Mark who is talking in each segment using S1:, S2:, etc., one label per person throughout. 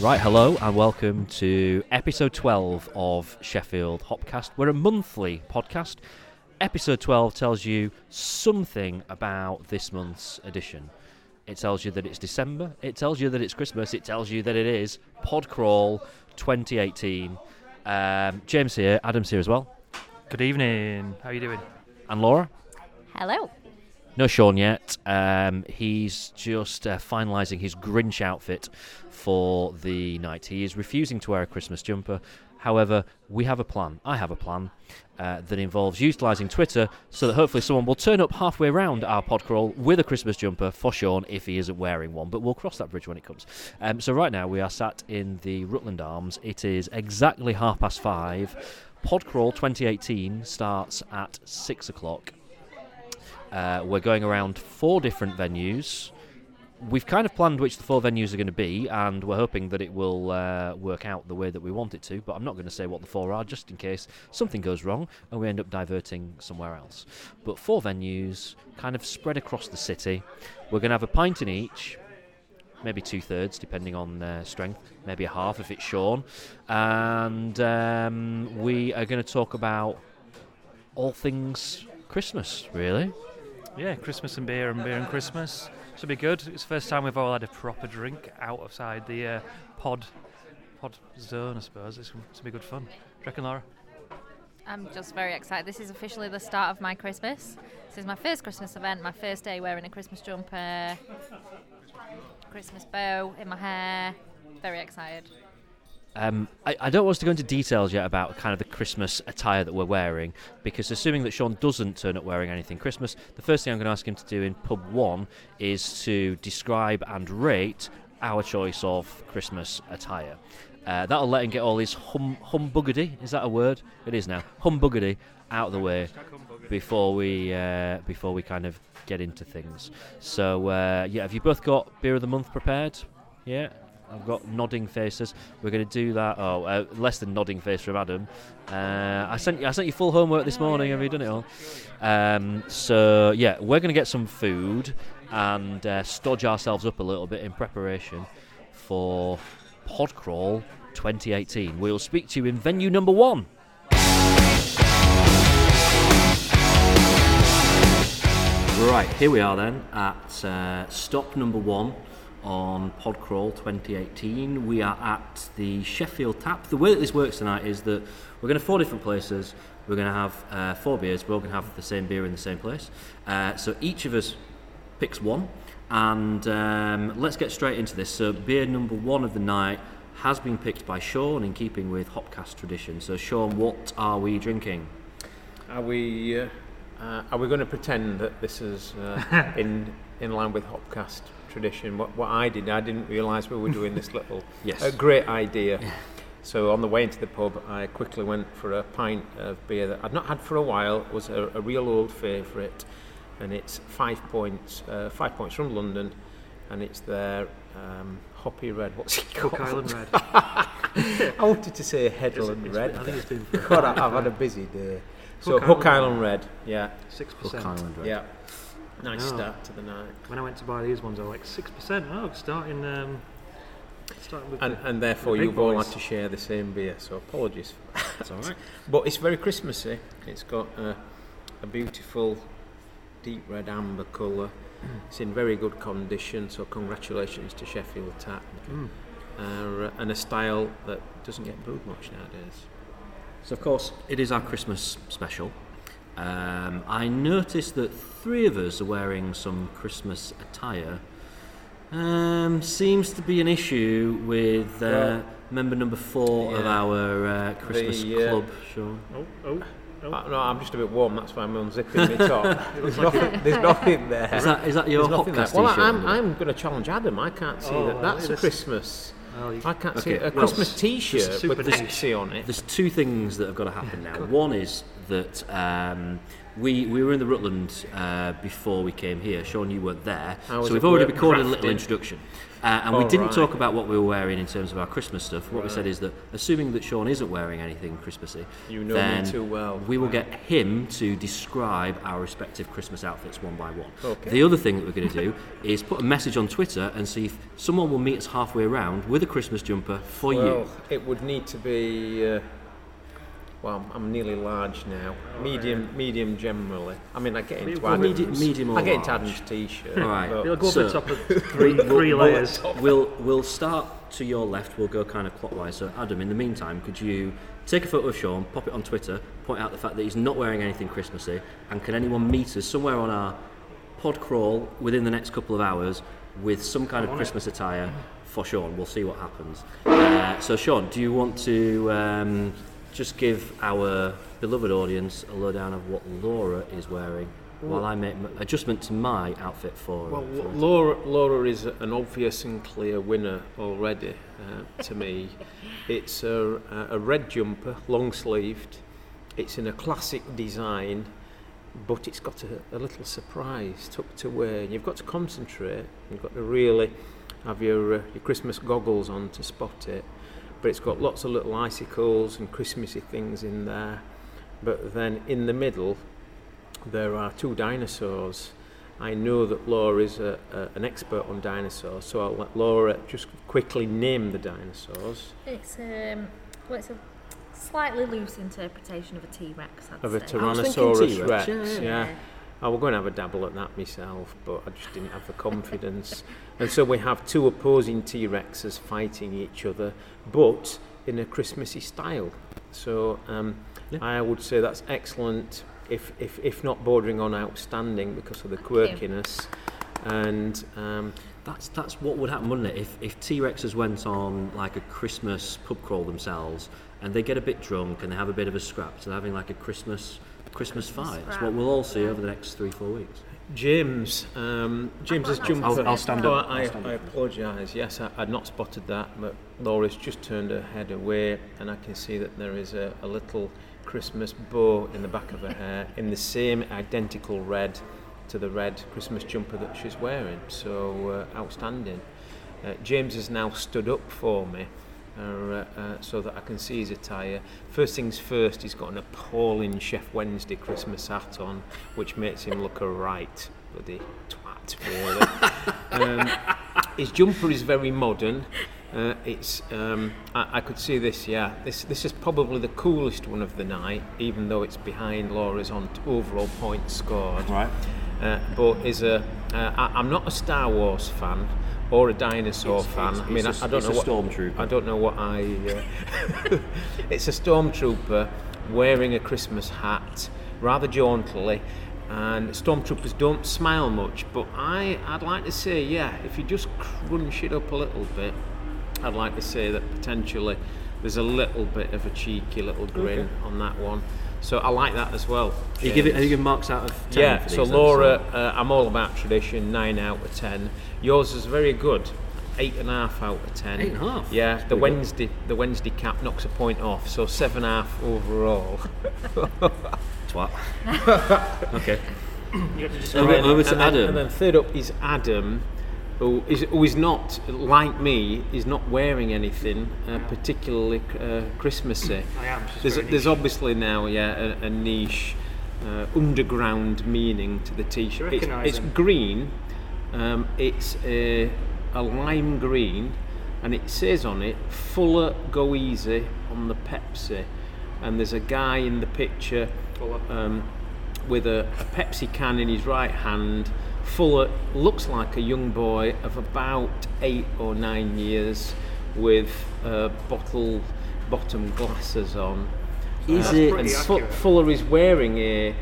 S1: Right, hello and welcome to episode 12 of Sheffield Hopcast. We're a monthly podcast. Episode 12 tells you something about this month's edition. It tells you that it's December, it tells you that it's Christmas, it tells you that it is Podcrawl 2018. Um, James here, Adam's here as well,
S2: Good evening. How you doing?
S1: and Laura.
S3: Hello.
S1: No Sean yet. Um, he's just uh, finalising his Grinch outfit for the night. He is refusing to wear a Christmas jumper. However, we have a plan. I have a plan uh, that involves utilising Twitter so that hopefully someone will turn up halfway round our pod crawl with a Christmas jumper for Sean if he isn't wearing one. But we'll cross that bridge when it comes. Um, so right now we are sat in the Rutland Arms. It is exactly half past five. Podcrawl 2018 starts at six o'clock. Uh, we're going around four different venues. We've kind of planned which the four venues are going to be, and we're hoping that it will uh, work out the way that we want it to. But I'm not going to say what the four are, just in case something goes wrong and we end up diverting somewhere else. But four venues, kind of spread across the city. We're going to have a pint in each, maybe two thirds, depending on uh, strength, maybe a half if it's Sean. And um, we are going to talk about all things Christmas, really.
S2: Yeah, Christmas and beer and beer and Christmas. Should be good. It's the first time we've all had a proper drink out outside the uh, pod pod zone, I suppose. It's going to be good fun. Do you reckon, Laura?
S3: I'm just very excited. This is officially the start of my Christmas. This is my first Christmas event, my first day wearing a Christmas jumper, Christmas bow in my hair. Very excited.
S1: Um, I, I don't want us to go into details yet about kind of the Christmas attire that we're wearing, because assuming that Sean doesn't turn up wearing anything Christmas, the first thing I'm going to ask him to do in pub one is to describe and rate our choice of Christmas attire. Uh, that'll let him get all his hum, humbuggedy, is that a word? It is now. Humbuggedy out of the way before we uh, before we kind of get into things. So uh, yeah, have you both got beer of the month prepared? Yeah, I've got nodding faces. We're going to do that. Oh, uh, less than nodding face from Adam. Uh, I sent you. I sent you full homework this morning. Have you done it all? Um, so yeah, we're going to get some food and uh, stodge ourselves up a little bit in preparation for Podcrawl 2018. We'll speak to you in venue number one. Right, here we are then at uh, stop number one on Podcrawl 2018. We are at the Sheffield Tap. The way that this works tonight is that we're going to four different places. We're going to have uh, four beers. We're all going to have the same beer in the same place. Uh, so each of us picks one, and um, let's get straight into this. So beer number one of the night has been picked by Sean in keeping with Hopcast tradition. So Sean, what are we drinking?
S4: Are we uh, uh, are we going to pretend that this is uh, in in line with Hopcast tradition? What what I did, I didn't realise we were doing this little
S1: Yes.
S4: a great idea. So on the way into the pub, I quickly went for a pint of beer that I'd not had for a while. It was a, a real old favourite, and it's five points uh, five points from London, and it's their um, hoppy red. What's it called?
S2: Cook Island Red.
S4: I wanted to say Headland
S2: It's-
S4: Red.
S2: I think it's been for
S4: God, I- I've had a busy day. So
S2: Hook
S4: Hook,
S2: Island
S4: Island Red, yeah,
S2: six
S1: Hook
S2: percent.
S1: Island Red.
S4: yeah. Nice
S2: Oh.
S4: start to the night.
S2: When I went to buy these ones, I was like six percent. Oh, starting um, starting with
S4: And,
S2: the-
S4: and therefore,
S2: The big
S4: you've all
S2: boys.
S4: had to share the same beer, so apologies. For that.
S1: It's all right.
S4: But it's very Christmassy. It's got a, a beautiful deep red amber colour. It's in very good condition, so congratulations to Sheffield Tap.
S2: Mm.
S4: Uh, and a style that doesn't get brewed much nowadays.
S1: So, of course, it is our Christmas special. Um, I noticed that three of us are wearing some Christmas attire. Um, seems to be an issue with uh,
S4: Well,
S1: member number four of
S4: yeah.
S1: our uh, Christmas
S4: The, uh,
S1: club, Sean.
S2: Oh, oh, oh.
S4: Uh, no, I'm just a bit warm. That's why I'm unzipping my top. there's, nothing, there's nothing there.
S1: Is that, is that your
S4: There's nothing there.
S1: podcast
S4: Well,
S1: t-shirt?
S4: I'm, I'm going to challenge Adam. I can't see
S2: Oh,
S4: that.
S2: well,
S4: That's a
S2: this-
S4: Christmas.
S2: Oh, you-
S4: I can't see
S1: Okay,
S4: a
S1: well,
S4: Christmas
S1: s-
S4: T-shirt
S2: super
S4: with
S2: nice.
S4: Pepsi on it.
S1: There's two things that have got to happen now. One is that um, we we were in the Rutland uh, before we came here. Sean, you weren't there,
S4: I was
S1: so we've
S4: at
S1: already
S4: work
S1: recorded a little
S4: crafting.
S1: introduction. Uh, and we
S4: All
S1: didn't
S4: right.
S1: talk about what we were wearing in terms of our Christmas stuff. What we said is that, assuming that Sean isn't wearing anything Christmassy,
S4: You know me
S1: then
S4: too well.
S1: We will get him to describe our respective Christmas outfits one by one.
S4: Okay.
S1: The other thing that we're going to do is put a message on Twitter and see if someone will meet us halfway around with a Christmas jumper for
S4: Well,
S1: you.
S4: it would need to be. Uh, well, I'm- I'm nearly large now. Medium, medium generally. I mean, I get into
S1: Well,
S4: Adam's.
S1: medi- medium or
S4: I get into
S1: large.
S4: Adam's t-shirt.
S1: All right.
S4: but-
S2: They'll go
S1: So-
S2: over the top of three, three layers.
S1: We'll we'll start to your left. We'll go kind of clockwise. So Adam, in the meantime, could you take a photo of Sean, pop it on Twitter, point out the fact that he's not wearing anything Christmassy, and can anyone meet us somewhere on our pod crawl within the next couple of hours with some kind of Christmas attire for Sean? We'll see what happens. Uh, so Sean, do you want to um, just give our beloved audience a lowdown of what Laura is wearing? While I make m- adjustment to my outfit for
S4: Well,
S1: for
S4: Laura, Laura is an obvious and clear winner already uh, to me. It's a, a red jumper, long sleeved. It's in a classic design, but it's got a, a little surprise tucked away. And you've got to concentrate. You've got to really have your, uh, your Christmas goggles on to spot it. But it's got lots of little icicles and Christmassy things in there. But then in the middle, there are two dinosaurs. I know that Laura is a, a, an expert on dinosaurs, so I'll let Laura just quickly name the dinosaurs
S3: It's um, well, it's a slightly loose interpretation of a T Rex.
S4: of a
S1: was thinking
S4: Tyrannosaurus
S1: T-Rex,
S4: Rex.
S1: yeah,
S4: yeah. I was going to have a dabble at that myself, but I just didn't have the confidence. and so we have two opposing T Rexes fighting each other, but in a Christmassy style. So um,
S1: Yeah.
S4: I would say that's excellent, if, if, if not bordering on outstanding because of the
S3: Thank you.
S4: quirkiness. And um,
S1: That's that's what would happen, wouldn't it? If if T Rexes went on like a Christmas pub crawl themselves, and they get a bit drunk and they have a bit of a scrap, so they're having like a Christmas Christmas fight. That's what
S3: scrap,
S1: we'll all see
S3: yeah.
S1: over the next three four weeks.
S4: James, um, James has
S3: I'll-
S4: jumped.
S1: I'll- I'll stand
S4: Oh,
S1: up.
S4: I,
S1: I'll stand
S4: I
S1: up.
S4: apologise. Yes, I, I'd not spotted that, but Laura's just turned her head away, and I can see that there is a, a little Christmas bow in the back of her hair, in the same identical red to the red Christmas jumper that she's wearing. So uh, outstanding. Uh, James has now stood up for me. Uh, uh, so that I can see his attire. First things first, he's got an appalling Chef Wednesday Christmas hat on, which makes him look a right bloody twat, really. Um, his jumper is very modern. Uh, it's um, I, I could see this. Yeah, this this is probably the coolest one of the night, even though it's behind Laura's on overall points scored.
S1: Right.
S4: Uh, but is a uh, I, I'm not a Star Wars fan or a dinosaur
S1: It's-
S4: fan.
S1: it's-
S4: I mean,
S1: it's
S4: I
S1: a-
S4: I don't
S1: it's
S4: know
S1: a
S4: what
S1: stormtrooper.
S4: I don't know what I. Uh, it's a stormtrooper wearing a Christmas hat, rather jauntily, and stormtroopers don't smile much. But I, I'd like to say, yeah, if you just crunch it up a little bit, I'd like to say that potentially there's a little bit of a cheeky little grin on that one. So I like that as well.
S1: Are you giving
S4: James.
S1: are you giving marks out of ten
S4: Yeah,
S1: for
S4: so
S1: these then,
S4: Laura, uh, I'm all about tradition, 9 out of 10. Yours is very good. Eight and a half out of ten.
S1: Eight and a half?
S4: Yeah,
S1: That's
S4: the
S1: pretty good.
S4: Wednesday the Wednesday cap knocks a point off, so seven and a half overall.
S1: twat. okay.
S2: You have to
S1: Over,
S4: And then-
S1: over to
S4: and then-
S1: Adam.
S4: and then third up is Adam, who is who is not like me, is not wearing anything uh, particularly uh, Christmassy.
S2: I am, she's
S4: There's,
S2: very
S4: there's obviously now yeah a, a niche uh, underground meaning to the t-shirt.
S2: Do you
S4: It's,
S2: recognise
S4: it's
S2: him?
S4: green. Um, it's a, a lime green, and it says on it "Fuller Go Easy" on the Pepsi. And there's a guy in the picture
S2: Fuller.
S4: um, with a, a Pepsi can in his right hand. Fuller looks like a young boy of about eight or nine years with uh, bottle bottom glasses on.
S1: Is
S4: Uh,
S1: it-
S4: and
S1: Pretty
S4: Fu-
S2: accurate.
S4: Fuller is wearing a,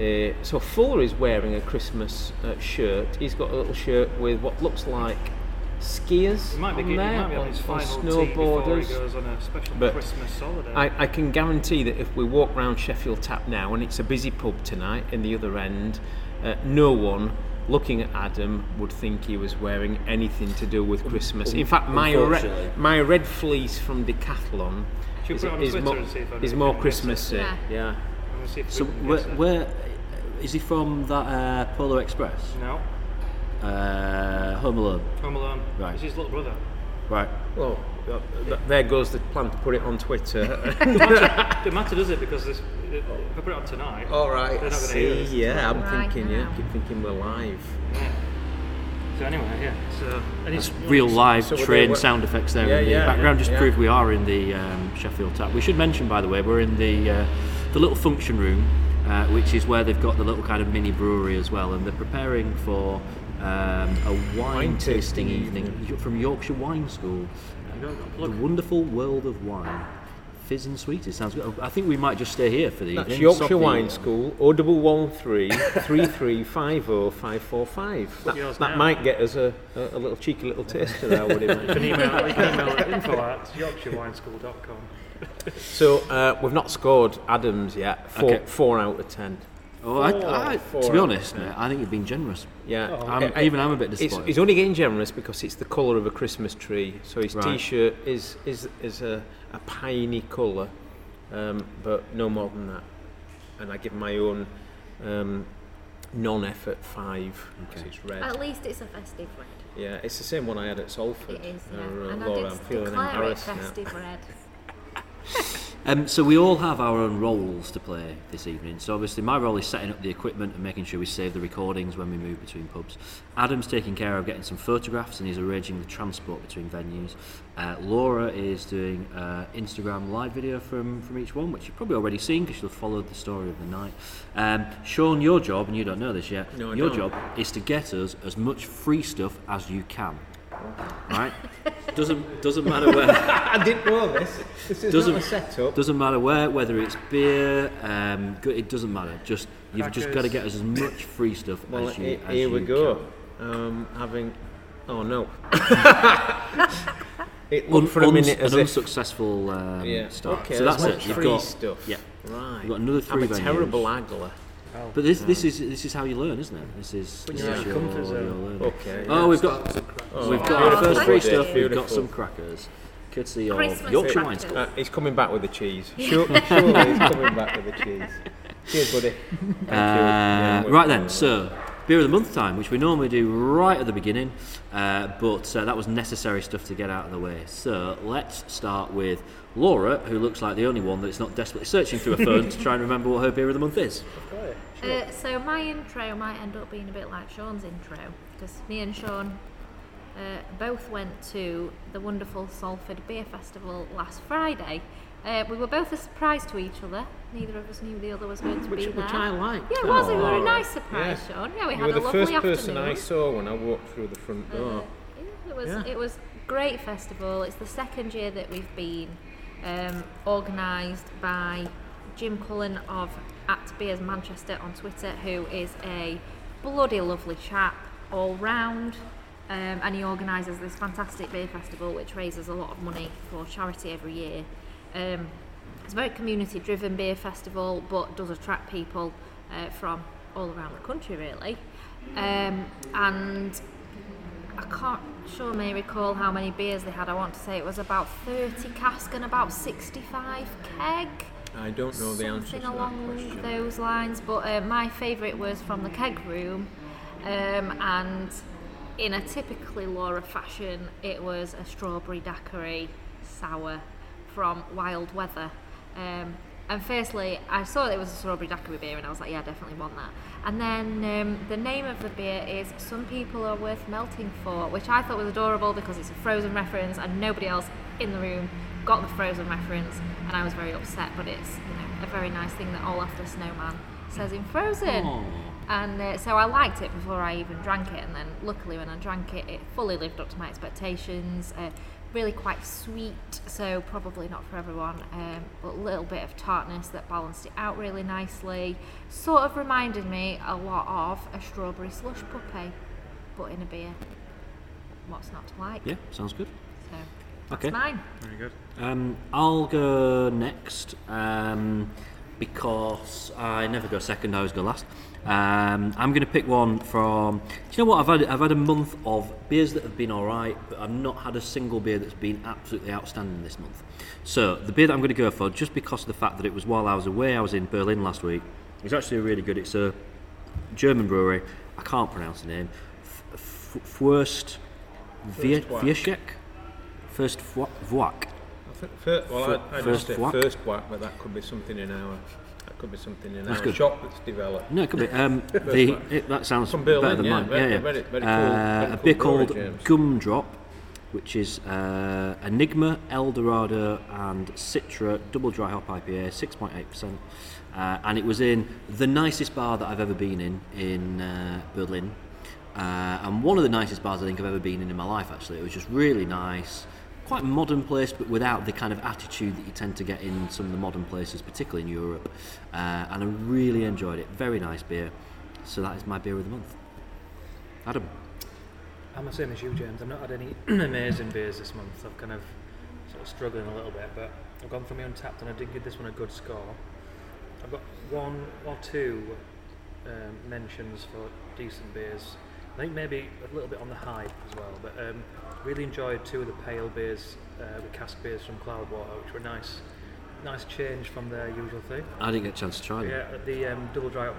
S4: a so Fuller is wearing a Christmas uh, shirt. He's got a little shirt with what looks like skiers
S2: It might be,
S4: on
S2: good.
S4: there,
S2: It might be
S4: on,
S2: on his
S4: on
S2: final tee before he
S4: snowboarders.
S2: goes on a special
S4: But
S2: Christmas holiday.
S4: I, I can guarantee that if we walk round Sheffield Tap now, and it's a busy pub tonight in the other end, uh, no one looking at Adam would think he was wearing anything to do with Christmas. In fact, my
S1: Unfortunately.
S4: red, my red fleece from Decathlon
S2: Should we
S4: is,
S2: put it on
S4: is
S2: Twitter
S4: mo-
S2: and see if anyone
S4: is more
S2: can guess it?
S4: Christmassy.
S3: Yeah.
S4: yeah.
S2: I'm gonna see if
S1: so
S2: we can
S1: where,
S2: guess it.
S1: where is he from? That uh, Polo Express.
S2: No.
S1: Uh, Home Alone.
S2: Home Alone.
S1: Right.
S2: It's his little brother.
S1: Right.
S4: Well, th- th- there goes the plan to put it on Twitter.
S2: It matter, does it? Because this, if I put it on tonight,
S4: All right.
S2: They're not gonna hear
S4: See,
S2: this.
S4: yeah, I'm
S5: Right
S4: thinking.
S5: now.
S4: Yeah, keep thinking we're live.
S2: So anyway, yeah. So and it's
S1: Real live
S4: So we're
S1: train
S4: doing-
S1: sound effects there
S4: Yeah,
S1: in the
S4: yeah,
S1: background
S4: yeah,
S1: just
S4: yeah.
S1: prove we are in the um, Sheffield Tap. We should mention, by the way, we're in the uh, the little function room, uh, which is where they've got the little kind of mini brewery as well, and they're preparing for um, a wine,
S4: Wine
S1: tasting
S4: tasting
S1: evening
S4: evening.
S1: from Yorkshire Wine School. Uh, the wonderful world of wine. Fizz and sweet, it sounds good. I think we might just stay here for the
S4: That's
S1: evening.
S4: Yorkshire
S1: Stop the,
S4: Wine
S1: um,
S4: School. O double one three three three five zero five four five. That,
S2: Yours now.
S4: that might get us a, a, a little cheeky little taster there, would it? mate?
S2: an email, you can email at info at yorkshirewineschool.com.
S4: So uh, we've not scored Adams yet. Four,
S1: Okay.
S4: four out of ten.
S1: Oh, I, I,
S4: Four,
S1: to be
S4: four,
S1: honest, mate, I think you've been generous.
S4: Yeah,
S2: Oh.
S4: Um,
S1: I'm,
S4: I- I-
S1: even I'm a bit
S4: It's,
S1: disappointed.
S4: he's only getting generous because it's the colour of a Christmas tree. So his
S1: Right.
S4: T-shirt is is is a, a piney colour, um, but no more than that. And I give my own um, non-effort five 'cause
S1: Okay.
S4: it's red.
S3: At least it's a festive red.
S4: yeah, it's the same one I had at Salford.
S3: It is, yeah.
S4: Uh,
S3: and
S4: Laura,
S3: I
S4: I'm
S3: did
S4: feeling
S3: declare it
S4: embarrassed now.
S3: festive red.
S1: Um, so we all have our own roles to play this evening. So obviously my role is setting up the equipment and making sure we save the recordings when we move between pubs. Adam's taking care of getting some photographs and he's arranging the transport between venues. Uh, Laura is doing uh, Instagram live video from, from each one, which you've probably already seen because you'll follow the story of the night. Um, Sean, your job, and you don't know this yet,
S4: No, I
S1: your
S4: don't.
S1: job is to get us as much free stuff as you can. Right? doesn't doesn't matter where.
S4: I didn't know this. This is
S1: Doesn't-
S4: not a setup.
S1: Doesn't matter where, whether it's beer, um, go- it doesn't matter. Just you've just got to get us as much free stuff
S4: Well,
S1: as you.
S4: he-
S1: as
S4: here we
S1: you
S4: go. Um, having, oh no. it
S1: Can.
S4: looked for a
S1: Un-
S4: minute
S1: uns-
S4: as
S1: an
S4: if
S1: unsuccessful um,
S4: Yeah.
S1: start.
S4: Okay,
S1: so that's
S4: there's
S1: it.
S4: more
S1: You've
S4: free
S1: got
S4: stuff.
S1: Yeah.
S4: Right.
S1: You've got another three
S4: I'm a
S1: venues.
S4: terrible angler.
S1: But this, this is this is how you learn, isn't it? This is this
S2: you're
S1: is
S2: out of
S1: your,
S2: comfort
S1: your
S2: zone.
S1: learning.
S4: Okay.
S1: Oh, we've got we've got our
S4: beautiful.
S1: first free
S4: Thank you.
S1: stuff. We've got
S4: Beautiful.
S1: some crackers, courtesy of
S3: Christmas
S1: Yorkshire Wine
S3: crackers.
S1: School.
S4: Uh, he's coming back with the cheese. Sure, surely he's coming back with the cheese. Cheers, buddy. Thank you. Yeah,
S1: Uh,
S4: we're-
S1: right then, so beer of the month time, which we normally do right at the beginning, uh, but uh, that was necessary stuff to get out of the way. So let's start with Laura, who looks like the only one that's not desperately searching through her phone to try and remember what her beer of the month is.
S3: Uh, so my intro might end up being a bit like Sean's intro because me and Sean uh, both went to the wonderful Salford Beer Festival last Friday. Uh, we were both a surprise to each other. Neither of us knew the other was going to be
S4: Which,
S3: there.
S4: which I like.
S3: yeah, it was. It was
S4: Oh.
S3: a nice surprise, Sean. Yeah, we
S4: you
S3: had
S4: were
S3: a
S4: the
S3: lovely
S4: first
S3: afternoon. Uh,
S4: person I saw when I walked through the front door.
S3: Yeah, it was
S4: Yeah.
S3: it was great festival. It's the second year that we've been um, organised by Jim Cullen of at Beers Manchester on Twitter, who is a bloody lovely chap all round. Um, and he organises this fantastic beer festival, which raises a lot of money for charity every year. Um, it's a very community driven beer festival, but does attract people uh, from all around the country, really. Um, and I can't sure may recall how many beers they had. I want to say it was about 30 cask and about 65 keg.
S4: I don't know the answer
S3: something
S4: to that
S3: along
S4: question.
S3: those lines. But uh, my favourite was from the keg room, um, and in a typically Laura fashion, it was a strawberry daiquiri sour from Wild Weather. Um, and firstly, I saw that it was a strawberry daiquiri beer, and I was like, "Yeah, I definitely want that." And then um, the name of the beer is "Some People Are Worth Melting For," which I thought was adorable because it's a Frozen reference, and nobody else in the room got the Frozen reference, and I was very upset. But it's you know, a very nice thing that Olaf the Snowman says in Frozen. And uh, so I liked it before I even drank it, and then luckily when I drank it, it fully lived up to my expectations. Uh, really quite sweet, so probably not for everyone, um, but a little bit of tartness that balanced it out really nicely. Sort of reminded me a lot of a strawberry slush puppy, but in a beer. What's not to like?
S1: Yeah, sounds good.
S3: So that's
S1: Okay.
S3: mine.
S2: Very good.
S1: Um, I'll go next um, because I never go second. I always go last. Um, I'm going to pick one from. Do you know what? I've had I've had a month of beers that have been all right, but I've not had a single beer that's been absolutely outstanding this month. So the beer that I'm going to go for, just because of the fact that it was while I was away, I was in Berlin last week. It's actually really good. It's a German brewery. I can't pronounce the name. F- f- first
S4: First whack.
S1: Vieshek? First Vwa- Vwak.
S4: I think fir- well,
S1: Fir-
S4: I, I
S1: first
S4: first it
S1: whack.
S4: first whack, but that could be something in our that could be something in
S1: That's
S4: our
S1: good.
S4: shop that's developed.
S1: No, it could be. Um, the, it, that sounds
S4: From
S1: better
S4: Berlin,
S1: than
S4: yeah,
S1: mine.
S4: very-
S1: yeah, yeah.
S4: very- very cool-
S1: uh,
S4: very
S1: a
S4: cool
S1: beer
S4: brewery,
S1: called
S4: James.
S1: Gumdrop, which is uh, Enigma, Eldorado, and Citra Double Dry Hop IPA, 6.8%. Uh, and it was in the nicest bar that I've ever been in in uh, Berlin. Uh, and one of the nicest bars I think I've ever been in in my life, actually. It was just really nice. Quite a modern place, but without the kind of attitude that you tend to get in some of the modern places, particularly in Europe. Uh, and I really enjoyed it. Very nice beer. So that is my beer of the month. Adam.
S2: I'm the same as you, James. I've not had any amazing beers this month. I've kind of sort of struggling a little bit, but I've gone for my untapped and I did give this one a good score. I've got one or two um, mentions for decent beers. I think maybe a little bit on the hype as well, but um, really enjoyed two of the pale beers, uh, the cask beers from Cloudwater, which were nice, nice change from their usual thing.
S1: I didn't get a chance to try them.
S2: Yeah, the um, double dry uh,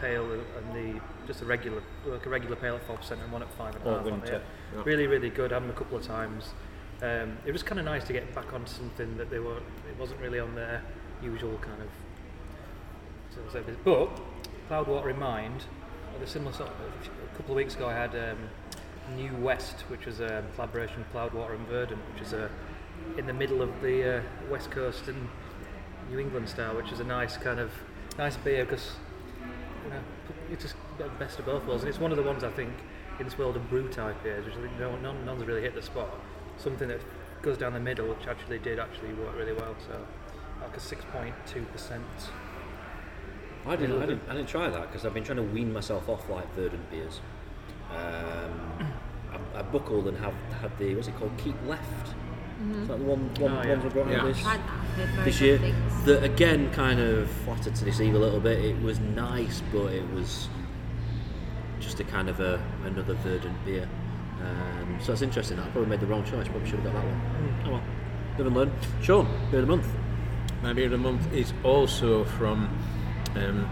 S2: pale and the just a regular like a regular pale at four percent and one at five and a
S4: Or
S2: half. aren't they?
S4: Oh, winter, yeah.
S2: Really, really good. Had them a couple of times. Um, it was kind of nice to get back on something that they were. It wasn't really on their usual kind of. sort of service. But Cloudwater in mind, at a similar sort. Of, a couple of weeks ago, I had um, New West, which was a collaboration with Cloudwater and Verdant, which is a in the middle of the uh, West Coast and New England style, which is a nice kind of nice beer because you know it's just the best of both worlds, and it's one of the ones I think in this world of brew type beers, which I think no none, none's really hit the spot. Something that goes down the middle, which actually did actually work really well. So like a six point two percent.
S1: I didn't, I didn't, I didn't try that because I've been trying to wean myself off like verdant beers. Um, I, I buckled and have had the what's it called? Keep left. Is that the one? one
S2: Oh, yeah.
S1: ones I brought
S4: Yeah.
S1: out this
S3: Tried that. Heard very
S1: this
S3: good
S1: year.
S3: things.
S1: That again kind of flattered to deceive a little bit. It was nice, but it was just a kind of a another verdant beer. Um, so that's interesting. I probably made the wrong choice. Probably should have got that one. Oh well, live and learn. Sean, beer of the month.
S4: My beer of the month is also from um,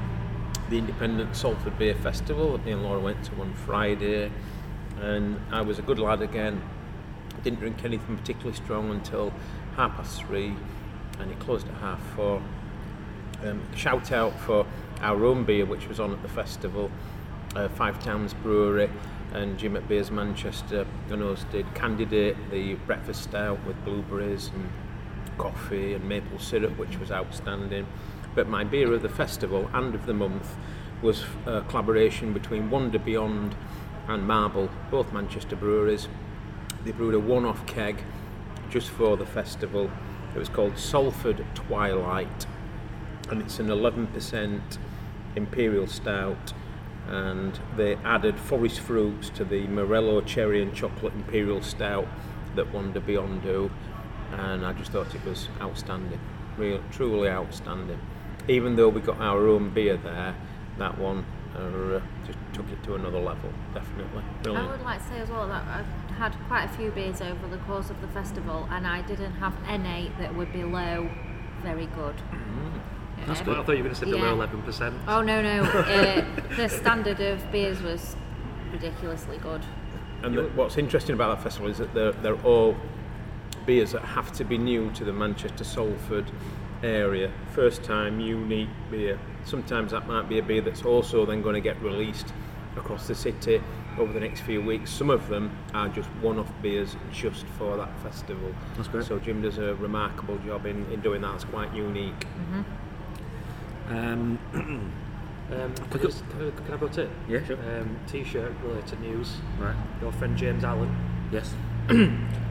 S4: the Independent Salford Beer Festival that me and Laura went to one Friday, and I was a good lad again. I didn't drink anything particularly strong until half past three, and it closed at half four. Um, shout out for our own beer, which was on at the festival, uh, Five Towns Brewery, and Jim at Beers Manchester, and us did candidate the breakfast stout with blueberries and coffee and maple syrup, which was outstanding. But my beer of the festival and of the month was a collaboration between Wonder Beyond and Marble, both Manchester breweries. They brewed a one off keg just for the festival. It was called Salford Twilight and it's an 11% imperial stout and they added forest fruits to the morello cherry and chocolate imperial stout that wander beyond do and i just thought it was outstanding real truly outstanding even though we got our own beer there that one uh, just took it to another level definitely
S3: I
S4: Brilliant.
S3: would like to say as well that I've had quite a few beers over the course of the festival, and I didn't have any that were below very good.
S4: Mm.
S1: That's
S3: Um,
S1: good.
S2: I thought you were going to say below
S3: Yeah.
S2: eleven percent.
S3: Oh no no! uh, the standard of beers was ridiculously good.
S4: And the, what's interesting about that festival is that they're, they're all beers that have to be new to the Manchester Salford area. First time, unique beer. Sometimes that might be a beer that's also then going to get released across the city over the next few weeks. Some of them are just one off beers just for that festival.
S1: That's great.
S4: So Jim does a remarkable job in, in doing that. It's quite unique.
S1: Um,
S2: Um, can, I just, can, I, can I put it?
S1: Yeah, sure.
S2: Um, T-shirt related news.
S1: right.
S2: Your friend James Allen.
S1: Yes.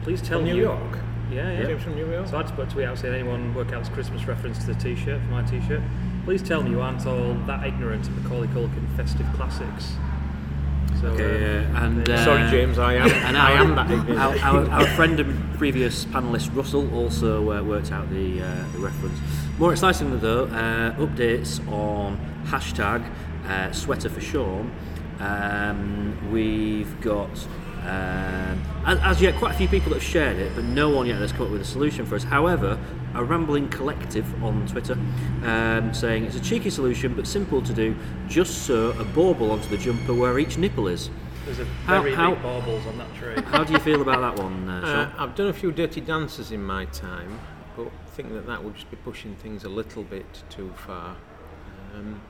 S2: Please tell
S4: From New
S2: you-
S4: York.
S2: Yeah, yeah.
S4: James from New York.
S2: So I just put a tweet out saying anyone work out this Christmas reference to the T-shirt for my T-shirt. Please tell me you aren't all that ignorant of Macaulay Culkin festive classics. So, um,
S1: Okay, yeah, and, uh,
S4: Sorry, James. I am.
S1: And
S4: I
S1: our,
S4: am that. ignorant.
S1: our, our, our friend and previous panelist Russell also uh, worked out the, uh, the reference. More excitingly, though, uh, updates on hashtag uh, sweater for Sean. Um, we've got, um, as, as yet, quite a few people that have shared it, but no one yet has come up with a solution for us. However, a rambling collective on Twitter um, saying it's a cheeky solution but simple to do, just sew a bauble onto the jumper where each nipple is.
S2: There's a
S1: How-
S2: very
S1: how-
S2: big baubles on that tray.
S1: How do you feel about that one, uh,
S4: Uh,
S1: Sean?
S4: I've done a few dirty dances in my time, but I think that that would just be pushing things a little bit too far. Um,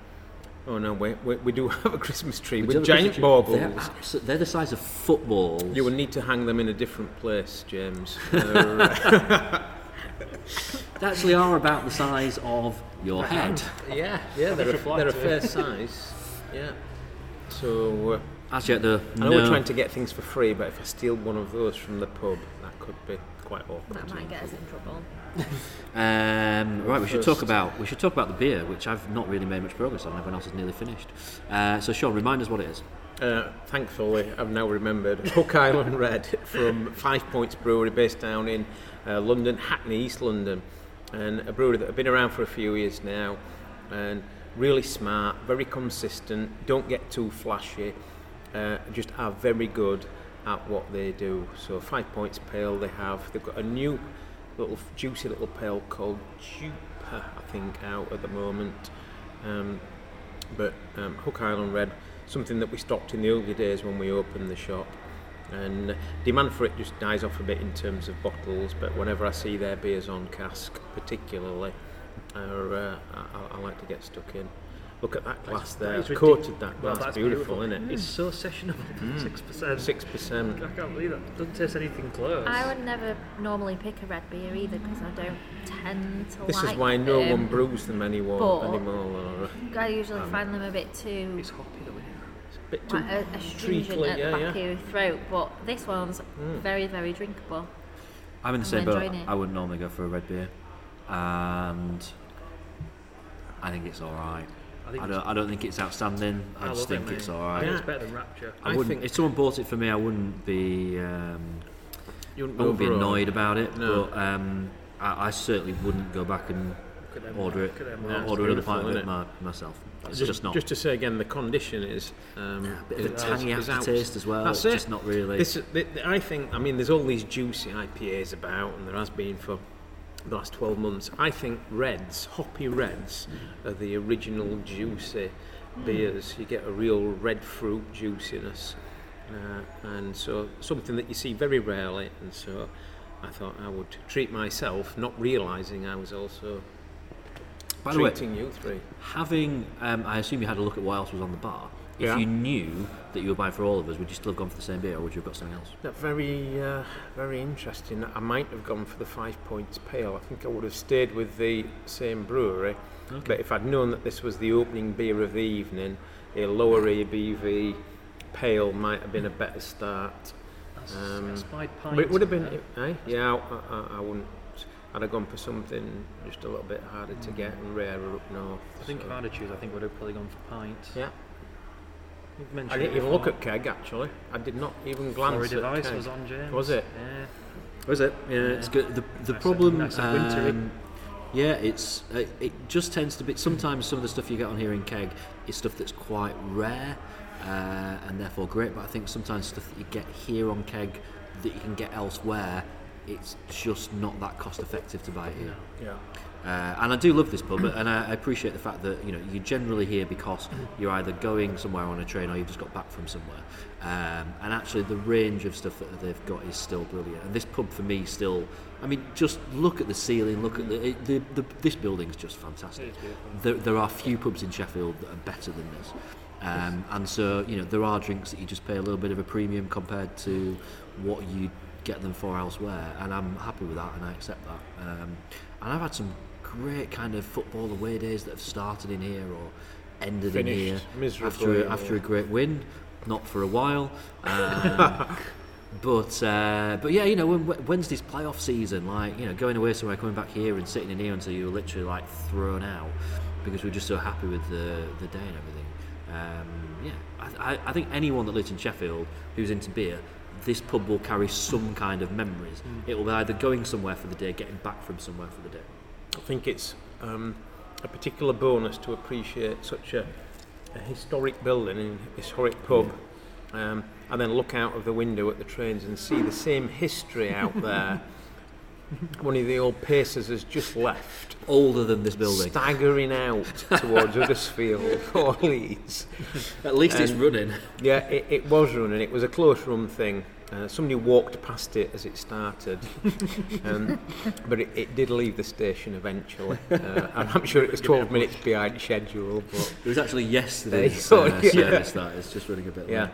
S4: oh no, we, we, we do have a Christmas tree
S1: Would you
S4: with
S1: have a
S4: giant
S1: picture? They're,
S4: baubles.
S1: abso- they're the size of footballs.
S4: You would need to hang them in a different place, James. They're, uh,
S1: They actually are about the size of your head.
S4: yeah, yeah, they're, a, they're a fair size. Yeah. So uh,
S1: Actually, at the
S4: I know we're
S1: no.
S4: trying to get things for free, but if I steal one of those from the pub, that could be quite awkward.
S3: That might get us in trouble.
S1: Um, right, we should talk
S4: First.
S1: about we should talk about the beer, which I've not really made much progress on. Everyone else is nearly finished. Uh, so, Sean, remind us what it is.
S4: Uh, thankfully, I've now remembered Hook Island Red from Five Points Brewery, based down in uh, London, Hackney, East London, and a brewery that have been around for a few years now, and really smart, very consistent. Don't get too flashy. Uh, just are very good at what they do. So Five Points Pale, they have they've got a new little juicy little pale called Jupa, I think, out at the moment. Um, but um, Hook Island Red, something that we stopped in the early days when we opened the shop. And demand for it just dies off a bit in terms of bottles, but whenever I see their beers on cask, particularly, uh, uh, I, I- I like to get stuck in. Look at that glass
S2: That
S4: there,
S2: is ridic-
S4: coated that
S2: Well,
S4: glass, beautiful, isn't
S2: It's so sessionable.
S1: Hmm.
S2: Six percent.
S4: it? 6%.
S2: I can't believe that. Doesn't taste anything close.
S3: I would never normally pick a red beer either because I don't tend to
S4: This
S3: like
S4: is why no
S3: them.
S4: one brews them anymore.
S3: but-
S4: anymore Laura.
S3: I usually find them a bit too
S2: It's hoppy though. Isn't
S4: It's a bit too
S3: like, a, astringent
S4: treacly,
S3: at
S4: yeah,
S3: the back
S4: yeah.
S3: of your throat, but this one's
S4: Mm.
S3: very, very drinkable.
S1: I'm in the same boat.
S3: enjoying it.
S1: I wouldn't normally go for a red beer, and I think it's all right.
S2: I
S1: I,
S2: think
S1: don't. I don't think it's outstanding. I,
S2: I
S1: just
S2: love it,
S1: think
S2: mate.
S1: it's all right.
S2: Yeah, it's better than Rapture.
S1: I
S4: I
S1: wouldn't.
S4: think-
S1: if someone bought it for me, I wouldn't be. Um,
S4: you
S1: I wouldn't be
S4: overall.
S1: annoyed about it.
S4: No.
S1: But um, I, I certainly wouldn't go back and
S2: Look at them,
S1: order it.
S2: look at them.
S1: or-
S4: Yeah, it's
S1: order another pint
S4: beautiful,
S1: of it
S4: innit?
S1: my, myself. It's
S4: Ju-
S1: just, not.
S4: Just to say again, the condition is um,
S1: a bit of a
S4: is-
S1: tangy
S4: is out.
S1: aftertaste as well.
S4: That's
S1: it's
S4: it.
S1: just not really.
S4: This, th- th- I think. I mean, there's all these juicy IPAs about, and there has been for the last 12 months. I think reds, hoppy reds,
S1: Mm.
S4: are the original juicy beers. You get a real red fruit juiciness, uh, and so something that you see very rarely. And so, I thought I would treat myself, not realising I was also
S1: By the way,
S4: treating you three.
S1: having, um, I assume you had a look at what else was on the bar. If
S4: Yeah.
S1: you knew that you were buying for all of us, would you still have gone for the same beer, or would you have got something else?
S4: That very, uh, very interesting. I might have gone for the five points pale. I think I would have stayed with the same brewery, but if I'd known that this was the opening beer of the evening, a lower ABV pale might have been a better start.
S2: That's,
S4: Um,
S2: that's my pint.
S4: But it would have been, eh? Yeah, I, I, I wouldn't. I'd have gone for something just a little bit harder to get and rarer up north.
S2: I think if I
S4: so.
S2: had to choose, I think would have probably gone for pints.
S4: Yeah,
S2: You've mentioned
S4: I didn't
S2: it
S4: even look
S2: before.
S4: at keg actually. I did not even
S2: Sorry,
S4: glance at
S2: device
S4: keg.
S2: was on James.
S4: Was it?
S2: Yeah.
S1: Was it? Yeah, it's good. The, the
S2: Nice
S1: problem.
S2: and- nice and wintry.
S1: um, yeah, it's uh, it just tends to be. Sometimes some of the stuff you get on here in keg is stuff that's quite rare uh, and therefore great. But I think sometimes stuff that you get here on keg that you can get elsewhere, it's just not that cost effective to buy it here.
S4: Yeah.
S1: Uh, and I do love this pub, and I I appreciate the fact that you know you're generally here because you're either going somewhere on a train or you've just got back from somewhere. Um, and actually, the range of stuff that they've got is still brilliant. And this pub for me still, I mean, just look at the ceiling, look at the, it, the, the this building's just fantastic. There, there are few pubs in Sheffield that are better than this. Um, and so you know there are drinks that you just pay a little bit of a premium compared to what you get them for elsewhere, and I'm happy with that, and I accept that. Um, and I've had some great kind of football away days that have started in here or ended
S4: Finished
S1: in here after
S4: miserably,
S1: a, after a
S4: yeah.
S1: great win, not for a while. Um, But uh, but yeah, you know, when when- Wednesday's playoff season, like you know, going away somewhere, coming back here and sitting in here until you were literally like thrown out because we were just so happy with the the day and everything. Um, yeah, I, I, I think anyone that lives in Sheffield who's into beer, this pub will carry some kind of memories. It will be either going somewhere for the day, getting back from somewhere for the day.
S4: I think it's um, a particular bonus to appreciate such a, a historic building and historic pub, um, and then look out of the window at the trains and see the same history out there one of the old pacers has just left,
S1: Older than this building.
S4: staggering out towards Huddersfield or Leeds.
S1: At least it's running.
S4: Yeah, it, it was running. It was a close run thing. Uh, somebody walked past it as it started, um, but it, it did leave the station eventually. Uh, and I'm sure it was 12 minutes behind schedule, but
S1: It was actually yesterday's
S4: There you
S1: uh,
S4: go, yeah.
S1: service that is just running a bit
S4: Yeah.
S1: late.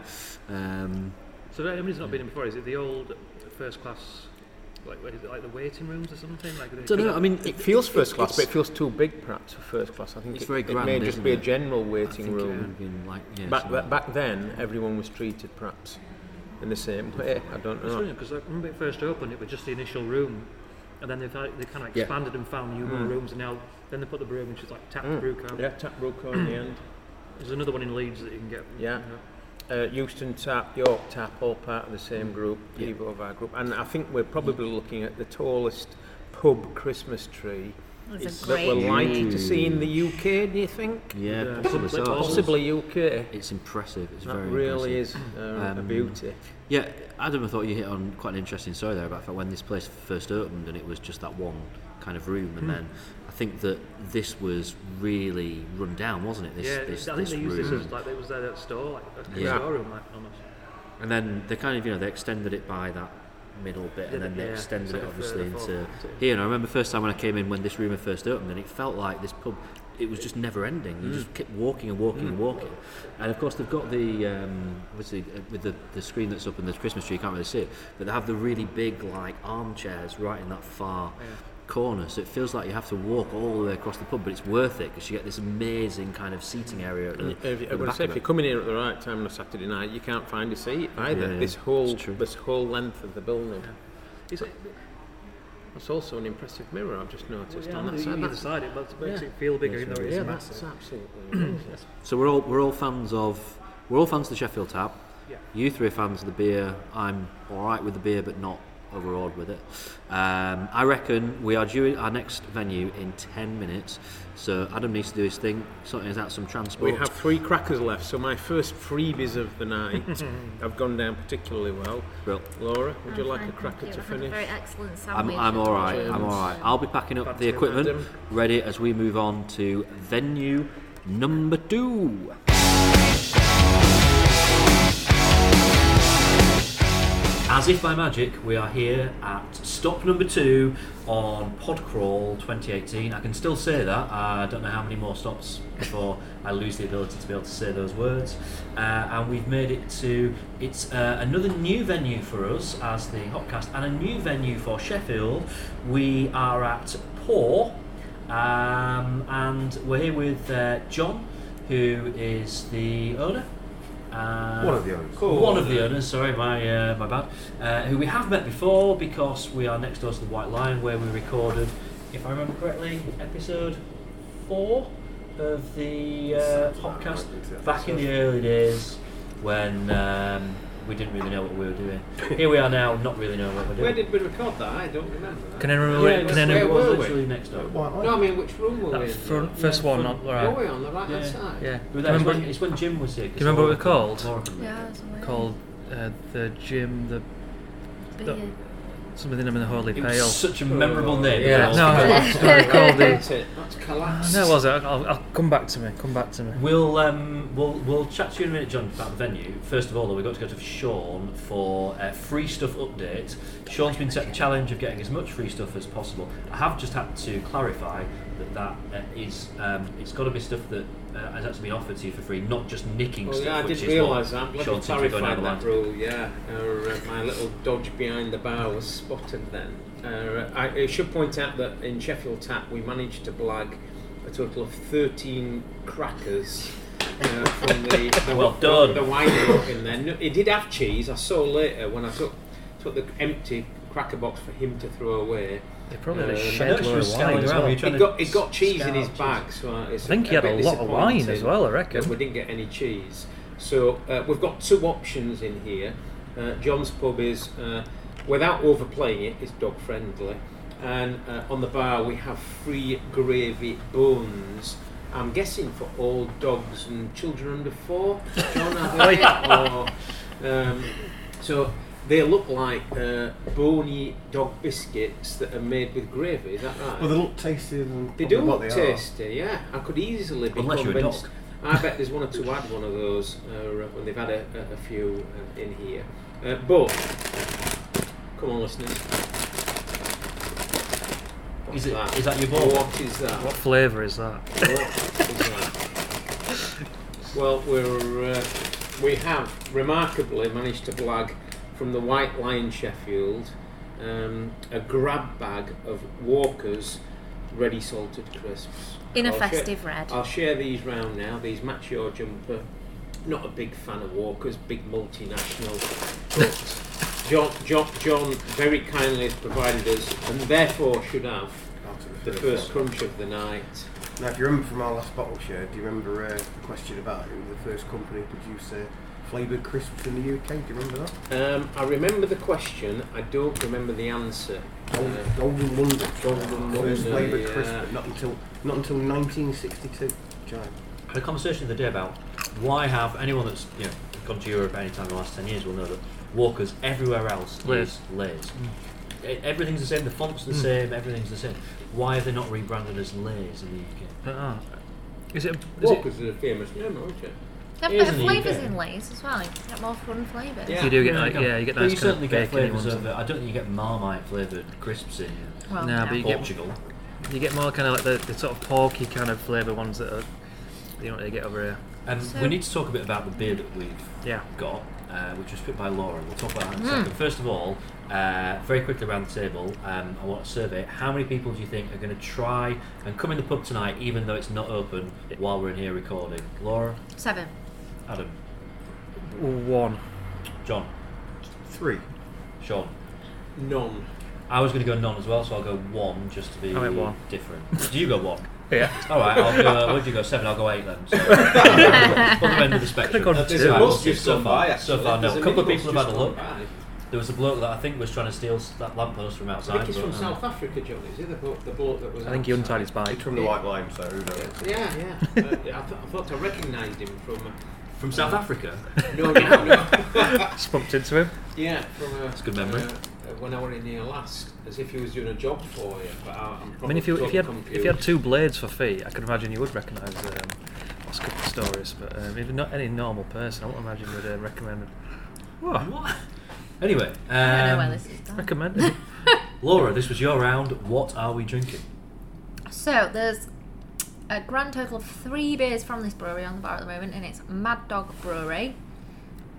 S1: Um,
S2: So if anybody's not been in before, is it the old first class, like what is it, like the waiting rooms or something? Like
S1: don't know. I mean,
S4: it feels first class,
S1: it's-
S4: but it feels too big perhaps for first class. I think
S1: It's
S4: it,
S1: very grand,
S4: it may just
S1: isn't
S4: be a
S1: it?
S4: general
S1: I
S4: waiting
S1: think it would
S4: room.
S1: have been like yeah,
S4: Back,
S1: something
S4: back, back then, everyone was treated perhaps in the same way. I don't
S2: It's
S4: know.
S2: funny because like, remember it first opened, it was just the initial room, and then they thought- they kind of
S1: Yeah.
S2: expanded and found new more rooms, and now then they put the brew, which is like tap
S4: Mm.
S2: brew cab.
S4: Hmm. Yeah, Tap Brook in the end.
S2: There's another one in Leeds that you can get.
S4: Yeah.
S2: you know.
S4: Uh, Euston Tap, York Tap, all part of the same group,
S1: Yeah.
S4: Evo of our group. And I think we're probably looking at the tallest pub Christmas tree
S6: It was a
S4: that we're
S6: great.
S1: Mm.
S4: likely to see in the UK, do you think?
S1: Yeah,
S2: Yeah.
S1: possibly so.
S4: Possibly UK.
S1: It's impressive. It's
S4: That
S1: very
S4: really
S1: impressive.
S4: is uh, a
S1: Um,
S4: beauty.
S1: Yeah, Adam, I thought you hit on quite an interesting story there about the fact when this place first opened and it was just that one kind of room, and then I think that this was really run down, wasn't it? This,
S2: yeah,
S1: this,
S2: I think
S1: this
S2: they
S1: room.
S2: used this as like it was their that store, like a
S1: Yeah.
S2: storeroom, like almost.
S1: and then they kind of you know they extended it by that middle bit and
S2: Yeah,
S1: then they
S2: yeah,
S1: extended
S2: it's like
S1: it
S2: a
S1: obviously
S2: third or fourth
S1: into
S2: one, too.
S1: here and I remember first time when I came in when this room had first opened and it felt like this pub it was just never ending
S4: Mm.
S1: you just kept walking and walking and walking and of course they've got the um, obviously uh, with the, the screen that's up and the Christmas tree you can't really see it but they have the really big like armchairs right in that far corner so it feels like you have to walk all the way across the pub but it's worth it because you get this amazing kind of seating area at the,
S4: And if, you-
S1: at
S4: I
S1: the
S4: would
S1: back
S4: say
S1: of
S4: if
S1: it.
S4: you're coming here at the right time on a Saturday night, you can't find a seat either.
S1: Yeah, it's
S4: this whole
S1: true.
S4: this whole length of the building.
S2: It's like,
S4: That's also an impressive mirror. I've just noticed
S2: yeah,
S4: on that
S2: on
S4: side.
S2: the other
S4: That's,
S2: side, it makes- makes
S4: Yeah.
S2: it feel bigger,
S1: Yeah,
S2: even though
S1: sure.
S2: it's
S4: yeah, that's
S2: massive.
S4: absolutely.
S1: So we're all we're all fans of we're all fans of the Sheffield Tap.
S2: Yeah.
S1: You three are fans of the beer. I'm all right with the beer, but not overawed with it. Um, I reckon we are due our next venue in ten minutes. So Adam needs to do his thing, sorting us out some transport.
S4: We have three crackers left, so my first freebies of the night have gone down particularly well.
S1: Brill.
S4: Laura, would you
S3: I'm
S4: like
S3: fine,
S4: a
S3: thank
S4: cracker
S3: you.
S4: to
S3: I had a very
S4: finish?
S3: excellent
S1: I'm,
S3: sandwich.
S1: I'm all right. I'm
S4: Cheers.
S1: all right. I'll be packing up
S2: Back
S1: the
S2: to you,
S1: equipment,
S4: Adam.
S1: ready as we move on to venue number two. As if by magic, we are here at stop number two on Podcrawl 2018. I can still say that. I don't know how many more stops before I lose the ability to be able to say those words. Uh, and we've made it to it's uh, another new venue for us as the Hopcast, and a new venue for Sheffield. We are at Poor, um, and we're here with uh, John, who is the owner. Uh,
S7: One of the owners.
S1: One of the owners, sorry, my uh, my bad. Uh, who we have met before because we are next door to the White Lion where we recorded, if I remember correctly, episode four of the uh, podcast back in the early days when um, we didn't really know what we were doing. Here we are now, not really knowing what we're doing.
S8: Where did we record that? I don't remember. That.
S9: Can anyone remember?
S8: Yeah,
S9: can
S8: where
S9: anyone
S8: were we?
S1: literally next door.
S8: No, I mean which room were we
S2: That
S8: in?
S2: front, first one,
S1: front-
S2: on, all
S8: Were we
S2: right.
S8: on the right hand
S1: Yeah.
S8: side?
S2: Yeah.
S1: We were there, it's,
S2: Remember,
S1: when, it's when Jim was here. 'cause
S2: remember what
S1: Laura-
S2: it called?
S1: Laura can remember.
S6: Yeah, it was amazing.
S2: called uh, the gym, the
S6: Beer.
S2: something in the Holy
S1: It
S2: Pale.
S1: was such a
S4: Oh.
S1: memorable name.
S8: Yeah.
S1: that I was
S2: No,
S1: thinking-
S2: it's not called the.
S8: That's collapsed.
S2: No, it was. I'll, I'll come back to me. Come back to me.
S1: We'll um, we'll we'll chat to you in a minute, John, about the venue. First of all, though, we've got to go to Sean for a free stuff update. Sean's been set the challenge of getting as much free stuff as possible. I have just had to clarify that that uh, is um, it's got to be stuff that uh, has actually been offered to you for free, not just nicking
S4: Well,
S1: stuff.
S4: Oh, yeah, I
S1: which
S4: did
S1: is what
S4: realise that. I'm glad you
S1: Sean seems to be going down
S4: clarified
S1: the line
S4: that
S1: to
S4: rule, yeah. Uh, uh, my little dodge behind the bar was spotted then. Uh, I, I should point out that in Sheffield Tap we managed to blag a total of 13 crackers. Uh, from the, the
S1: Well
S4: from
S1: done.
S4: The wine up in there. No, it did have cheese. I saw later when I took took the empty cracker box for him to throw away.
S2: They probably had a
S4: Uh,
S2: shed
S4: I
S2: load
S4: noticed
S2: of
S4: you were
S2: wine
S1: scouring
S2: as
S1: around,
S2: well.
S1: were you trying
S4: It
S1: to-
S4: got, it got cheese in
S2: scout
S4: his
S2: cheese.
S4: bag, so it's
S2: I think he had
S4: bit
S2: a lot of wine as
S4: disappointing
S2: well, I reckon.
S4: that We didn't get any cheese, so uh, we've got two options in here. Uh, John's pub is, uh, without overplaying it, it's dog friendly, and uh, on the bar we have free gravy bones. I'm guessing for all dogs and children under four. John, I think, or, um, so They look like uh, bony dog biscuits that are made with gravy. Is that right?
S8: Well, they look tastier than
S4: They
S8: probably
S4: do
S8: what
S4: look
S8: they
S4: tasty, yeah. I could easily be
S1: Unless you're a
S4: convinced.
S1: dog.
S4: I bet there's one or two had one of those uh, when they've had a, a, a few uh, in here. Uh, but come on, listeners. What's
S1: Is it-
S4: That?
S1: is that your ball?
S4: What is that?
S10: What flavour is that?
S4: What is that? Well, we're uh, we have remarkably managed to blag from the White Lion Sheffield um, a grab bag of Walkers ready salted crisps.
S3: In a
S4: I'll share-
S3: festive red.
S4: I'll share these round now. These match your jumper. Not a big fan of Walkers, big multinational. But John, John, John very kindly has provided us, and therefore should have the first crunch of the night.
S8: Now, if you remember from our last bottle share, do you remember uh, the question about who the first company to produce uh, flavoured crisps in the UK? Do you remember that?
S4: Um, I remember the question. I don't remember the answer.
S8: Golden,
S4: Uh,
S8: Golden Wonder.
S4: Golden
S8: First
S4: Wonder,
S8: flavoured
S4: yeah.
S8: crisp, but not until not until 1962. Giant.
S1: The conversation of the day about why have anyone that's you know gone to Europe any time in the last ten years will know that Walkers everywhere else
S10: Layers.
S1: is Lay's. E- Everything's the same. The fonts the same. Everything's the same. Why have they not rebranded as Lay's in the UK?
S10: Ah. Is it? Is it
S4: Walkers is a famous name, aren't you?
S3: They've
S1: It is
S3: got
S1: in the
S3: flavours
S1: UK.
S3: in Lay's as well. You can get more fun flavours.
S4: Yeah.
S10: you do get
S1: Yeah,
S10: like
S1: you
S10: yeah, you get
S1: But
S10: those
S1: you
S10: kind
S1: certainly
S10: of
S1: get
S10: bacony
S1: flavours
S10: ones.
S1: of.
S10: and-
S1: it. I don't think you get Marmite flavoured crisps in
S3: Well,
S10: No, but you get-
S1: Portugal.
S10: You get more kind of like the, the sort of porky kind of flavour ones that are, you don't really get over here.
S1: Um,
S3: So-
S1: we need to talk a bit about the beer that we've
S10: Yeah.
S1: got, uh, which was put by Laura. We'll talk about that in
S4: Hmm.
S1: a second. First of all, uh, very quickly around the table, um, I want to survey how many people do you think are going to try and come in the pub tonight, even though it's not open, while we're in here recording? Laura,
S3: Seven.
S1: Adam,
S10: One.
S1: John,
S8: Three.
S1: Sean.
S4: None.
S1: I was going to go none as well, so I'll go one just to be
S10: I went one.
S1: different. Do you go one?
S10: Yeah.
S1: All right, I'll go. Where'd you go? Seven. I'll go eight then. So, other end of the spectrum.
S10: Could've gone
S1: Right,
S10: two.
S4: There's a
S1: we'll
S4: bus
S1: see.
S4: just
S1: so
S4: gone
S1: far,
S4: by,
S1: so
S4: actually.
S1: far, no.
S4: There's
S1: A couple of
S4: minibus
S1: people have had
S4: just
S1: a
S4: gone
S1: look.
S4: by.
S1: There was a bloke that I think was trying to steal s- that lamppost from
S4: I
S1: outside.
S4: think he's
S1: but,
S4: from
S1: uh,
S4: South Africa, John, is he? The bloke, the bloke that was
S10: I think he
S4: outside.
S10: untied his bike.
S8: from the White Lion, so who knows?
S4: Yeah, yeah. uh, I, th- I thought I recognised him from... uh,
S1: From South Africa.
S4: No, no, no.
S10: Just bumped into him.
S4: Yeah, from... Uh,
S1: a good memory.
S4: Uh, uh, when I were in here last, as if he was doing a job for you. But I, I'm
S10: I mean, if you if you had
S4: confused.
S10: if you had two blades for feet, I could imagine you would recognise um, Oscar Pistorius, but um, if not any normal person, I wouldn't imagine would uh, recommend. Whoa,
S1: What? Anyway,
S3: I don't know where
S1: um,
S3: this is going.
S10: recommend it.
S1: Laura, this was your round. What are we drinking?
S3: So there's a grand total of three beers from this brewery on the bar at the moment, and it's Mad Dog Brewery,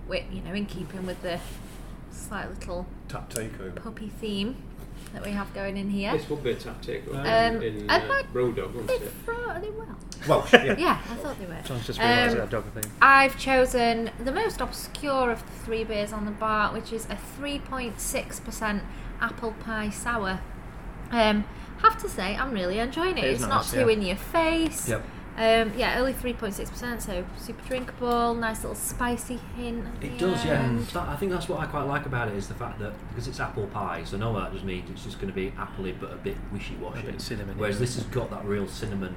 S3: which you know, in keeping with the slight little
S8: Tap takeover.
S3: puppy theme that we have going in here.
S4: This would be a tap takeover
S3: Um,
S4: in
S3: I
S4: uh,
S3: might-
S4: Brewdog, wouldn't
S3: They
S4: it?
S3: fro- they well.
S8: Welsh, yeah.
S3: Yeah, I thought they were.
S10: Someone's just
S3: Um,
S10: realised that dog thing.
S3: I've chosen the most obscure of the three beers on the bar, which is a 3.6% apple pie sour. Um, have to say, I'm really enjoying it.
S10: It is
S3: it's
S10: nice,
S3: not too
S10: yeah.
S3: in your face.
S1: Yep.
S3: Um, yeah, only 3.6%, so super drinkable, nice little spicy hint. at
S1: It
S3: the
S1: does, yeah.
S3: end.
S1: That, I think that's what I quite like about it is the fact that because it's apple pie, so no, that just means it's just going to be appley but a bit wishy-washy.
S10: A bit cinnamon,
S1: Whereas
S10: yeah.
S1: this has got that real cinnamon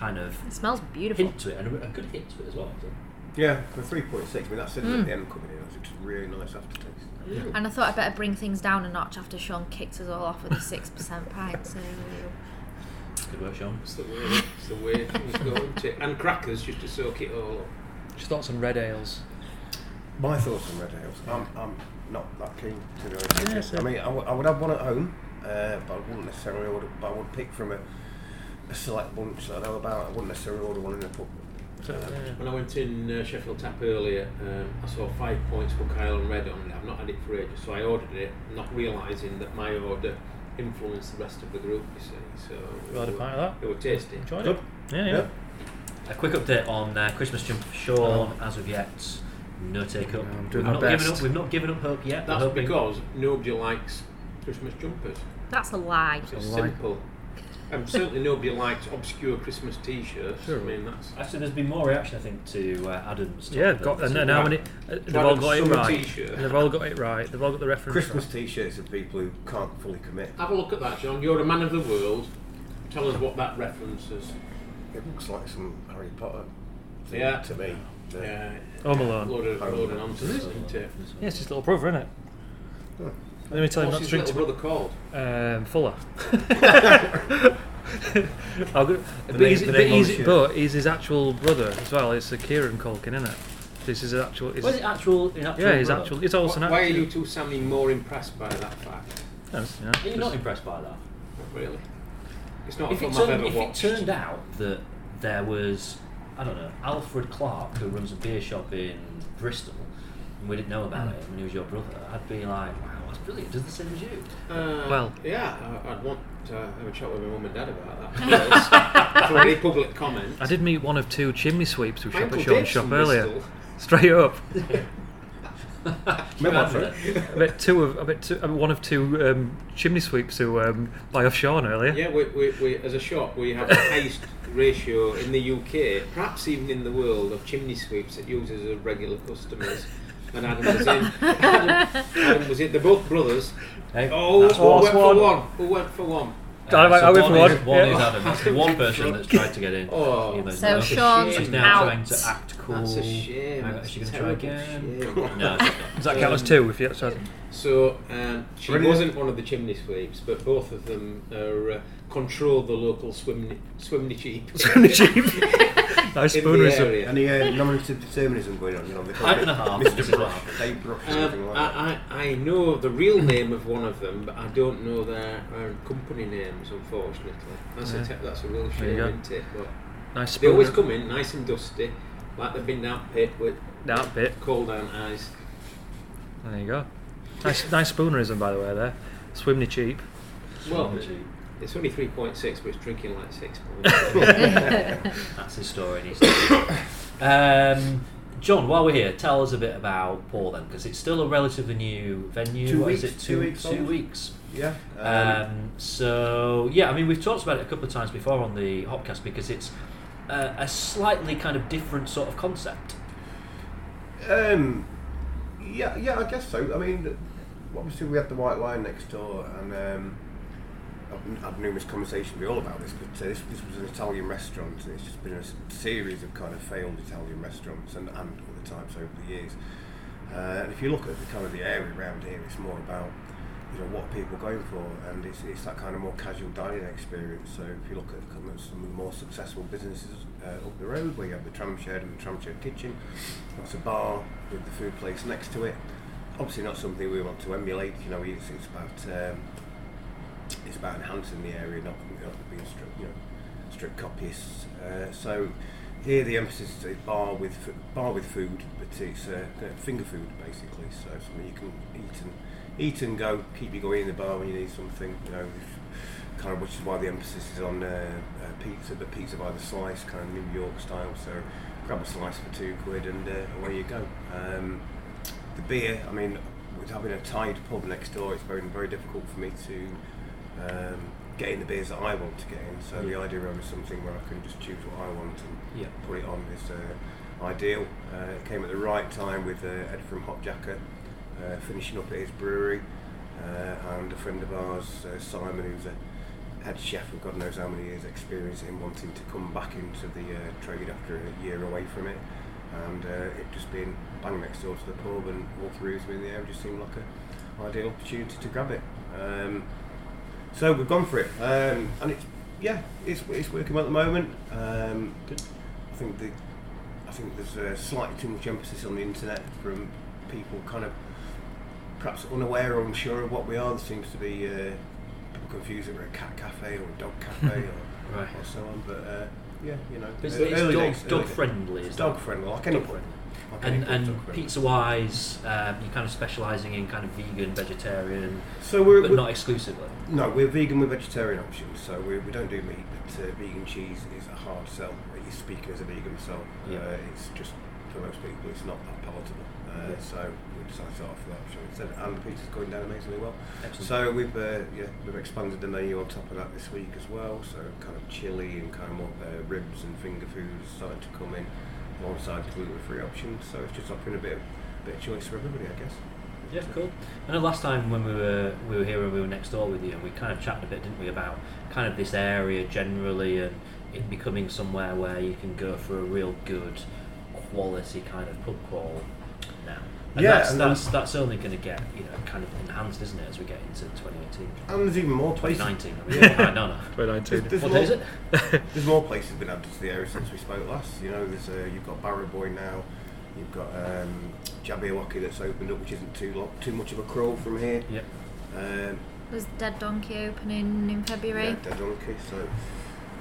S1: kind of
S3: It smells beautiful.
S1: hint to it, and a, a good hint to it as well. I think.
S8: Yeah, for 3.6, I mean, that's cinnamon at the end coming in. That's just really nice aftertaste.
S3: And I thought I'd better bring things down a notch after Sean kicked us all off with a 6% pint, so.
S1: Good work, Sean.
S4: It's the way, it's the way things go, isn't it? And crackers just to soak it all up.
S10: Just thoughts on red ales.
S8: My thoughts on red ales. I'm, I'm not that keen to be honest.
S10: Yeah,
S8: with you.
S10: so-
S8: I mean, I, w- I would have one at home, uh, but I wouldn't necessarily order. But I would pick from a, a select bunch that I know about. I wouldn't necessarily order one in a pub.
S10: So,
S8: uh,
S10: yeah.
S4: When I went in uh, Sheffield Tap earlier, um, I saw five points for Kyle and Red on it. I've not had it for ages, so I ordered it, not realising that my order influenced the rest of the group, you see. So
S10: You had a pint of
S4: It was tasty.
S10: Enjoyed
S8: Good.
S10: it. Yeah, yeah.
S8: Yeah.
S1: A quick update on uh, Christmas jump for Sean. As of yet, no take
S10: No,
S1: up.
S10: I'm
S1: we've
S10: doing my
S1: not given
S10: best.
S1: up. We've not given up hope yet. We're
S4: That's
S1: hoping-
S4: because nobody likes Christmas jumpers.
S3: That's a lie.
S4: It's
S10: lie.
S4: simple. And certainly nobody likes obscure Christmas T-shirts. I mean, that's
S1: Actually, there's been more reaction, I think, to uh, Adam's. top
S10: Yeah,
S1: than
S10: got
S1: to-
S10: and, and how many? uh, They've all got it
S4: Summer
S10: right.
S4: t-shirt.
S10: They've all got it right. They've all got the reference.
S8: Christmas T-shirts of people who can't fully commit.
S4: Have a look at that, John. You're a man of the world. Tell us what that references.
S8: It looks like some Harry Potter. Thing
S4: Yeah.
S8: To me.
S4: Yeah,
S10: Right. Home Alone.
S4: load of, load of nonsense, isn't it?
S10: Yeah, it's just little brother, isn't it?
S2: Let me tell him
S4: What's
S2: not to
S4: his
S2: drink
S4: little
S2: too
S4: brother called?
S2: Um, Fuller. I'll go, but,
S8: name-
S2: he's,
S8: the
S2: but,
S8: name
S2: he's,
S8: ownership.
S2: but he's his actual brother as well. It's a Kieran Culkin, isn't it? This is actual. Is,
S1: Was it actual? in actual
S2: yeah, his
S1: brother?
S2: actual. It's also an
S4: Why,
S2: actor.
S4: are you two sounding more impressed by that fact?
S2: No, it's, you know,
S1: Are you
S2: just-
S1: not impressed by that?
S4: Not really. It's not a
S1: if it,
S4: film I've
S1: turned,
S4: ever
S1: if it
S4: watched.
S1: turned out that there was, I don't know, Alfred Clark who runs a beer shop in Bristol, and we didn't know about it, and he was your brother, I'd be like, wow, that's brilliant. Does the same as you?
S4: Uh,
S2: Well-
S4: yeah, I, I'd want to have a chat with my mum and dad about that. For any public comment.
S2: I did meet one of two chimney sweeps who
S4: My
S2: shop
S4: uncle
S2: at Sean's
S4: Dave's
S2: shop
S4: from
S2: earlier.
S4: Bristol.
S2: Straight up,
S1: Remember that?
S2: I met two of, I met two, I met one of two um, chimney sweeps who um, buy off Sean earlier.
S4: Yeah, we, we, we, as a shop, we have the highest ratio in the UK, perhaps even in the world, of chimney sweeps that use us as regular customers. And Adam was in. Adam, Adam was in. They're both brothers.
S1: Hey,
S4: Oh,
S1: that's
S4: we
S1: one.
S4: went for one. We went for one.
S1: Uh,
S2: I went- I went
S1: one,
S2: for
S1: Is,
S2: one,
S1: one
S2: yeah.
S1: is Adam. That's the one person that's tried to get in.
S4: Oh.
S1: Even though
S3: So
S1: she's
S3: Sean's
S1: She's now
S3: out.
S1: trying to act cool.
S4: That's a shame.
S1: Hang on,
S4: That's
S1: Is she going to try
S4: terrible
S1: again?
S4: shame.
S1: No, she's not.
S4: um,
S2: Does that count as two? If you, so,
S4: So um, she
S8: Brilliant.
S4: wasn't one of the chimney sweeps, but both of them are, uh, control the local swim swimney cheap.
S2: nice
S4: in the
S2: spoonerism.
S4: area.
S8: Any uh, nominative determinism going on? You know, they call
S1: Five
S8: it
S1: and a half, this is
S8: Mr.
S1: half.
S8: Brush, Dave Brush, something
S4: Um,
S8: like that.
S4: I, I, I know the real name of one of them, but I don't know their, their company names, unfortunately. That's, a, te- that's a real
S2: you
S4: shame,
S2: go.
S4: isn't it? But
S2: Nice
S4: they always
S2: spoonerism.
S4: come in nice and dusty, like they've been down pit with
S2: That bit.
S4: cold down eyes.
S2: There you go. Nice, nice spoonerism, by the way. There, swimney cheap.
S4: Well, it's only 3.6, but it's drinking like 6 points.
S1: That's his story. And he's- um, John, while we're here, tell us a bit about Paul then, because it's still a relatively new venue.
S8: Two
S1: What is
S8: weeks,
S1: it?
S8: two weeks
S1: Two
S8: old.
S1: weeks.
S8: yeah. Um,
S1: Um, so yeah, I mean we've talked about it a couple of times before on the Hopcast because it's uh, a slightly kind of different sort of concept.
S8: Um, yeah, yeah, I guess so. I mean, obviously we had the white line next door, and um, I've, I've numerous conversations with you all about this. But uh, this, this was an Italian restaurant, and it's just been a s- series of kind of failed Italian restaurants and, and other types over the years. Uh, and if you look at the kind of the area around here, it's more about you know what are people going for, and it's, it's that kind of more casual dining experience. So if you look at kind of some of the more successful businesses uh, up the road, where you have the tram shed and the tram shed kitchen, that's a bar with the food place next to it. Obviously, not something we want to emulate. You know, it's, it's about um, it's about enhancing the area, not, not being strict, you know, strict copyists. Uh, so here the emphasis is bar with f- bar with food, but it's uh, uh, finger food basically. So something you can eat and eat and go, keep you going in the bar when you need something. You know, if, kind of which is why the emphasis is on uh, uh, pizza, but pizza by the slice, kind of New York style. So grab a slice for two quid and uh, away you go. Um, the beer, I mean, with having a Tide pub next door, it's very very difficult for me to um, get in the beers that I want to get in. So the idea of having something where I can just choose what I want and
S1: Yeah.
S8: put it on is uh, ideal. Uh, it came at the right time with uh, Ed from Hot Jacker uh, finishing up at his brewery, uh, and a friend of ours, uh, Simon, who's a head chef with God knows how many years' experience in wanting to come back into the uh, trade after a year away from it. And uh, it just being bang next door to the pub and all three of us were in the area just seemed like an ideal opportunity to grab it. Um, so we've gone for it, um, and it's yeah, it's, it's working well at the moment. Um, I think the I think there's uh, slightly too much emphasis on the internet from people kind of perhaps unaware or unsure of what we are. There seems to be uh, people confused that we're a cat cafe or a dog cafe or,
S1: Right.
S8: or so on. But uh, yeah, you know,
S1: But it's,
S8: uh,
S1: it's
S8: early
S1: dog,
S8: days,
S1: dog
S8: early days.
S1: friendly.
S8: It's
S1: Is
S8: dog friendly, like any
S1: Dog
S8: pub.
S1: friendly.
S8: Like any
S1: And,
S8: pub, dog
S1: and
S8: friendly.
S1: pizza wise, um, you're kind of specialising in kind of vegan, vegetarian,
S8: So we're,
S1: but
S8: we're
S1: not exclusively.
S8: No, we're vegan with vegetarian options, so we, we don't do meat, but uh, vegan cheese is a hard sell. You speak as a vegan so
S1: Yeah.
S8: Uh, it's just, for most people, it's not that palatable. Uh, So we decided to offer that option instead. And the pizza's going down amazingly well.
S1: Excellent.
S8: So we've uh, yeah we've expanded the menu on top of that this week as well. So kind of chili and kind of more uh, ribs and finger foods starting to come in alongside gluten-free options. So it's just offering a bit of, bit of choice for everybody, I guess.
S1: Yeah, cool. I know last time when we were we were here and we were next door with you, and we kind of chatted a bit, didn't we, about kind of this area generally and it becoming somewhere where you can go for a real good quality kind of pub crawl now. And
S8: Yeah,
S1: that's,
S8: and then-
S1: that's, that's only going to get you know kind of enhanced, isn't it, as we get into 2018,
S8: And there's even more places.
S1: 2019. I mean, I don't know.
S8: There's,
S11: 2019.
S8: there's
S1: What
S8: more,
S1: is it?
S8: There's more places been added to the area since we spoke last. You know, there's uh, you've got Barrow Boy now, you've got um, Jabberwocky that's opened up, which isn't too lo- too much of a crawl from here.
S1: Yep.
S8: Um,
S3: There's Dead Donkey opening in February.
S8: yeah, Dead Donkey. So,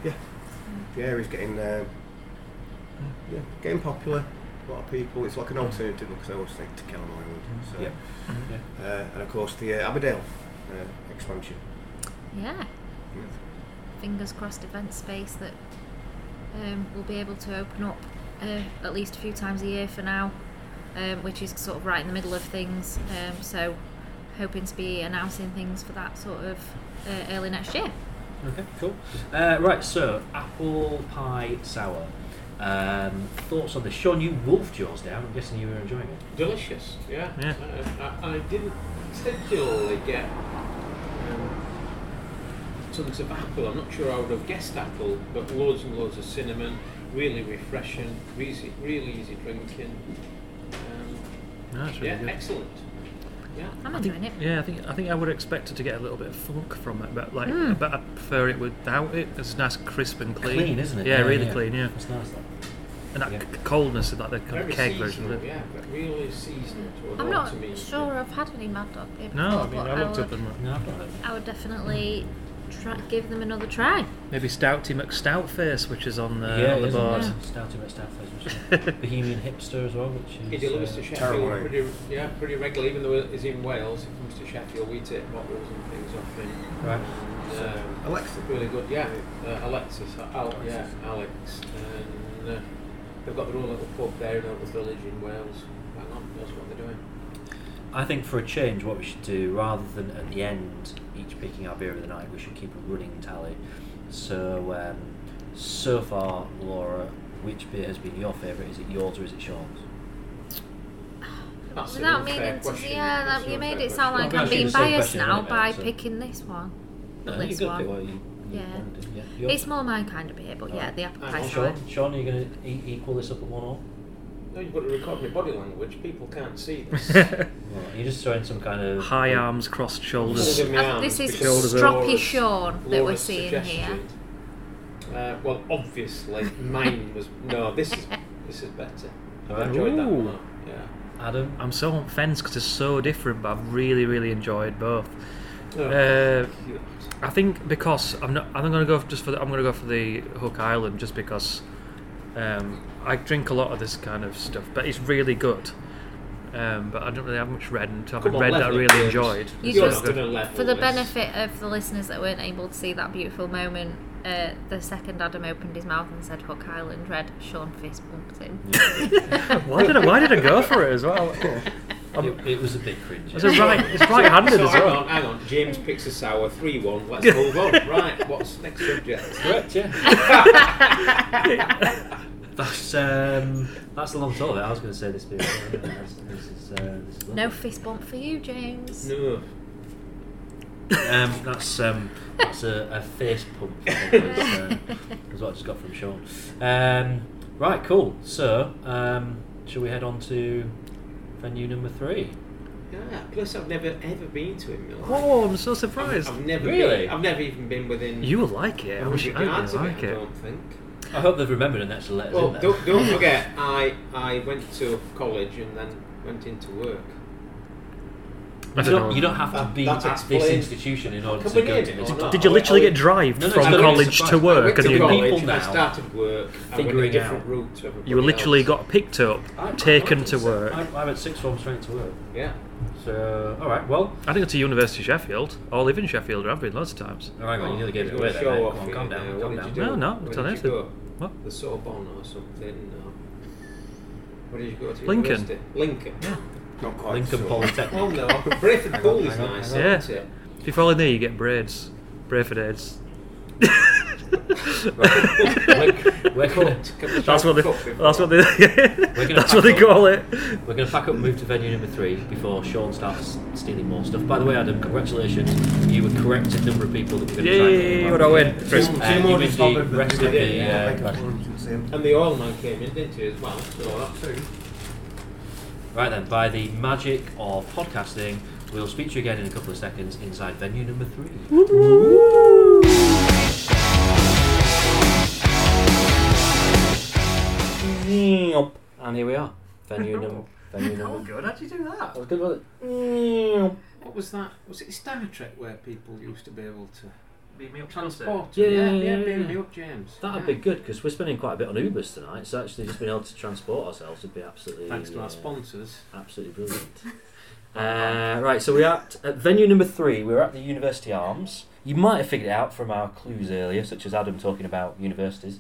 S8: yeah, the area's getting um, yeah getting popular. A lot of people. It's like an alternative because I always say to Kellam Island. So,
S1: Yep.
S8: uh, and of course the uh, Aberdale uh, expansion.
S3: Yeah. Fingers crossed event space that um, we'll be able to open up uh, at least a few times a year for now, um, which is sort of right in the middle of things. Um, so, hoping to be announcing things for that sort of uh, early next year.
S1: Okay, cool. Uh, right, so apple pie sour. Um, thoughts on this? Sean, you wolf jaws down. I'm guessing you were enjoying it.
S4: Delicious, yeah.
S12: Yeah.
S4: Uh, I, I didn't particularly get um, tons of apple. I'm not sure I would have guessed apple, but loads and loads of cinnamon. Really refreshing, easy, really easy drinking. Um,
S2: No, it's really
S4: yeah,
S2: good.
S4: excellent. Yeah.
S3: I'm enjoying it.
S2: Yeah, I think I think I would have expected to get a little bit of funk from it, but like, but I prefer it without it. It's nice, crisp and clean.
S1: Clean, isn't it?
S2: Yeah, really clean. Yeah,
S1: It's nice. That.
S2: and that
S1: Yeah.
S2: c coldness of that the kind of
S4: Very
S2: keg version.
S4: seasonal,
S2: of it.
S4: yeah, but really seasonal to an
S3: I'm not
S4: autumn evening.
S3: sure I've had any mad dog here
S2: No, I mean
S3: before, but
S2: I looked
S3: would,
S2: up and like,
S1: No, I've not heard.
S3: I would definitely try, give them another try.
S2: maybe Stouty McStoutface, which is on the
S1: yeah,
S2: on the
S1: isn't
S2: board.
S1: it? Stouty about Stoutface, which is Bohemian hipster as well,
S4: He
S1: which is.
S4: delivers to
S1: uh,
S4: Sheffield
S8: Terrible.
S4: pretty, yeah, pretty regularly, even though he's in Wales, he comes to Sheffield, we take bottles and things off him.
S1: Right.
S4: Um,
S8: Alexa.
S4: Really good, yeah. Uh, Alexis, Al, yeah, Alex. And uh, they've got their own little pub there in a little village in Wales. Hang on, knows what they're doing.
S1: I think for a change, what we should do, rather than at the end each picking our beer of the night, we should keep a running tally. So, um, so far, Laura, which beer has been your favourite? Is it yours or is it Sean's?
S4: That's an
S3: Without
S4: unfair
S3: meaning to,
S4: question.
S3: yeah,
S4: That's
S3: that,
S4: an
S3: you
S4: unfair
S3: made it sound
S4: question.
S3: like
S1: Well,
S3: I'm
S1: actually,
S3: being
S1: the same
S3: biased
S1: question,
S3: now
S1: isn't it,
S3: by
S1: so-
S3: picking this one.
S1: No,
S3: This
S1: you could
S3: one.
S1: pick what you, you
S3: Yeah.
S1: wanted, yeah. Yours.
S3: It's more my kind of beer, but yeah, the apple
S4: Hang
S3: pie
S4: on,
S3: sour.
S1: Sean, Sean, are you going to e- equal this up at one all?
S4: No, you've got to record my body language. People can't see this.
S1: Well, you're just throwing some kind of
S2: High arms, crossed shoulders.
S4: Holding my
S3: I-
S4: arms
S3: this is
S4: because
S3: stroppy
S4: Laura's-
S3: Sean that we're
S4: Laura's
S3: seeing here.
S4: suggested. Uh, well, obviously, mine was no. This is this is better. I enjoyed that
S2: Ooh.
S4: one. Yeah.
S1: Adam.
S2: I'm so on fence because it's so different, but I've really, really enjoyed both.
S4: Oh,
S2: Uh,
S4: cute.
S2: I think because I'm not, I'm gonna go f- just for the, I'm gonna go for the Hook Island just because um, I drink a lot of this kind of stuff, but it's really good. Um, but I don't really have much red, and I haven't
S4: Oh, Come on,
S2: read that I
S4: level it,
S2: really
S4: James.
S2: enjoyed.
S3: You
S4: You're
S3: just-
S4: not gonna level
S3: For the
S4: this.
S3: benefit of the listeners that weren't able to see that beautiful moment, uh, the second Adam opened his mouth and said Hook Island Red, Sean fist bumped him.
S2: Why did I, why did I go for it as well? Um,
S1: It, it was a bit cringe.
S2: It's a right, it's right-handed
S4: So
S2: as
S4: hang
S2: well.
S4: on, hang on. James picks a sour, 3 1. Let's move on. Right, what's next subject?
S1: Correct, yeah. that's um, that's the long tour. I was going to say this beer. yeah, that's- This is, uh, this is
S3: No
S1: lovely.
S3: fist bump for you, James.
S4: No.
S1: Um, that's um, that's a, a face pump. I think That's, uh, that's what I just got from Sean. Um, right, cool. So, um, shall we head on to venue number three?
S4: Yeah, plus I've never ever been to it in my life.
S2: Oh, I'm so
S4: I've,
S2: surprised.
S4: I've never
S1: Really?
S4: been, I've never even been within.
S2: You will like it. I wish I
S4: yards
S2: did
S4: of
S2: like
S4: it, I
S2: it.
S4: don't think.
S1: I hope they've remembered and actually let us
S4: Well,
S1: in there.
S4: don't, don't forget, I, I went to college and then went into
S2: I
S4: work.
S1: you,
S2: don't
S1: don't,
S2: know.
S1: you don't have to
S4: That-
S1: be
S4: that's
S1: at
S4: explained.
S1: this institution in order
S4: Can
S1: to
S4: we
S1: go
S4: name
S1: to
S4: it
S1: this.
S4: or not?
S1: bar.
S2: Did you
S4: I-
S2: literally
S4: I-
S2: get drived
S1: No, no,
S2: from
S1: it's gonna be
S2: college
S1: surprised.
S2: to
S4: I went
S2: work?
S4: to
S2: And you,
S1: college.
S4: college and I
S1: now
S4: started work. I went a
S1: figuring
S4: different
S1: out.
S4: route to everybody
S2: you literally
S4: else.
S2: got picked up,
S1: I-
S2: taken
S1: I-
S2: to work.
S1: I, I went six form straight to work.
S4: Yeah.
S1: So, all right, well,
S2: I didn't go to University of Sheffield or live in Sheffield. I've been lots of times.
S1: all right, well, you nearly gave it
S4: You're
S1: away
S4: gonna
S1: there.
S4: show
S1: mate.
S4: off
S1: Come on,
S4: here
S1: calm
S4: now.
S1: down,
S4: What
S1: calm
S4: did you
S1: down.
S4: do?
S2: No, no,
S4: Where
S2: it's
S4: did
S2: on
S4: you
S2: Ethan.
S4: go?
S2: What?
S4: the Sorbonne or something. Or where did you go to?
S2: Lincoln.
S4: University? Lincoln.
S8: Not quite.
S1: Lincoln
S8: so-
S4: Oh
S1: Polytechnic.
S4: no, Brayford
S1: Hang on,
S4: Pool is
S1: hang on,
S4: nice,
S1: hang
S2: on.
S4: isn't it?
S2: If you fall in there, you get braids. Brayford AIDS.
S4: Link-
S1: We're gonna,
S4: Cut- cut the
S2: That's what they.
S4: cut before.
S2: That's what they. that's
S1: pack
S2: what they
S1: up.
S2: call it.
S1: we're going to pack up and move to venue number three before Sean starts stealing more stuff. By the way, Adam, congratulations. You were correct in number of people that were going to try and get
S2: Yay!
S1: in.
S2: What I win. Chris.
S1: Uh, you
S8: Two more
S1: win
S8: just
S1: the
S8: bothered that
S1: rest
S8: you
S1: of
S8: did.
S1: the,
S8: Yeah,
S1: uh,
S8: thank you
S1: bracket.
S8: for him, since him.
S4: And the old man came in, didn't he, as well? So,
S8: Two.
S1: Right then, by the magic of podcasting, we'll speak to you again in a couple of seconds inside venue number three. And here we are, venue number. Venue number.
S2: good. How'd you do that?
S1: That was good, wasn't it?
S4: What was that? Was it Star Trek where people used to be able to
S2: Beat me up,
S4: transport?
S1: Yeah, yeah,
S4: yeah,
S1: yeah, yeah.
S4: beam me up, James.
S1: That'd
S4: yeah.
S1: be good because we're spending quite a bit on Ubers tonight, so actually just being able to transport ourselves would be absolutely
S4: Thanks to
S1: uh,
S4: our sponsors.
S1: Absolutely brilliant. Uh, right, so we're at, at venue number three. We're at the University Arms. You might have figured it out from our clues earlier, such as Adam talking about universities.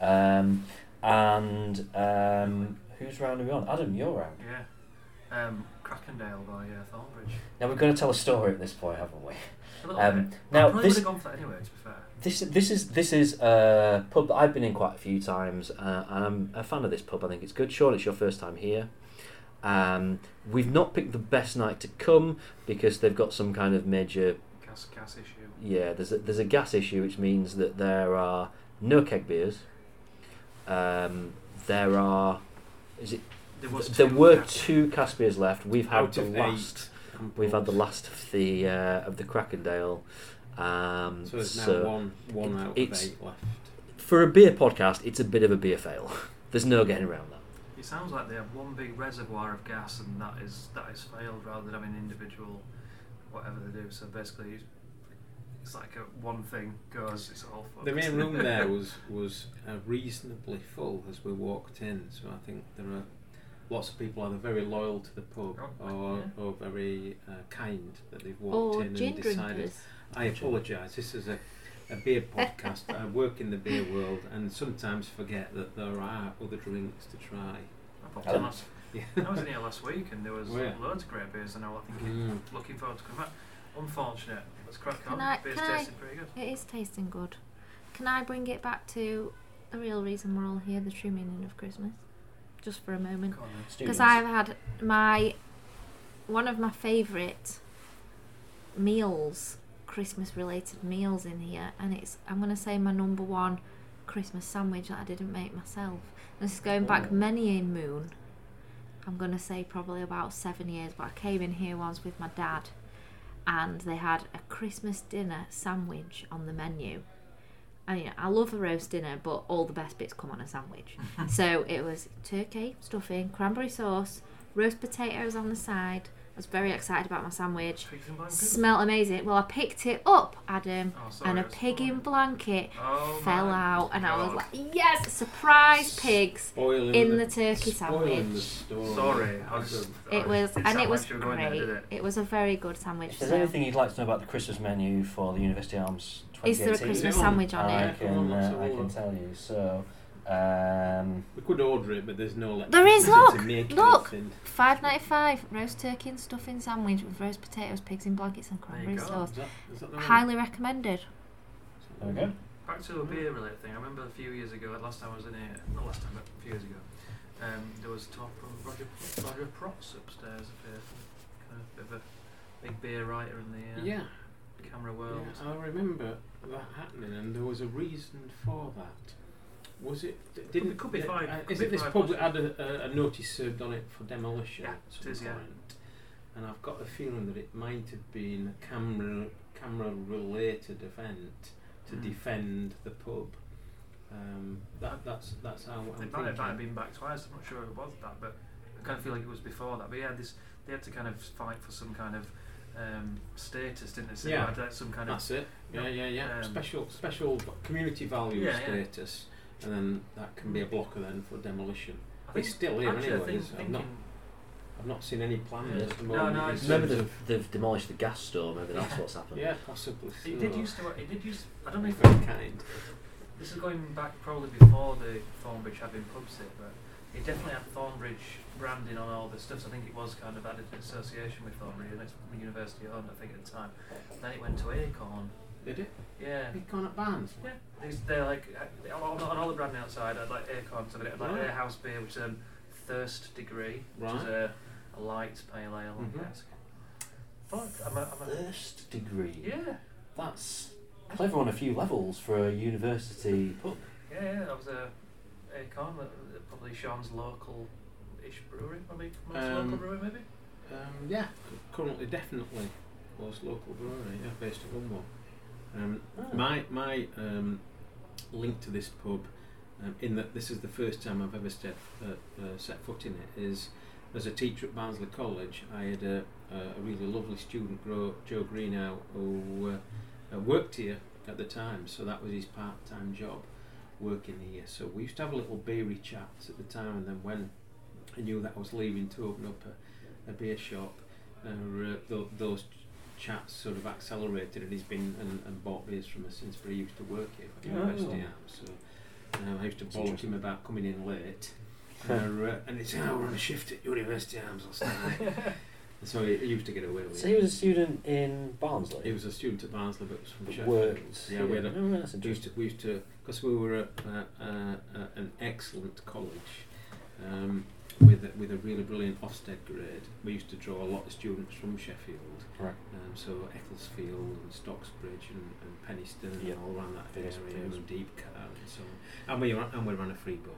S1: Um, and um, whose round are we on? Adam, you're round.
S2: Yeah. Um, Crackendale by uh, Thornbridge.
S1: Now we're going to tell a story at this point, haven't we?
S2: A little
S1: Um,
S2: bit. I
S1: now
S2: Oh, probably
S1: this
S2: would have gone for that anyway, to be fair.
S1: This this is this is a pub that I've been in quite a few times. Uh, I'm a fan of this pub. I think it's good. Sean, it's your first time here. Um, we've not picked the best night to come because they've got some kind of major
S2: Gas, gas issue.
S1: yeah. There's a, there's a gas issue, which means that there are no keg beers. Um, there are is it
S2: There was
S1: there
S2: two
S1: were
S2: gas-
S1: two cask beers left. We've had
S4: Out
S1: the
S4: of
S1: last.
S4: eight. I'm
S1: We've had the
S4: bored.
S1: last of the uh, of the Crackendale. Um,
S4: So there's now
S1: so-
S4: one, one
S1: it-
S4: out of
S1: it's-
S4: eight left.
S1: for a beer podcast, it's a bit of a beer fail. There's no getting around that.
S2: It sounds like they have one big reservoir of gas, and that is that is failed rather than having individual, whatever they do. So basically, it's- it's like a one thing goes. It's all fucked.
S4: The main room there was was uh, reasonably full as we walked in, so I think there are lots of people either very loyal to the pub
S2: Oh,
S4: or,
S2: yeah.
S4: or very uh, kind that they've walked
S3: Or
S4: in
S3: gin
S4: and decided.
S3: drinkers.
S4: I apologise. This is a, a beer podcast. I work in the beer world and sometimes forget that there are other drinks to try.
S2: I, popped
S1: Hello.
S2: in last,
S4: Yeah.
S2: I was in here last week, and there was
S4: Were you?
S2: loads of great beers, and I was thinking,
S4: Oh, Mm.
S2: looking forward to coming back. Unfortunate. Let's crack
S3: Can
S2: on.
S3: I-
S2: Beer's
S3: can I-
S2: tasting pretty good.
S3: It is tasting good. Can I bring it back to the real reason we're all here, the true meaning of Christmas? Just for a moment.
S2: Go on then.
S1: Students.
S3: Because I've had my one of my favourite meals, Christmas related meals in here, and it's I'm gonna say my number one Christmas sandwich that I didn't make myself. This is going
S4: Oh.
S3: back many a moon. I'm gonna say probably about seven years, but I came in here once with my dad and they had a Christmas dinner sandwich on the menu. I mean, I love a roast dinner, but all the best bits come on a sandwich. so it was turkey, stuffing, cranberry sauce, roast potatoes on the side. I was very excited about my sandwich.
S2: Pigs in blankets.
S3: Smelt amazing. Well, I picked it up, Adam,
S2: Oh, sorry,
S3: and a
S2: it was
S3: pig in
S2: mine.
S3: blanket
S2: Oh
S3: fell
S2: my
S3: out, and I was
S2: God. Oh,
S3: like, yes, surprise pigs.
S4: Spoiling
S3: In the turkey
S4: spoiling The
S3: sandwich.
S4: story.
S2: Sorry, I was just.
S3: It was,
S2: didn't
S3: and
S2: sound
S3: it was
S2: like you were going there,
S3: great.
S2: did it?
S3: It was a very good sandwich.
S1: if there's
S3: so-
S1: anything you'd like to know about the Christmas menu for the University Arms
S3: Is
S1: 2018,
S3: there a
S4: Is
S3: Christmas
S4: it on?
S3: sandwich on
S1: I
S3: it?
S1: can, uh, I can tell you. So, um,
S4: We could order it, but there's no like.
S3: There is,
S4: facility
S3: look,
S4: to make
S3: look.
S4: anything.
S3: Five ninety five roast turkey and stuffing sandwich with roast potatoes, pigs in blankets, and
S2: you
S3: cranberry
S2: go. Oh.
S3: sauce.
S4: Is that, is that the one?
S3: Highly recommended.
S1: there we go.
S2: Back to a beer related thing. I remember a few years ago, last time I was in here, not last time, but a few years ago, um, there was talk from Roger, Roger Props upstairs, a bit, kind of bit of a big beer writer in the uh,
S4: Yeah.
S2: camera world.
S4: Yeah, I remember that happening, and there was a reason for that. Was it? d- Didn't
S2: could be
S4: uh,
S2: five-
S4: uh,
S2: could
S4: Is
S2: be
S4: it this
S2: five
S4: pub that
S2: plus
S4: had a, a, a notice served on it for demolition?
S2: Yeah,
S4: at
S2: it
S4: some
S2: is, yeah.
S4: point? And I've got the feeling that it might have been a camera camera related event to
S2: Mm.
S4: defend the pub. Um, that that's that's how I'm
S2: It
S4: thinking.
S2: might, it might have been back twice. I'm not sure it was that, but I kind of feel like it was before that. But yeah, this they had to kind of fight for some kind of um, status, didn't they? So they
S4: Yeah.
S2: had like some kind of
S4: That's it. Yeah, yeah, yeah.
S2: Um,
S4: special, special v- community value
S2: Yeah, yeah.
S4: status, and then that can be a blocker then for demolition.
S2: I
S4: It's still here
S2: actually, I
S4: anyway,
S2: think,
S4: so I'm
S2: thinking,
S4: not- I've not seen any plans
S1: Yeah.
S4: at the
S2: No,
S4: moment.
S2: no,
S4: in
S2: it's-
S4: terms
S1: Remember
S4: of-
S1: they've, they've demolished the gas store. Maybe that's what's happened.
S4: Yeah, possibly.
S2: it did used to. It did used. I don't know
S4: be
S2: if
S4: very kind.
S2: This is going back probably before the Thornbridge having pubs here, but it definitely had Thornbridge branding on all the stuff. So I think it was kind of added in association with Thornbridge, and it's university owned, I think, at the time. Then it went to Acorn.
S4: Did it?
S2: Yeah.
S4: Big con at Barnes.
S2: Yeah. They, they're like, uh, on, all- on all the branding outside, I'd like Acorn, so they had like
S4: Right.
S2: their house beer, which is um, Thirst Degree, which is
S4: Right.
S2: a, a light pale ale,
S4: Mhm.
S2: I guess. Thought, I'm a, I'm a,
S1: First degree.
S2: yeah.
S1: That's clever on a few levels for a university pub.
S2: uh, Yeah, yeah, that was a Acorn, that- that probably Sean's local ish brewery, probably most
S4: Um,
S2: local brewery, maybe.
S4: Um, yeah, c- currently definitely most local brewery, yeah, based at Dunmore. Um,
S1: Hmm.
S2: Ah.
S4: My my um, link to this pub, um, in that this is the first time I've ever set uh, uh, set foot in it, is as a teacher at Barnsley College. I had a, a a really lovely student, Gro- Joe Greenow, who uh, uh, worked here at the time, so that was his part time job, working here. So we used to have a little beery chats at the time, and then when I knew that I was leaving to open up a a beer shop. Uh, th- those chats sort of accelerated, and he's been and, and bought beers from us since we used to work here at
S1: Oh.
S4: university. app. So um, I used to bollock him about coming in late, uh, and he'd say, "Oh, we're on a shift at University Arms last night." And so he, he used to get away with
S1: So he
S4: it.
S1: was a student in Barnsley.
S4: He was a student at Barnsley, but was from
S1: But
S4: Sheffield.
S1: worked.
S4: Yeah, we had a
S1: Oh, that's
S4: we used
S1: interesting.
S4: to, we used to, because we were at uh, uh, uh, an excellent college um, with a, with a really brilliant Ofsted grade. We used to draw a lot of students from Sheffield,
S1: Right.
S4: um, so Ecclesfield and Stocksbridge and, and Penistone
S1: Yeah.
S4: and all around that
S1: Famous
S4: area,
S1: place.
S4: and Deepcar and so on. And we ran, and we ran a free bus.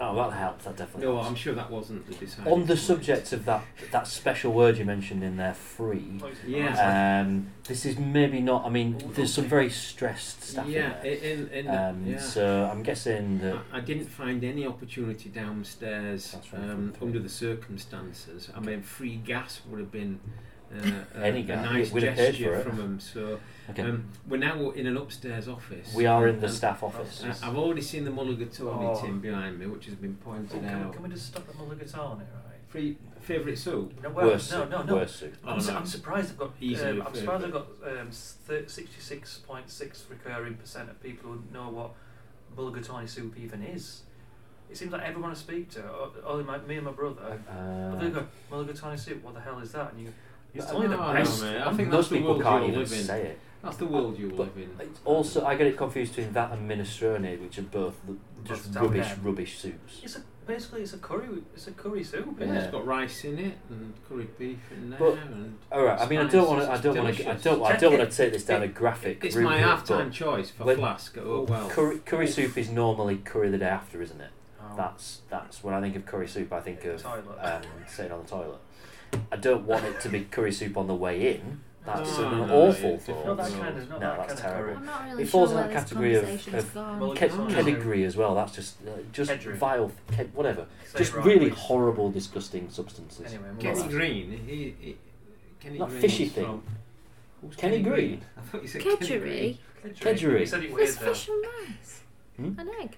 S1: Oh, that helped. That definitely.
S4: No,
S1: helped.
S4: I'm sure that wasn't the deciding.
S1: On the
S4: point.
S1: subject of that that special word you mentioned in there, free.
S4: yeah,
S1: Um, this is maybe not. I mean, there's some very stressed staff. in
S4: yeah,
S1: there.
S4: in, in, in
S1: um,
S4: yeah.
S1: So I'm guessing that.
S4: I I didn't find any opportunity downstairs
S1: That's right,
S4: um,
S1: okay.
S4: under the circumstances. I mean, free gas would have been uh, a,
S1: Any
S4: a
S1: gas,
S4: nice
S1: we'd have paid for
S4: gesture
S1: it.
S4: from them. So
S1: Okay.
S4: um, we're now in an upstairs office.
S1: we are in the
S4: and-
S1: staff office.
S4: and I've already seen the mulligatawny
S2: Oh.
S4: tin behind me, which has been pointed
S2: can,
S4: out.
S2: we, can we just stop at Mulligatawny, right?
S4: Free favourite soup?
S2: No, well,
S1: Worse.
S2: no,
S1: suit,
S2: no, no.
S1: Worse suit.
S4: Oh,
S2: I'm, su-
S4: no.
S2: I'm surprised I've got.
S4: Easily
S2: Um, I'm surprised I've
S4: favourite.
S2: got um, sixty-six point six recurring percent of people who know what mulligatawny soup even is. It seems like everyone I speak to, o- only my, me and my brother, they
S1: Uh,
S2: go mulligatawny soup. What the hell is that? And you, it's
S1: No,
S2: only the
S4: no,
S2: best.
S4: mate, I think that's
S1: most
S4: the
S1: people
S4: world
S1: can't
S4: you
S1: even
S4: live in.
S1: say it.
S4: That's the world you
S1: But
S4: live in.
S1: it's also, I get it confused between that and minestrone, which are both the- just
S2: Both down
S1: rubbish,
S2: there.
S1: rubbish soups.
S2: It's a, basically it's a curry. It's a curry soup.
S4: yeah,
S2: isn't it?
S4: it's got rice in it and curry beef in there.
S1: But-
S4: and
S1: All right. I mean, I don't want to. I
S4: It's
S1: don't want to. I
S4: delicious.
S1: don't. I don't want to take this down a graphic.
S4: it's
S1: route
S4: my
S1: here,
S4: half-time
S1: but
S4: choice for
S1: when-
S4: flask oh, at Oakwell.
S1: Curry, curry soup is normally curry the day after, isn't it?
S2: Oh.
S1: That's that's when I think of curry soup. I think of
S2: Toilet.
S1: um, sitting on the toilet. I don't want it to be curry soup on the way in. That's
S4: No,
S1: an
S4: no,
S1: awful
S4: yeah,
S2: Not
S1: thought.
S2: that
S4: No.
S2: kind of. Not
S1: No,
S2: that
S1: that's
S2: kind
S1: terrible.
S2: Of
S3: I'm not really
S1: It
S3: sure
S1: falls in
S3: where
S1: that
S3: this
S1: category of-
S3: conversation's
S1: of
S3: gone.
S2: Well,
S1: Ke-
S2: it's on
S1: Pedigree as well. That's just uh, just
S2: Kedgeree.
S1: vile, ked- whatever.
S2: Say
S1: just
S2: right,
S1: really
S2: please.
S1: horrible, disgusting substances.
S2: Anyway, we'll
S1: Get
S4: Kenny
S1: that.
S4: Green. He, he, Kenny
S1: That
S4: Green
S1: fishy
S4: was
S1: thing.
S4: From, who's
S1: Kenny Green?
S4: I thought you said Kenny Green.
S3: Kedgeree?
S1: Kedgeree.
S2: You said it weird
S3: There's
S2: though.
S3: fish and rice.
S1: Hmm?
S3: An egg.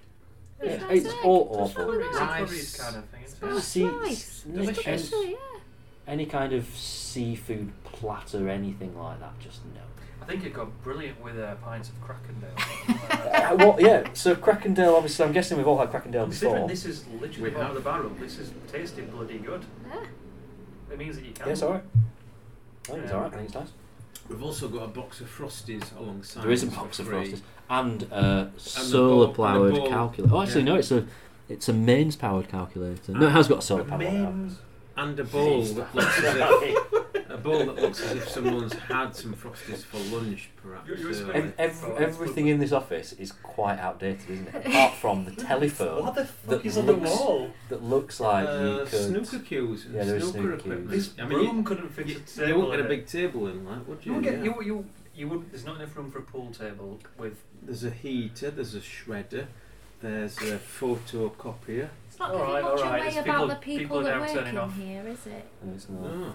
S1: Yeah,
S3: Fish,
S1: it's
S3: rice, egg.
S1: all
S3: What's wrong
S1: awful.
S3: with that?
S4: Rice.
S2: Curry's kind of thing, isn't it?
S3: Oh, it's
S1: See,
S3: nice.
S1: Nick, any-
S4: Delicious.
S3: Actually, yeah.
S1: any kind of seafood platter, anything like that, just no.
S2: I think it got brilliant with uh, pints of Crackendale.
S1: Uh, well, yeah. So Crackendale, obviously, I'm guessing we've all had Crackendale
S2: Considering
S1: before.
S2: this is
S4: We
S2: literally bottom
S4: have.
S2: of the barrel, this is tasting bloody good.
S3: yeah.
S2: It means that you can.
S1: Yeah, it's all right. I think it's all right. I think it's nice.
S4: We've also got a box of Frosties alongside.
S1: There is a
S4: us for
S1: box of
S4: free.
S1: frosties and a
S4: bowl- and
S1: solar
S4: a
S1: powered
S4: bowl.
S1: calculator. Oh, actually,
S4: Yeah.
S1: no, it's a it's a mains powered calculator. No, it has got a solar
S2: But
S1: power.
S2: Mains,
S4: And a bowl that looks as if a bowl that looks as if someone's had some Frosties for lunch, perhaps.
S2: You- you
S4: so-
S2: expect-
S1: Ev- ev- everything in this office is quite outdated, isn't it? Apart from uh, the telephone
S2: what the
S1: that
S2: fuck is on the
S1: looks-
S2: wall?
S1: that looks like
S4: uh,
S1: you could.
S4: snooker cues and
S1: Yeah, there is
S4: snooker,
S1: snooker
S4: equipment.
S1: cues.
S2: This
S4: I mean,
S2: room
S4: you-
S2: couldn't fit
S4: you,
S2: a
S4: you,
S2: table.
S4: won't get
S2: in it.
S4: a big table in that, would you?
S2: You won't get
S4: Yeah.
S2: you you you wouldn't. There's not enough room for a pool table with.
S4: There's a heater. There's a shredder. There's a photocopier.
S3: It's not
S2: All
S3: giving
S2: right, all
S3: much
S2: right,
S3: away
S2: it's
S3: about
S2: people-
S3: the people,
S2: people now
S3: that work
S2: turning
S3: in
S2: off.
S3: here, is it?
S1: No, it's not.
S4: Oh.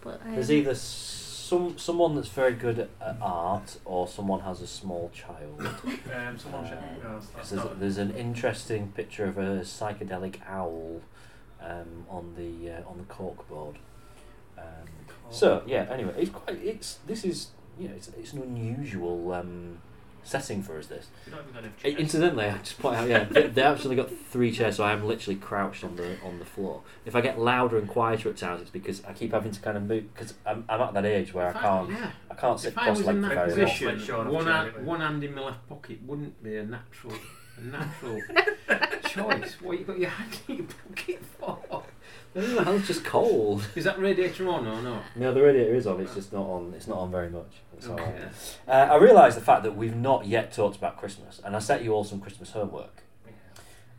S3: But um,
S1: There's either some someone that's very good at, at art or someone has a small child.
S2: Um, someone should. No, that's
S1: There's, a-
S2: not.
S1: there's an interesting picture of a psychedelic owl um, on the uh, on the cork board. Um, so yeah, anyway, it's quite it's this is you know it's, it's an unusual um, setting for us. This
S2: You don't even got enough
S1: I-
S2: chairs.
S1: incidentally, I just point out yeah they, they actually got three chairs, so I am literally crouched on the on the floor. If I get louder and quieter at times, it's because I keep having to kind of move because I'm, I'm at that age where I
S4: If I-
S1: can't
S4: yeah.
S1: I can't sit
S4: If I was
S1: cross-legged
S4: in
S1: for
S4: that
S1: very long.
S4: position,
S2: Like Sean
S4: one,
S2: O'Connor,
S4: hand,
S2: anyway.
S4: one hand in my left pocket wouldn't be a natural, a natural choice. What you got your hand in your pocket for?
S1: Oh, hell's just cold.
S4: Is that radiator on or not?
S1: No, the radiator is on. It's just not on. It's not on very much. It's all right.
S4: Okay.
S1: Uh, I realise the fact that we've not yet talked about Christmas, and I set you all some Christmas homework.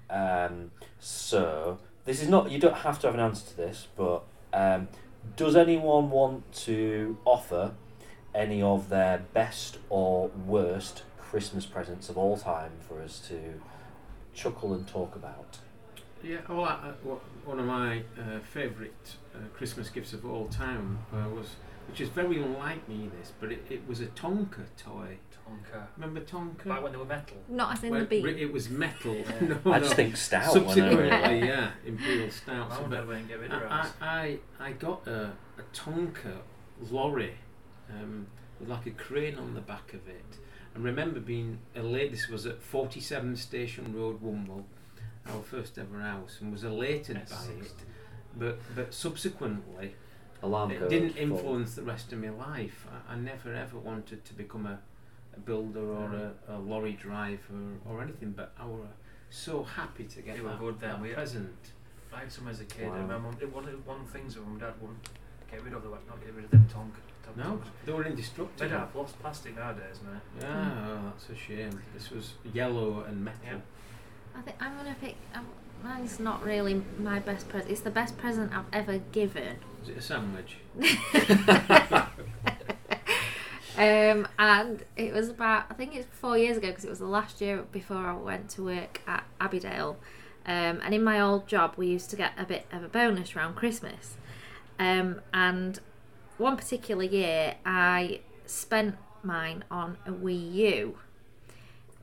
S1: Um, so This is not. You don't have to have an answer to this, but um, does anyone want to offer any of their best or worst Christmas presents of all time for us to chuckle and talk about?
S4: Yeah, well, I, I- wha- one of my uh, favourite uh, Christmas gifts of all time uh, was, which is very unlike me, this, but it, it was a Tonka toy.
S2: Tonka.
S4: Remember Tonka?
S2: Like when they were metal.
S3: Not as in
S4: Well,
S3: the beat.
S4: It was metal.
S2: Yeah.
S4: Oh, no,
S1: I just
S4: no.
S1: think stout.
S4: Subsequently,
S1: Whenever.
S4: yeah, Imperial Stout.
S2: I wonder
S4: But
S2: when get rid of
S4: I,
S2: ours.
S4: I, I I got a, a Tonka lorry um, with like a crane on the back of it. And remember being elated, this was at 47 Station Road, Wumble, our first ever house, and was elated by it. But, but subsequently,
S1: Alarm
S4: it
S1: code
S4: didn't
S1: for-
S4: influence the rest of my life. I, I never ever wanted to become a, a builder or a, a lorry driver or anything, but I were so happy to get
S2: They were
S4: that,
S2: good then,
S4: that
S2: we-
S4: present.
S2: I had some as a kid,
S1: Wow.
S2: and my mum, it- one of the one things that my dad wouldn't get rid of, they were not get rid of them Tonka. Tom,
S4: No, they were
S2: They
S4: indestructible.
S2: don't have lots of plastic nowadays, mate.
S4: Ah, oh, that's a shame. This was yellow and metal.
S2: Yeah.
S3: I think I'm gonna pick. i mine's not really my best present. It's the best present I've ever given.
S4: Was it a sandwich?
S3: Um, and it was about I think it's four years ago because it was the last year before I went to work at Abbeydale. Um, and in my old job, we used to get a bit of a bonus around Christmas. Um, and one particular year, I spent mine on a Wii U,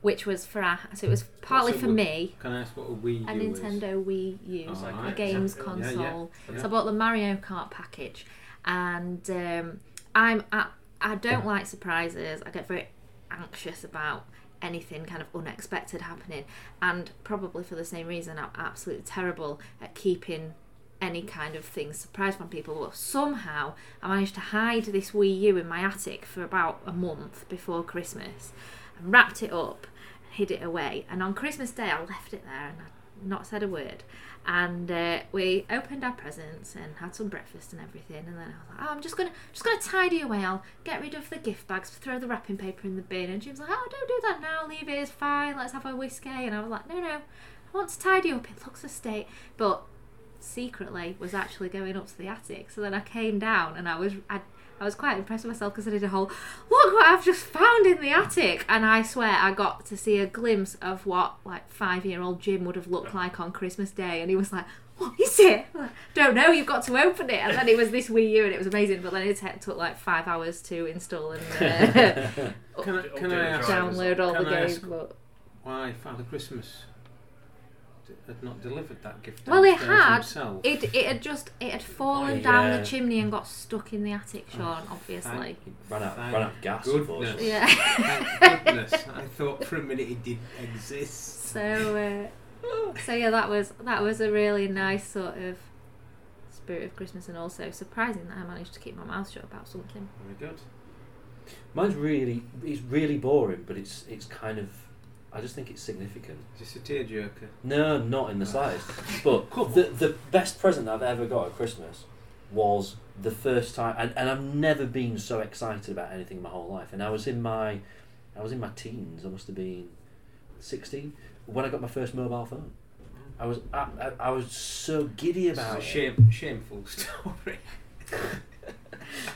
S3: which was for our, so it was partly
S4: What's a
S3: for
S4: Wii-
S3: me
S4: Can I ask what a Wii
S3: a
S4: U is?
S3: Nintendo Wii U,
S4: Oh,
S3: so
S4: right.
S3: a games
S2: Yeah, yeah,
S4: yeah.
S3: console.
S4: Yeah.
S3: So I bought the Mario Kart package, and um, I'm I, I don't like surprises. I get very anxious about anything kind of unexpected happening, and probably for the same reason, I'm absolutely terrible at keeping any kind of thing surprise from people. Well, somehow I managed to hide this Wii U in my attic for about a month before Christmas, and wrapped it up hid it away. And on Christmas Day, I left it there and I'd not said a word. And uh, we opened our presents and had some breakfast and everything. And then I was like, oh, I'm just gonna just gonna tidy away. I'll get rid of the gift bags, throw the wrapping paper in the bin. And she was like, Oh, don't do that now. Leave it. It's fine. Let's have a whiskey. And I was like, No, no. I want to tidy up. It looks a state. But secretly was actually going up to the attic. So then I came down and I was I, I was quite impressed with myself because I did a whole look what I've just found in the attic. And I swear I got to see a glimpse of what like five year old Jim would have looked like on Christmas Day, and he was like. What is it? I'm like, Don't know. You've got to open it, and then it was this Wii U, and it was amazing. But then it t- took like five hours to install and uh,
S4: Can I, can I ask
S3: download all
S4: Can
S3: the
S4: I
S3: games.
S4: ask-
S3: But
S4: why Father Christmas d- had not delivered that gift
S3: Well, it
S4: downstairs
S3: had.
S4: himself?
S3: it it had just it had fallen
S1: Oh,
S3: down
S1: yeah. Oh,
S3: the chimney and got stuck in the attic, Sean. Obviously,
S1: Ran out,
S4: Thank
S1: ran out of gas.
S4: goodness.
S1: unfortunately.
S3: yeah.
S4: Thank goodness. I thought for a minute it did exist.
S3: So, uh, so yeah, that was that was a really nice sort of spirit of Christmas, and also surprising that I managed to keep my mouth shut about something.
S4: Very good.
S1: Mine's really, it's really boring, but it's it's kind of, I just think it's significant.
S4: Just a tearjerker.
S1: No, not in the slightest. But the, the best present I've ever got at Christmas was the first time, and, and I've never been so excited about anything in my whole life. And I was in my, I was in my teens. I must have been sixteen when I got my first mobile phone. I was I, I, I was so giddy
S4: This is
S1: about
S4: a
S1: it.
S4: shame, shameful story.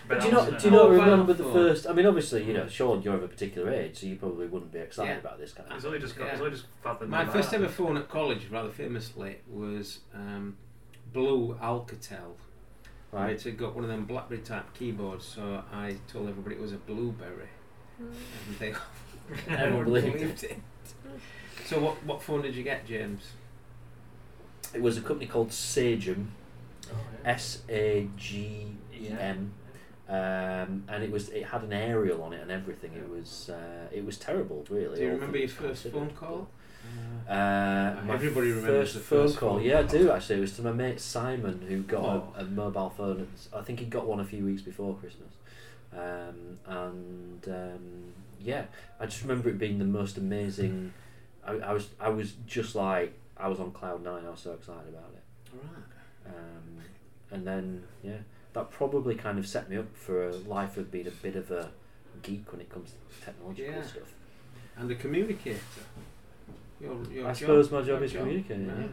S2: But
S1: Do you not do you
S4: know-
S1: not
S4: Oh, wow.
S1: remember the first? I mean, obviously, you know, Sean, you're of a particular age, so you probably wouldn't be excited
S4: Yeah.
S1: about this kind of.
S2: He's only just got. He's
S4: Yeah.
S2: only just fathered
S4: My
S2: that.
S4: first ever phone at college, rather famously, was um, Blue Alcatel.
S1: Right.
S4: It had got one of them BlackBerry type keyboards, so I told everybody it was a blueberry, and they
S1: Everyone believed
S4: it. So what what phone did you get, James?
S1: It was a company called Sagem,
S2: Oh,
S1: S A G E M, um, and it was it had an aerial on it and everything. It was uh, it was terrible, really.
S4: Do you
S1: all
S4: remember your
S1: things
S4: first phone
S1: considered.
S4: call?
S1: Uh, my
S4: Everybody
S1: first
S4: remembers the
S1: phone
S4: first
S1: call.
S4: phone
S1: Yeah, I
S4: call.
S1: do actually. It was to my mate Simon who got
S4: Oh.
S1: a, a mobile phone. At, s- I think he got one a few weeks before Christmas, um, and um, yeah, I just remember it being the most amazing. I, I was I was just like I was on cloud nine. I was so excited about it,
S4: Right.
S1: um, and then yeah, that probably kind of set me up for a life of being a bit of a geek when it comes to technological
S4: Yeah.
S1: stuff.
S4: And a communicator. Your, your
S1: I
S4: job-
S1: suppose my job
S4: your
S1: is communicating,
S4: Right.
S1: yeah.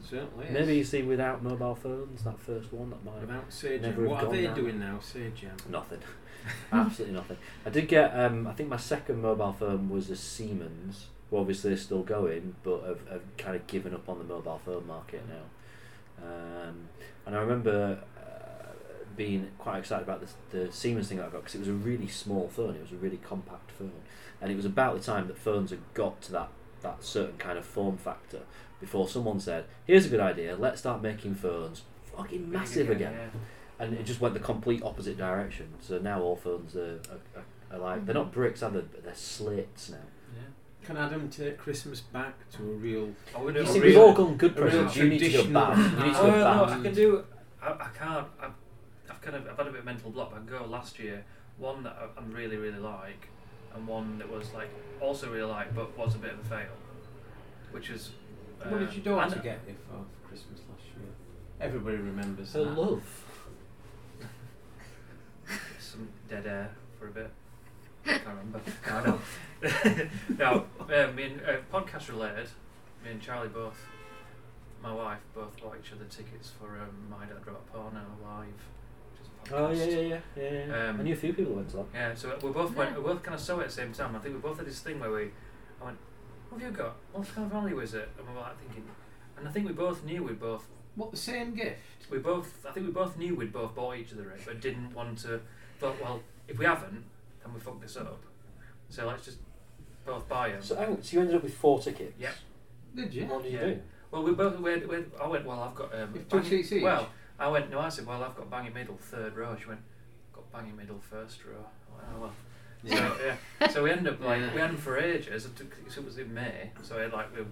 S4: Mm. Certainly.
S1: Maybe you see without mobile phones, that first one, that might
S4: Without Sage,
S1: Never have
S4: what are
S1: gone
S4: they
S1: down.
S4: doing now, Sage?
S1: Nothing. Absolutely nothing. I did get. Um, I think my second mobile phone was a Siemens. Well, obviously they're still going, but have, have kind of given up on the mobile phone market now. Um, and I remember uh, being quite excited about this, the Siemens thing that I got because it was a really small phone. It was a really compact phone, and it was about the time that phones had got to that that certain kind of form factor before someone said, "Here's a good idea. Let's start making phones fucking massive again." and it just went the complete opposite direction. So now all phones are, are, are, are like they're not bricks, are they? But they're slits now.
S4: Can Adam take Christmas back to a real? Oh,
S1: You see, we've all gone good presents. You need to go
S4: traditional-
S1: bad. You need to
S2: Oh,
S1: go
S2: no,
S1: bad.
S2: I can do. I, I can't. I've, I've kind of. I've had a bit of mental block. I can go last year. One that I- I'm really, really like, and one that was like also really like, but was a bit of a fail, which is.
S4: What did
S2: um,
S4: you do
S2: and-
S4: uh, to get it for Christmas last year? Everybody remembers
S1: Her
S4: that.
S1: love.
S2: some dead air for a bit. I can't remember. No, no. no, uh, me and uh, podcast related. Me and Charlie both, my wife both bought each other tickets for um, my dad wrote a porno live. Which is a
S1: Oh yeah,
S2: podcast.
S1: yeah, yeah, yeah. yeah, yeah.
S2: Um,
S1: I knew a few people who went to that.
S2: Yeah, so we both went. We both kind of saw it at the same time. I think we both had this thing where we, I went, "What have you got? What kind of value is it?" And we were like thinking, and I think we both knew we both,
S4: What the same gift?
S2: we both, I think we both knew we'd both bought each other it, but didn't want to. Thought, well, if we haven't, then we fucked this up. So let's just both buy them.
S1: So, hang on, so you ended up with four tickets.
S2: Yeah.
S4: Did you?
S1: What did you
S2: Yeah.
S1: do?
S2: well, we both. We had, we had, I went. Well, I've got. Um,
S4: You've two
S2: banging-
S4: seats each?
S2: Well, I went. No, I said, well, I've got banging middle, third row. She went, got banging middle, first row. I went, oh well. So, yeah. so we ended up like we had them for ages. It, took, so it was in May, so we like we,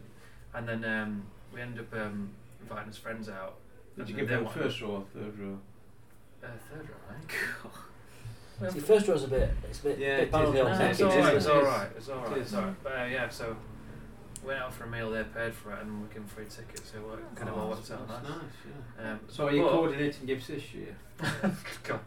S2: and then um, we ended up um, inviting his friends out.
S4: Did
S2: and
S4: you
S2: then
S4: give
S2: they
S4: them
S2: wanted-
S4: first row or third row?
S2: Uh, third row, I think. We
S1: See,
S2: haven't-
S1: first row's a bit. It's a bit.
S4: Yeah,
S1: bit
S4: it
S1: bad on
S4: is,
S1: the
S4: it
S1: old
S4: is.
S2: No,
S1: tickets,
S2: it's
S4: all
S1: isn't
S2: alright.
S1: it?
S2: It's
S4: It
S2: all
S4: is.
S2: right. It's all
S4: It
S2: right.
S4: is.
S2: It's all right. But uh, yeah, so went out for a meal. They paid for it, and we gave them free tickets. So it kind of all worked out
S4: Oh, That's
S2: Oh, nice.
S4: nice, yeah.
S2: Um,
S4: So are you
S2: but-
S4: coordinating gifts this year?
S2: God,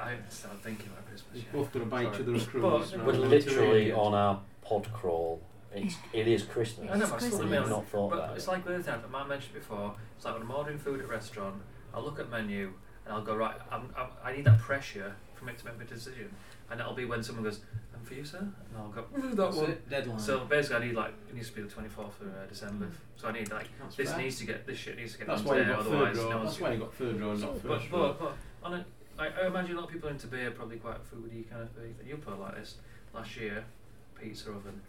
S2: I, I haven't started thinking about Christmas
S4: You've
S2: yet.
S4: both got to buy each
S2: Sorry.
S4: other a
S2: But-
S4: cruise.
S2: but
S4: rather
S1: We're
S4: than
S1: literally
S4: to-
S1: on our pod crawl. It's it is Christmas.
S2: I know, but I
S1: We've
S2: still
S13: Christmas.
S1: not thought
S2: But
S1: about
S2: it's
S1: it.
S2: like with the time, I might mentioned before, it's like when I'm ordering food at a restaurant, I'll look at menu and I'll go, right, I'm, I'm, I need that pressure for me to make a decision. And that'll be when someone goes, and for you, sir? And I'll go, "Mm, that
S4: That's
S2: one.
S4: it, deadline. Mm.
S2: So basically, I need like, it needs to be the 24th of uh, December. So I need like,
S4: That's
S2: this
S4: fair.
S2: needs to get, this shit needs to get
S4: That's
S2: done
S4: why you
S2: today,
S4: got
S2: otherwise
S4: third row.
S2: no one's
S4: That's why you got third row, and not
S2: But,
S4: first row.
S2: but, but on a, I, I imagine a lot of people into beer probably quite foodie kind of thing. You put like this last year, pizza oven,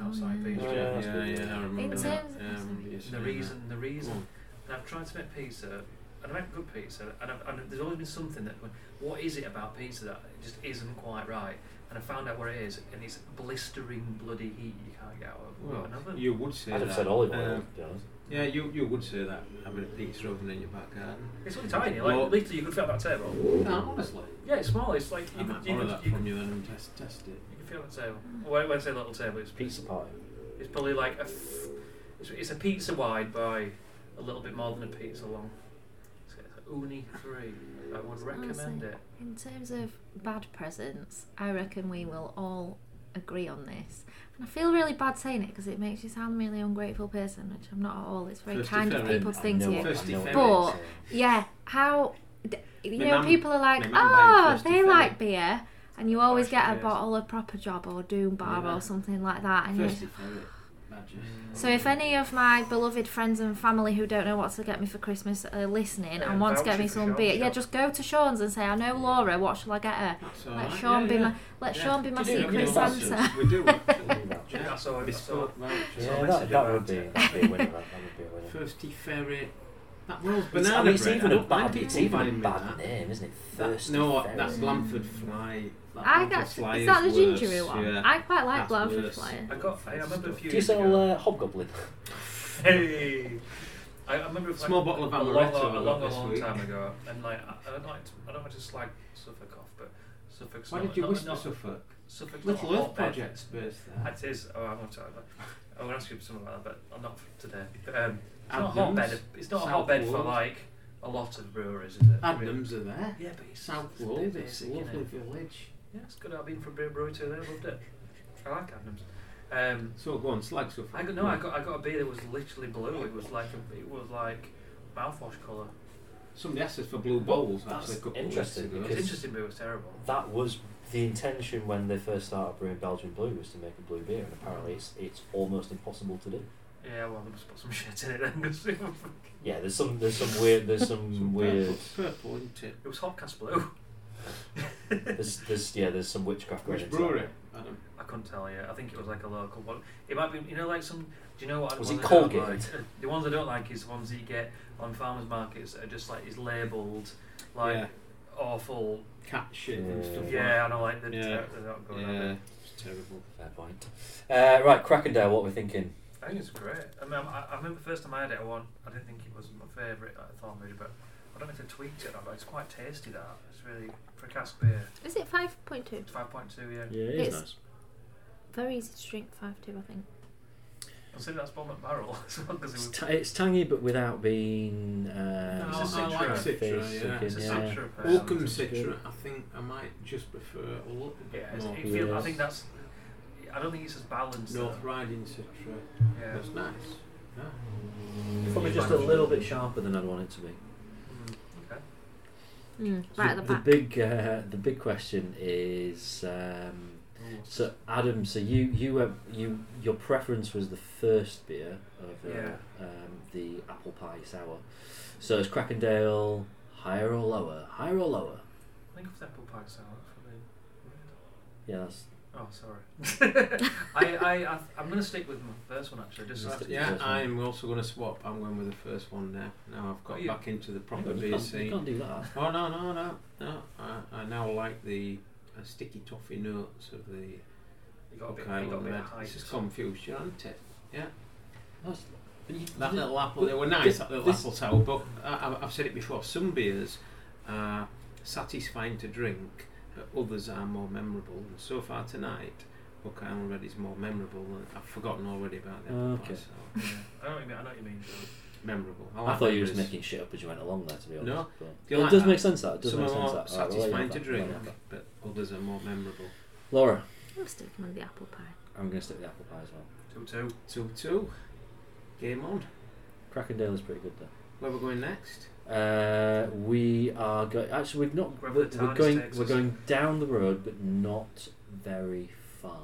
S2: outside
S13: yeah.
S2: pizza.
S1: Oh, yeah.
S2: shop.
S1: that's
S4: Mm. yeah,
S1: good,
S4: yeah,
S1: yeah.
S4: I remember
S13: In
S4: that.
S13: terms of
S4: Yeah, I remember you
S2: The
S4: saying
S2: reason, the
S4: that. Oh,
S2: reason.
S4: Go on.
S2: And I've tried to make pizza, and I've had good pizza, and, I've, and there's always been something that, what is it about pizza that just isn't quite right? And I found out what it is, and it's blistering bloody heat you can't get out of
S4: Well,
S2: an oven.
S4: you would say
S1: I'd have
S4: that.
S1: said olive oil.
S4: Um,
S1: to be honest.
S4: yeah, you, you would say that. Having a pizza oven in your back garden.
S2: It's only tiny, like
S4: Well-
S2: literally you could fit on that table.
S4: No, honestly.
S2: Yeah, it's small. It's like
S4: I
S2: you
S4: might
S2: could, you
S4: borrow
S2: could,
S4: that
S2: you
S4: from
S2: could,
S4: you then and test, test it.
S2: you could fit on that table. Well, when I say little table, it's
S1: Pizza party.
S2: It's probably like a, f- it's, it's a pizza wide by a little bit more than a pizza long. It's a uni three. I would recommend
S13: Honestly.
S2: it.
S3: In terms of bad presents, I reckon we will all agree on this. And I feel really bad saying it because it makes you sound really ungrateful person, which I'm not at all. It's very
S4: First
S3: kind of
S4: offender.
S3: people to
S1: I
S3: think
S1: know
S3: to
S1: what-
S3: you.
S4: First
S1: I know what
S3: defender.
S1: you're saying.
S3: Yeah, how d- you
S4: My
S3: know
S4: mum-
S3: people are like,
S4: my mum buy
S3: oh,
S4: first
S3: they
S4: offender."
S3: like beer, and you always
S2: Actually,
S3: get a
S2: yes.
S3: bottle of proper job or Doom Bar
S4: Yeah.
S3: or something like that, and you
S4: First offender. Badges.
S3: so if any of my beloved friends and family who don't know what to get me for Christmas are listening
S2: Yeah,
S3: and want to get
S2: voucher
S3: me
S2: for
S3: some
S2: Sean's
S3: beer, yeah,
S2: shop.
S3: just go to Sean's and say, I know Laura. What shall I get her?
S4: That's
S3: Let
S4: alright.
S3: Sean
S4: yeah,
S3: be
S4: uh, yeah.
S3: my let
S4: Yeah.
S3: Sean be my
S4: Do you know
S3: secret
S4: what we do?
S3: Santa.
S4: We do actually.
S2: Yeah,
S4: Yeah.
S2: that's all- that's all.
S4: Bespoke vouchers.
S1: Yeah, that, that would be that would be a winner. That, that would be a winner.
S4: Thirsty ferret. That was
S1: It's-
S4: banana
S1: I mean, it's
S4: bread.
S1: even
S4: I
S1: a
S4: don't like
S1: bad, it's even
S4: people
S1: a
S4: buying me
S1: bad
S4: that.
S1: name, isn't it?
S4: That-
S1: Thirsty
S4: no,
S1: Ferry.
S4: that's Blamford Fly. That
S3: I
S4: Blamford
S3: got
S4: Fly
S3: is that the
S4: is
S3: gingery
S4: worse,
S3: one?
S4: Yeah.
S3: I quite like
S4: That's
S3: Blanford
S4: worse.
S3: Flyer.
S2: I got. I remember a few.
S1: Do you
S2: years
S1: sell
S2: ago-
S1: uh, Hobgoblin?
S2: Hey. I I remember it's
S4: Small
S2: like
S4: bottle of
S2: a
S4: amaretto
S2: long,
S4: I
S2: a
S4: got
S2: long, a
S4: this
S2: long
S4: week.
S2: time ago, and like I, I don't like to, I don't want to slag Suffolk off, but Suffolk's
S4: Why
S2: not,
S4: did you
S2: not,
S4: whisper
S2: not,
S4: Suffolk?
S2: Suffolk's not
S4: Little
S2: a
S4: Earth
S2: hotbed.
S4: Project space there.
S2: It is. Oh, I'm not talking about. I will ask you something about that, but I'm not for today. But, um, it's not a
S4: Adams,
S2: hotbed. of- It's not a
S4: South
S2: hotbed for
S4: Wales.
S2: like a lot of breweries, is it?
S4: Adams are there.
S2: Yeah, but it's
S4: South
S2: it's a bit
S4: Wales, it's a
S2: basic, isn't
S4: lovely
S2: it?
S4: village.
S2: Yeah, it's good. I've been for a beer brewery too. There, loved it. I like Adams. Um, Um,
S4: So go on, slag stuff.
S2: I got no, I got I got a beer that was literally blue. It was like a, it was like mouthwash colour.
S4: Somebody asked us for blue bowls
S14: That's
S4: actually a couple
S14: interesting,
S4: of
S2: It
S4: weeks ago.
S2: was
S14: Because-
S2: interesting, but it was terrible.
S14: That was the intention when they first started brewing Belgian Blue was to make a blue beer, and apparently it's, it's almost impossible to do.
S2: Yeah, well, they must put some shit in it then. 'cause it was-
S14: Yeah, there's some there's some weird there's some, weird
S4: It's purple, isn't it?
S2: it was Hopcast Blue.
S14: there's, there's yeah there's some witchcraft. going
S4: Which
S14: into that.
S4: brewery? Adam.
S2: I couldn't tell you. I think it was like a local one. It might be, you know, like some. Do you know what?
S14: Was
S2: the
S14: it
S2: ones I don't
S14: Colgate?
S2: like- uh, the ones I don't like is the ones that you get on farmers markets that are just like is labelled like
S4: Yeah.
S2: awful.
S4: Cat shit and
S14: Yeah.
S4: stuff like
S2: Yeah, I know, like they're,
S4: Yeah.
S2: ter- they're not
S4: that.
S2: good.
S4: Yeah.
S2: Yeah.
S4: It's terrible.
S14: Fair point. Uh, right, Crackendale, what we're thinking?
S2: I think it's great. I mean, I, I remember the first time I had it, I won. I didn't think it was my favourite at Thornbridge, but I don't know if they tweaked it or not. but It's quite tasty. That it's really for a cask beer.
S3: Is it 5.2?
S2: It's five point two. Yeah.
S1: Yeah, it
S3: is
S1: is
S3: It's-
S1: nice.
S3: Very easy to drink, 5.2, I think.
S2: Consider that's Bowman Barrel as well because it
S1: It's,
S2: was.
S1: ta it's tangy, but without being. Uh,
S2: No, It's a
S4: I like
S2: citra.
S4: citra,
S1: Face
S4: yeah.
S1: looking,
S2: It's a
S1: yeah.
S2: citra. person.
S4: Welcome
S1: Sounds
S4: citra.
S1: good.
S4: I think I might just prefer a little
S2: Yeah,
S4: bit
S2: it's,
S4: more
S2: it feel, I
S1: Yes.
S2: think that's. I don't think it's as balanced.
S4: North
S2: though.
S4: Riding citra.
S2: Yeah.
S4: That's nice. Yeah.
S1: Probably just a little bit sharper than I'd want it to be.
S2: Mm, okay.
S3: Mm,
S1: So
S3: right at the back.
S1: big, uh, the big question is. Um,
S2: Mm.
S1: so Adam, so you you were, you your preference was the first beer of uh,
S2: Yeah.
S1: um, the apple pie sour. So is Crackendale higher or lower? Higher or lower?
S2: I think of the apple pie salad for the.
S1: Yeah, that's
S2: Oh, sorry. I, I, I, I'm going to stick with my first one actually. Just so
S1: Just
S2: I-
S1: the-
S4: Yeah,
S1: First one.
S4: I'm also going to swap. I'm going with the first one now. Now I've got
S2: Oh, yeah.
S4: back into the proper
S1: you
S4: beer
S1: can't, you
S4: scene.
S1: can't do that.
S4: Oh no no no no! I, I now like the uh, sticky toffee notes of the
S2: you got a
S4: Oak
S2: bit, you got a
S4: Island
S2: bit
S4: Red.
S2: of height.
S4: This is confusion, isn't it?
S1: That's, but you,
S4: That
S1: you-
S4: little apple, they were nice. That little apple sour, but I, I've- I've said it before. Some beers are satisfying to drink, but others are more memorable. And so far tonight, Oak Island Red is more memorable, and I've forgotten already about the apple
S1: Okay.
S4: pie sour.
S2: Yeah. I know what you mean. I know what you mean. Sean.
S4: Memorable.
S1: I
S4: like
S1: thought you were just
S4: memories.
S1: making shit up as you went along there, to be honest.
S4: No.
S1: but-
S4: Do you
S1: it
S4: like
S1: does
S4: that?
S1: make sense, that. It does
S4: Some
S1: make
S4: are
S1: sense,
S4: more
S1: that. Oh, uh, Alright, we'll let you
S4: satisfying
S1: have
S4: to
S1: that.
S4: drink,
S1: Okay.
S4: but others are more memorable.
S1: Laura,
S3: I'm sticking with the apple pie.
S1: I'm going to stick with apple pie as well.
S2: Two two.
S4: Two two, game on.
S1: Crackendale is pretty good, though.
S4: Where we're going next?
S1: Uh, we are going. Actually, we've not.
S2: Grab
S1: We're,
S2: the
S1: we're
S2: TARDIS
S1: going.
S2: takes
S1: We're
S2: us.
S1: going down the road, but not very far.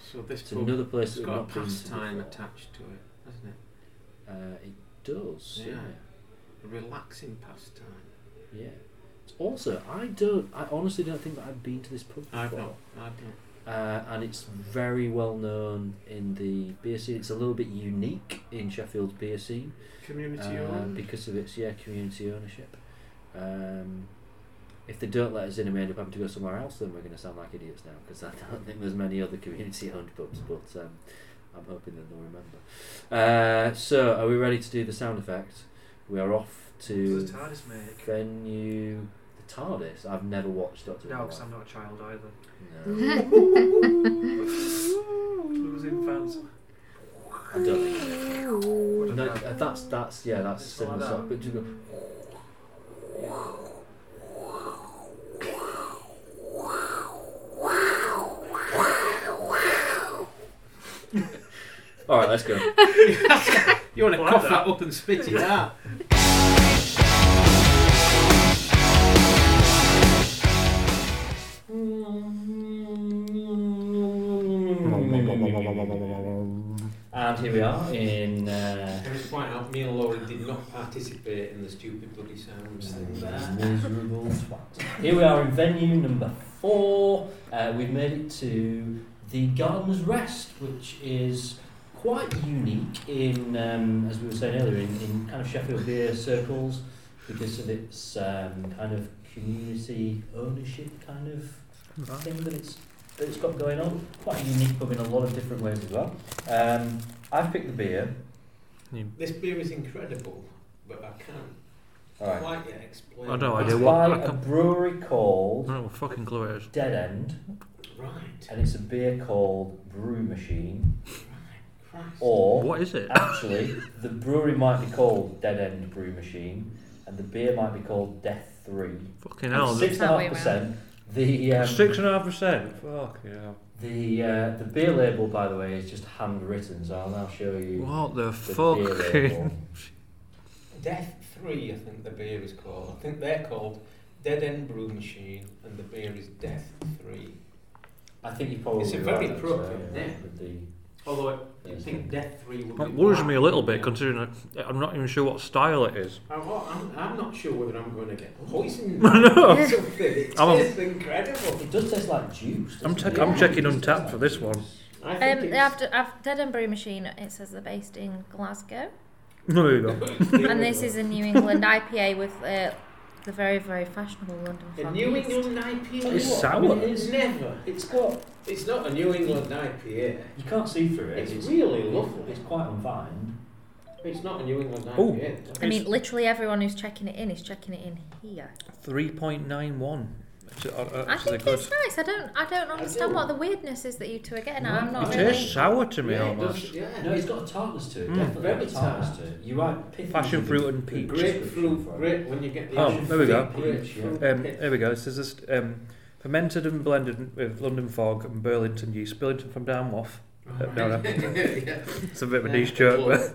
S4: So this
S1: It's
S4: pub
S1: another place
S4: has
S1: that we've
S4: got a
S1: not been to
S4: pastime
S1: before.
S4: attached to it, hasn't it?
S1: Uh, it does.
S4: Yeah.
S1: Yeah.
S4: A relaxing pastime.
S1: Yeah. It's Also, I don't. I honestly don't think that I've been to this pub before.
S4: I've not. I've not.
S1: uh, and it's very well known in the beer scene. It's a little bit unique in Sheffield's beer scene
S4: Community
S1: uh, because of its yeah community ownership. Um, if they don't let us in and we end up having to go somewhere else, then we're going to sound like idiots now because I don't think there's many other community-owned pubs. But um, I'm hoping that they'll remember. Uh, so, are we ready to do the sound effect? We are off
S2: Does
S1: to
S2: the TARDIS make?
S1: venue. The TARDIS. I've never watched Doctor.
S2: No,
S1: Who.
S2: because I'm not a child either.
S1: No.
S2: Losing fans.
S1: I don't think.
S3: Um,
S2: Wouldn't
S1: No,
S2: know.
S1: uh, that's that's yeah, that's
S2: It's
S1: similar
S2: like that.
S1: stuff. But you go, all right, let's go.
S4: You want to
S2: Like
S4: cough
S2: that.
S4: that up and spit it out.
S1: And here we are in. Uh,
S4: Can I just point out, me and Laura did not participate in the stupid bloody sounds
S1: Mm.
S4: thing there.
S1: miserable twat. uh, Here we are in venue number four. Uh, we've made it to the Gardener's Rest, which is quite unique in, um, as we were saying earlier, in, in kind of Sheffield beer circles because of its um, kind of community ownership kind of thing that it's that it's got going on. Quite a unique pub in a lot of different ways as well. Um, I've picked the beer.
S4: This beer is incredible, but I can't
S1: All right.
S4: quite yet explain.
S2: Oh, no, I
S4: why.
S2: do.
S1: It's
S2: what-
S1: by
S2: I
S1: a
S2: can-
S1: brewery called
S2: don't know fucking clue it is.
S1: Dead End.
S4: Right.
S1: and it's a beer called Brew Machine,
S4: Christ.
S1: or
S2: is it?
S1: actually, the brewery might be called Dead End Brew Machine, and the beer might be called Death Three.
S2: Fucking
S1: Six and a half percent. The um,
S2: and a half percent. Fuck yeah.
S1: The uh, the beer label, by the way, is just handwritten, so I'll now show you.
S2: What the eh,
S1: the
S2: fuck?
S1: beer label.
S15: Death Three, I think the beer is called. I think they're called Dead End Brew Machine, and the beer is Death Three.
S1: I think you probably
S15: It's a
S1: right,
S15: very
S1: that's
S15: proper
S1: right, yeah,
S15: name.
S1: with the-
S15: Although you
S1: Yes.
S15: think Death Three would
S2: That
S15: be
S2: worries
S15: black,
S2: me a little
S15: wouldn't it?
S2: bit, considering I, I'm not even sure what style it is.
S4: I'm, not- I'm, I'm not sure whether I'm going to get
S15: Oh,
S4: poisoned.
S2: I know.
S4: or something. It
S2: I'm a-
S4: tastes incredible.
S1: It does taste like juice.
S2: I'm,
S1: doesn't
S2: check,
S1: it?
S2: I'm checking
S1: It does
S2: Untapped
S1: taste
S2: for
S1: like
S2: this
S1: juice.
S2: one.
S4: I think
S3: Um,
S4: it's,
S3: after, after Dead and Brew Machine, it says they're based in Glasgow.
S2: No, there you go.
S3: and this is a New England IPA with uh, the very, very fashionable London
S4: a
S3: farm
S4: New
S3: yeast.
S4: England
S2: It's
S4: IPA. What? I
S2: sour.
S4: mean, it is never. It's got. It's not a New England IPA.
S1: You can't see through it.
S4: It's really
S1: it's-
S4: lovely.
S1: It's quite unfined.
S4: It's not a New England
S2: Ooh.
S4: IPA.
S3: I mean, literally everyone who's checking it in is checking it in here.
S2: 3.91. It's, uh, uh,
S3: I
S2: actually
S3: think
S2: good.
S3: it's nice. I don't, I don't understand
S4: do.
S3: what the weirdness is that you two are getting. at. I'm
S1: No,
S3: not
S2: It
S1: it
S3: really.
S2: tastes sour to me
S4: yeah, it
S2: almost.
S4: does- yeah.
S1: No, it's got a tartness to it.
S2: Mm.
S1: Definitely
S4: Very
S1: got a tartness
S4: tart.
S1: to it. You're right. pithy
S2: Passion
S1: is a
S2: fruit
S1: good-
S2: and
S1: good
S2: peach.
S1: description
S4: Grapefruit,
S1: for it.
S4: grape. When you get the
S2: Oh,
S4: actual
S2: there we go.
S4: fruit, grapefruit.
S2: Um, there we go. This is just, um, fermented and blended with London fog and Burlington yeast. Burlington from Dartmouth. Uh, no, no.
S4: Yeah.
S2: It's a bit of a
S4: Yeah,
S2: niche
S4: it
S2: joke.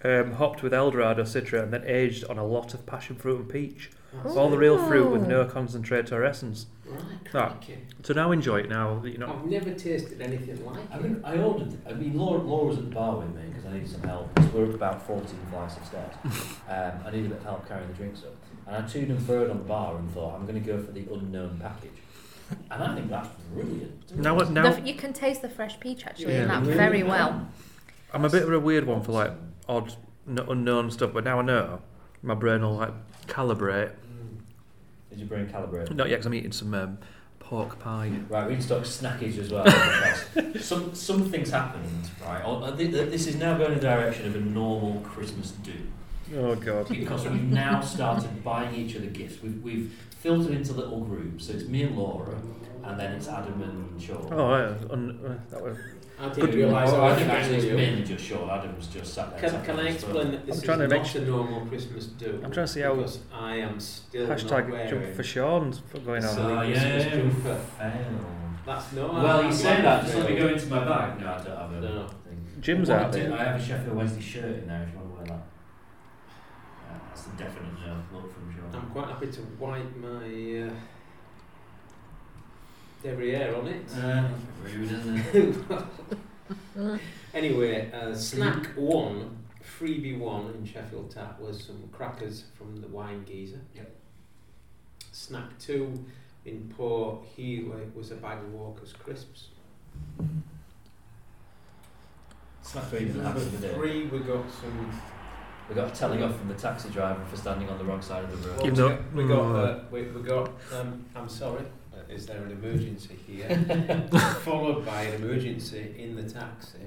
S2: But, um, hopped with Eldorado citra and then aged on a lot of passion fruit and peach. It's all the real fruit with
S3: Oh.
S2: no concentrate or essence.
S4: Right,
S2: Ah.
S4: crikey.
S2: So now enjoy it now that you're not.
S4: I've never tasted anything like
S1: I
S4: it.
S1: mean, I ordered. I mean, Laura, Laura was at the bar with me because I needed some help. 'cause we're up about fourteen flights of stairs. Um, I needed a bit of help carrying the drinks up, and I tuned and froed on the bar and thought, I'm going to go for the unknown package, and I think that's brilliant.
S3: Oh.
S2: Now, what-
S3: The
S2: now
S3: f- you can taste the fresh peach actually in
S2: Yeah.
S3: that very well.
S2: I'm a bit of a weird one for like odd, n- unknown stuff, but now I know my brain will like calibrate.
S4: Mm.
S1: Did your brain calibrate?
S2: Not yet, 'cause I'm eating some um, pork pie.
S1: Right, we need to talk snackage as well. because some something's happened, right? Or, uh, thi- th- this is now going in the direction of a normal Christmas do
S2: Oh god.
S1: because we've now started buying each other gifts. We've, we've filtered into little groups. So it's me and Laura, and then it's Adam and Sean.
S2: Oh, yeah. Un- uh, that was,
S4: I
S2: Good
S4: didn't realise
S1: Oh,
S4: I
S1: I
S4: was
S1: think actually it's
S4: actually
S1: mainly just Sean. Adam's just sat there.
S4: Can,
S1: tapping
S4: can I
S1: his
S4: explain
S1: phone.
S4: that this
S2: I'm trying
S4: is
S2: to
S4: not
S2: make
S4: a normal Christmas do?
S2: I'm trying to see how-
S4: Because I am still not
S2: hashtag
S4: wearing
S2: jump for Sean's f- going on.
S1: So,
S4: Sorry.
S1: yeah,
S4: Christmas
S1: you
S4: jumper.
S1: failed.
S4: That's no.
S1: Well,
S4: I'm
S1: you say that, just let me go into my bag. No, I don't have a
S4: No.
S1: thing.
S2: Jim's
S1: What I
S2: out
S1: do-
S2: there.
S1: I have a Sheffield Wednesday shirt in there if you want to wear that. Yeah, that's the definite no look from
S4: I'm
S1: Sean.
S4: quite happy to wipe my uh, derriere on it.
S1: Uh, rude, isn't it?
S4: Anyway, uh, snack one, freebie one in Sheffield Tap was some crackers from the Wine Geezer.
S1: Yep.
S4: Snack two in Port Healy was a bag of Walker's crisps.
S1: It's not very even
S4: Number
S1: happy with it.
S4: three, we got some.
S1: We got a telling off from the taxi driver for standing on the wrong side of the road.
S2: Even
S4: we
S2: though- Mm.
S4: got, we got, uh, we, we got um, I'm sorry, uh, is there an emergency here? Followed by an emergency in the taxi.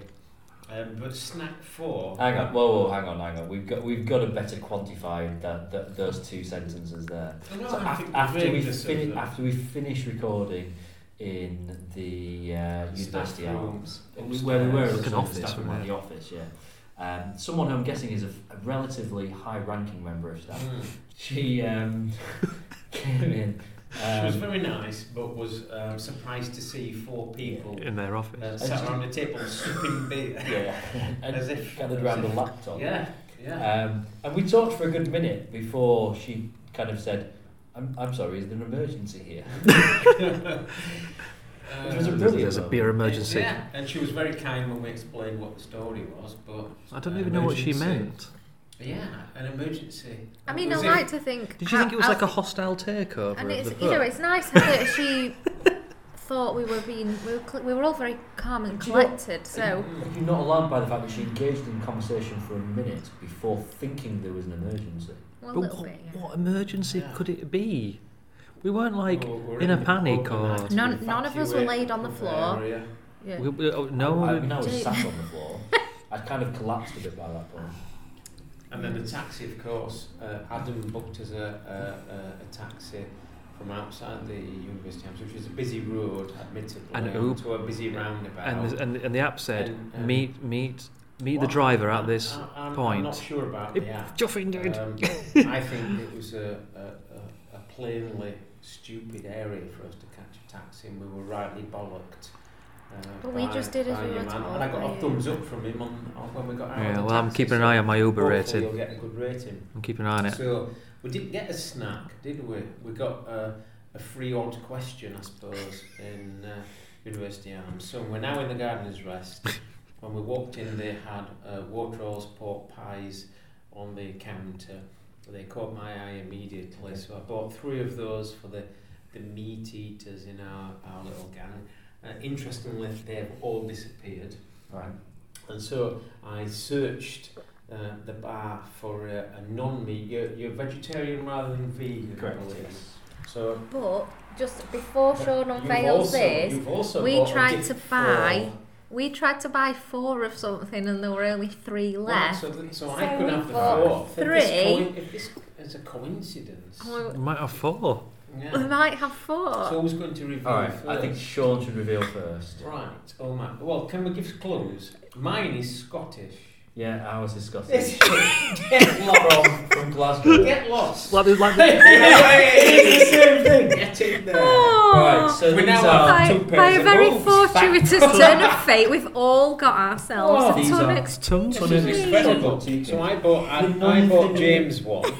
S4: Um, but snack four.
S1: Hang on, whoa, whoa, hang on, hang on. We've got we've got to better quantify that, that those two sentences there.
S4: I know,
S1: So
S4: I
S1: af-
S4: think
S1: after we
S4: vagueness of uh,
S1: fin-
S4: them.
S1: after we finish recording in the uh, university
S4: Staff
S1: hour,
S4: rooms
S1: where we were
S4: upstairs.
S1: looking at
S2: An
S1: the
S2: office,
S1: staff room
S2: wasn't
S1: at the office, yeah. Um, someone who I'm guessing is a, a relatively high-ranking member of staff.
S4: Mm.
S1: She um, came in.
S4: She was
S1: Um,
S4: very nice, but was um, surprised to see four people
S2: In their
S4: uh,
S2: office.
S4: sat around the table sipping beer.
S1: yeah,
S4: As
S1: and
S4: if-
S1: gathered around a laptop.
S4: Yeah, yeah.
S1: Um, and we talked for a good minute before she kind of said, I'm, I'm sorry, is there an emergency here? Which Uh, was a
S4: Um,
S1: brilliant
S2: There's a
S1: moment.
S2: beer emergency.
S4: Yeah, and she was very kind when we explained what the story was, but
S2: I don't even know what she
S4: Emergency.
S2: meant.
S4: yeah, an emergency.
S3: I mean, I
S4: Was it-
S3: like to think.
S2: Did you
S3: I-
S2: think it was
S3: I-
S2: like a hostile takeover? of
S3: And it's
S2: the
S3: you know
S2: pub?
S3: it's nice that she thought we were being we were, cl- we were all very calm and
S1: Do you know-
S3: collected. So
S4: Mm.
S1: Are you not alarmed by the fact that she engaged in conversation for a minute before thinking there was an emergency?
S3: well, a
S2: But
S3: little
S2: what,
S3: bit. yeah.
S2: what emergency
S4: Yeah.
S2: could it be? We weren't like
S4: Well, we're
S2: in a
S4: the
S2: panic
S4: pub and
S2: or-
S4: had to
S3: None- none of us were
S4: evacuate
S3: laid on the
S4: the
S3: floor.
S4: area.
S3: Yeah.
S2: we, we, oh, no.
S1: I, I
S2: we-
S1: mean, I was
S3: Jane-
S1: sat on the floor. I'd kind of collapsed a bit by that point.
S4: And then the taxi, of course, uh, Adam booked us a, a, a, a taxi from outside the University House, which is a busy road, admittedly,
S2: And Uber-
S4: to a busy roundabout.
S2: and, the- and and the app said,
S4: And, um,
S2: meet meet meet the
S4: What? Ah.
S2: driver at this
S4: I, I'm, I'm
S2: point.
S4: not sure about
S2: It-
S4: the app.
S2: Joffin did.
S4: Um, I think it was a, a, a, a plainly stupid area for us to catch a taxi, and we were rightly bollocked Uh,
S3: But we
S4: by-
S3: just did as
S4: by
S3: we
S4: your
S3: were
S4: man.
S3: told
S4: And I got
S3: by
S4: a
S3: you.
S4: thumbs up from him on, on when we got out.
S2: Yeah,
S4: of the
S2: well, I'm
S4: taxi,
S2: keeping an
S4: so
S2: eye on my Uber
S4: hopefully
S2: rating.
S4: You'll get a good rating.
S2: I'm keeping an eye on it.
S4: So we didn't get a snack, did we? We got a, a free odd question, I suppose, in uh, University Arms. So we're now in the Gardener's Rest. when we walked in, they had uh, water rolls, pork pies on the counter. They caught my eye immediately, so I bought three of those for the, the meat eaters in our, our little gang. Uh, interestingly, they've all disappeared.
S1: Right.
S4: And so I searched uh, the bar for a, a non-meat. You're, you're vegetarian rather than vegan,
S1: Correct,
S4: I believe.
S1: yes.
S4: So
S3: But just before Sean
S4: you've
S3: unveils
S4: also-
S3: this,
S4: you've also
S3: we
S4: bought a
S3: tried
S4: dip
S3: to
S4: for-
S3: buy we tried to buy four of something and there were only three
S4: Well,
S3: left.
S4: So, th- so I
S3: So
S4: could
S3: we
S4: have the
S3: bought
S4: fourth. If this,
S3: three. Oh,
S4: coi- if this is a coincidence.
S3: And
S2: We might have four.
S4: Yeah.
S3: we, we might have four.
S4: So who's going to reveal
S1: All right,
S4: first?
S1: I think Sean should reveal first.
S4: Right, oh man. Well, can we give clues? Mine is Scottish.
S1: Yeah, ours is Scottish.
S4: Get lost.
S1: from, from Glasgow.
S4: Get lost.
S2: Like, like,
S4: it's the same thing. Get in there.
S1: Right, so
S4: We're
S1: these
S4: now
S1: are
S4: on
S3: Oh, by,
S1: two
S3: by
S1: pairs
S3: a
S1: of
S3: very
S1: wolves.
S3: fortuitous turn of fate, we've all got
S4: Oh,
S3: ourselves
S1: these
S3: a
S1: are-
S3: tonic
S4: This is incredible. So I bought, I, I bought James one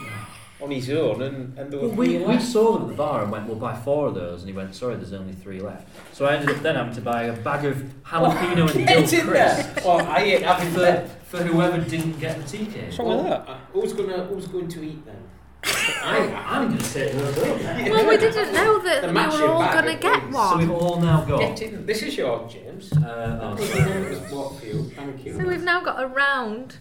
S4: on his own, and, and there were
S1: Well, we,
S4: three
S1: we
S4: left.
S1: saw them at the bar and went, we'll buy four of those. And he went, sorry, there's only three left. So I ended up then having to buy a bag of jalapeno and dill
S4: Get in
S1: crisps
S4: there. Oh, I ain't having that.
S1: for, for whoever didn't get the TK.
S4: Well, uh, who's gonna Who's going to eat them?
S1: I, I'm going to say those up.
S3: Well, we didn't know that
S4: The
S3: we
S4: match
S3: were
S4: you
S3: all
S4: bag
S3: going to
S4: of
S3: get
S4: wings.
S1: So
S3: one.
S1: we've all now
S4: Get
S1: got.
S4: in. This is your James.
S1: Uh, oh, sorry.
S4: It was bought for you. Thank you.
S3: So we've now got a round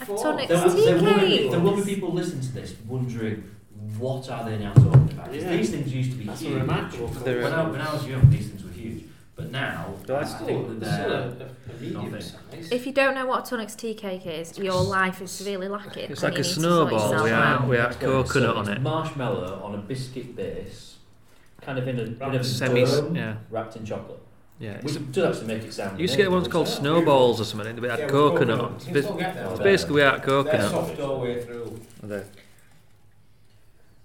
S3: of
S4: Four.
S3: tonic
S1: There will, there, will be,
S3: tea
S1: there will be people listening to this wondering what are they now talking about? 'Cause
S4: Yeah.
S1: these things used to be
S4: That's a
S1: huge.
S4: remarkable.
S1: When I, when I was young, these things were huge. But now, I
S4: That's
S1: think
S4: still,
S1: that
S4: that's still
S1: they're.
S4: a, a, a medium
S1: nothing.
S4: size.
S3: If you don't know what a tonic's tea cake is, your life is severely lacking.
S2: It's
S3: and
S2: like
S3: you
S2: a
S3: need to sort
S2: snowball.
S3: yourself
S2: We
S3: out.
S2: had, we had
S1: So
S2: coconut on
S1: it's
S2: it.
S1: Marshmallow on a biscuit base, kind of in a, in a
S2: Semi.
S1: dome,
S2: Yeah.
S1: wrapped in chocolate.
S2: Yeah.
S1: We
S2: You
S1: do that to make it sound.
S2: used to get ones called snowballs or something. and They had coconut. on. It's bas- it's basically we had
S4: They're
S2: coconut.
S4: soft all the way through.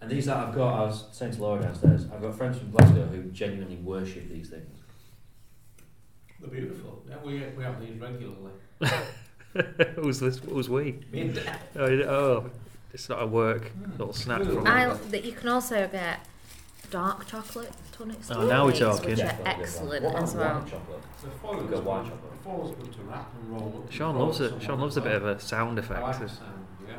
S1: And these that I've got, I was saying to Laura downstairs, I've got friends from Glasgow who genuinely worship these things.
S4: They're beautiful. Yeah, we, we have these regularly.
S2: Who's this? Who's we?
S4: Me and Dad.
S2: Oh, you- oh, it's not a work little snack.
S4: Ooh.
S2: From
S3: I, that you can also get dark chocolate tonics.
S2: Oh, now we're
S3: teas,
S2: talking.
S3: Which
S1: Yeah,
S3: are
S1: chocolate,
S3: excellent
S1: what
S3: as
S1: about
S3: well.
S1: white Chocolate.
S4: The foil
S1: We've
S4: is
S1: got
S4: good-
S1: white chocolate.
S4: The foil is good to wrap and roll up.
S2: Sean loves it. Sean loves a bit of a sound
S4: I like
S2: effect.
S4: the sound, yeah.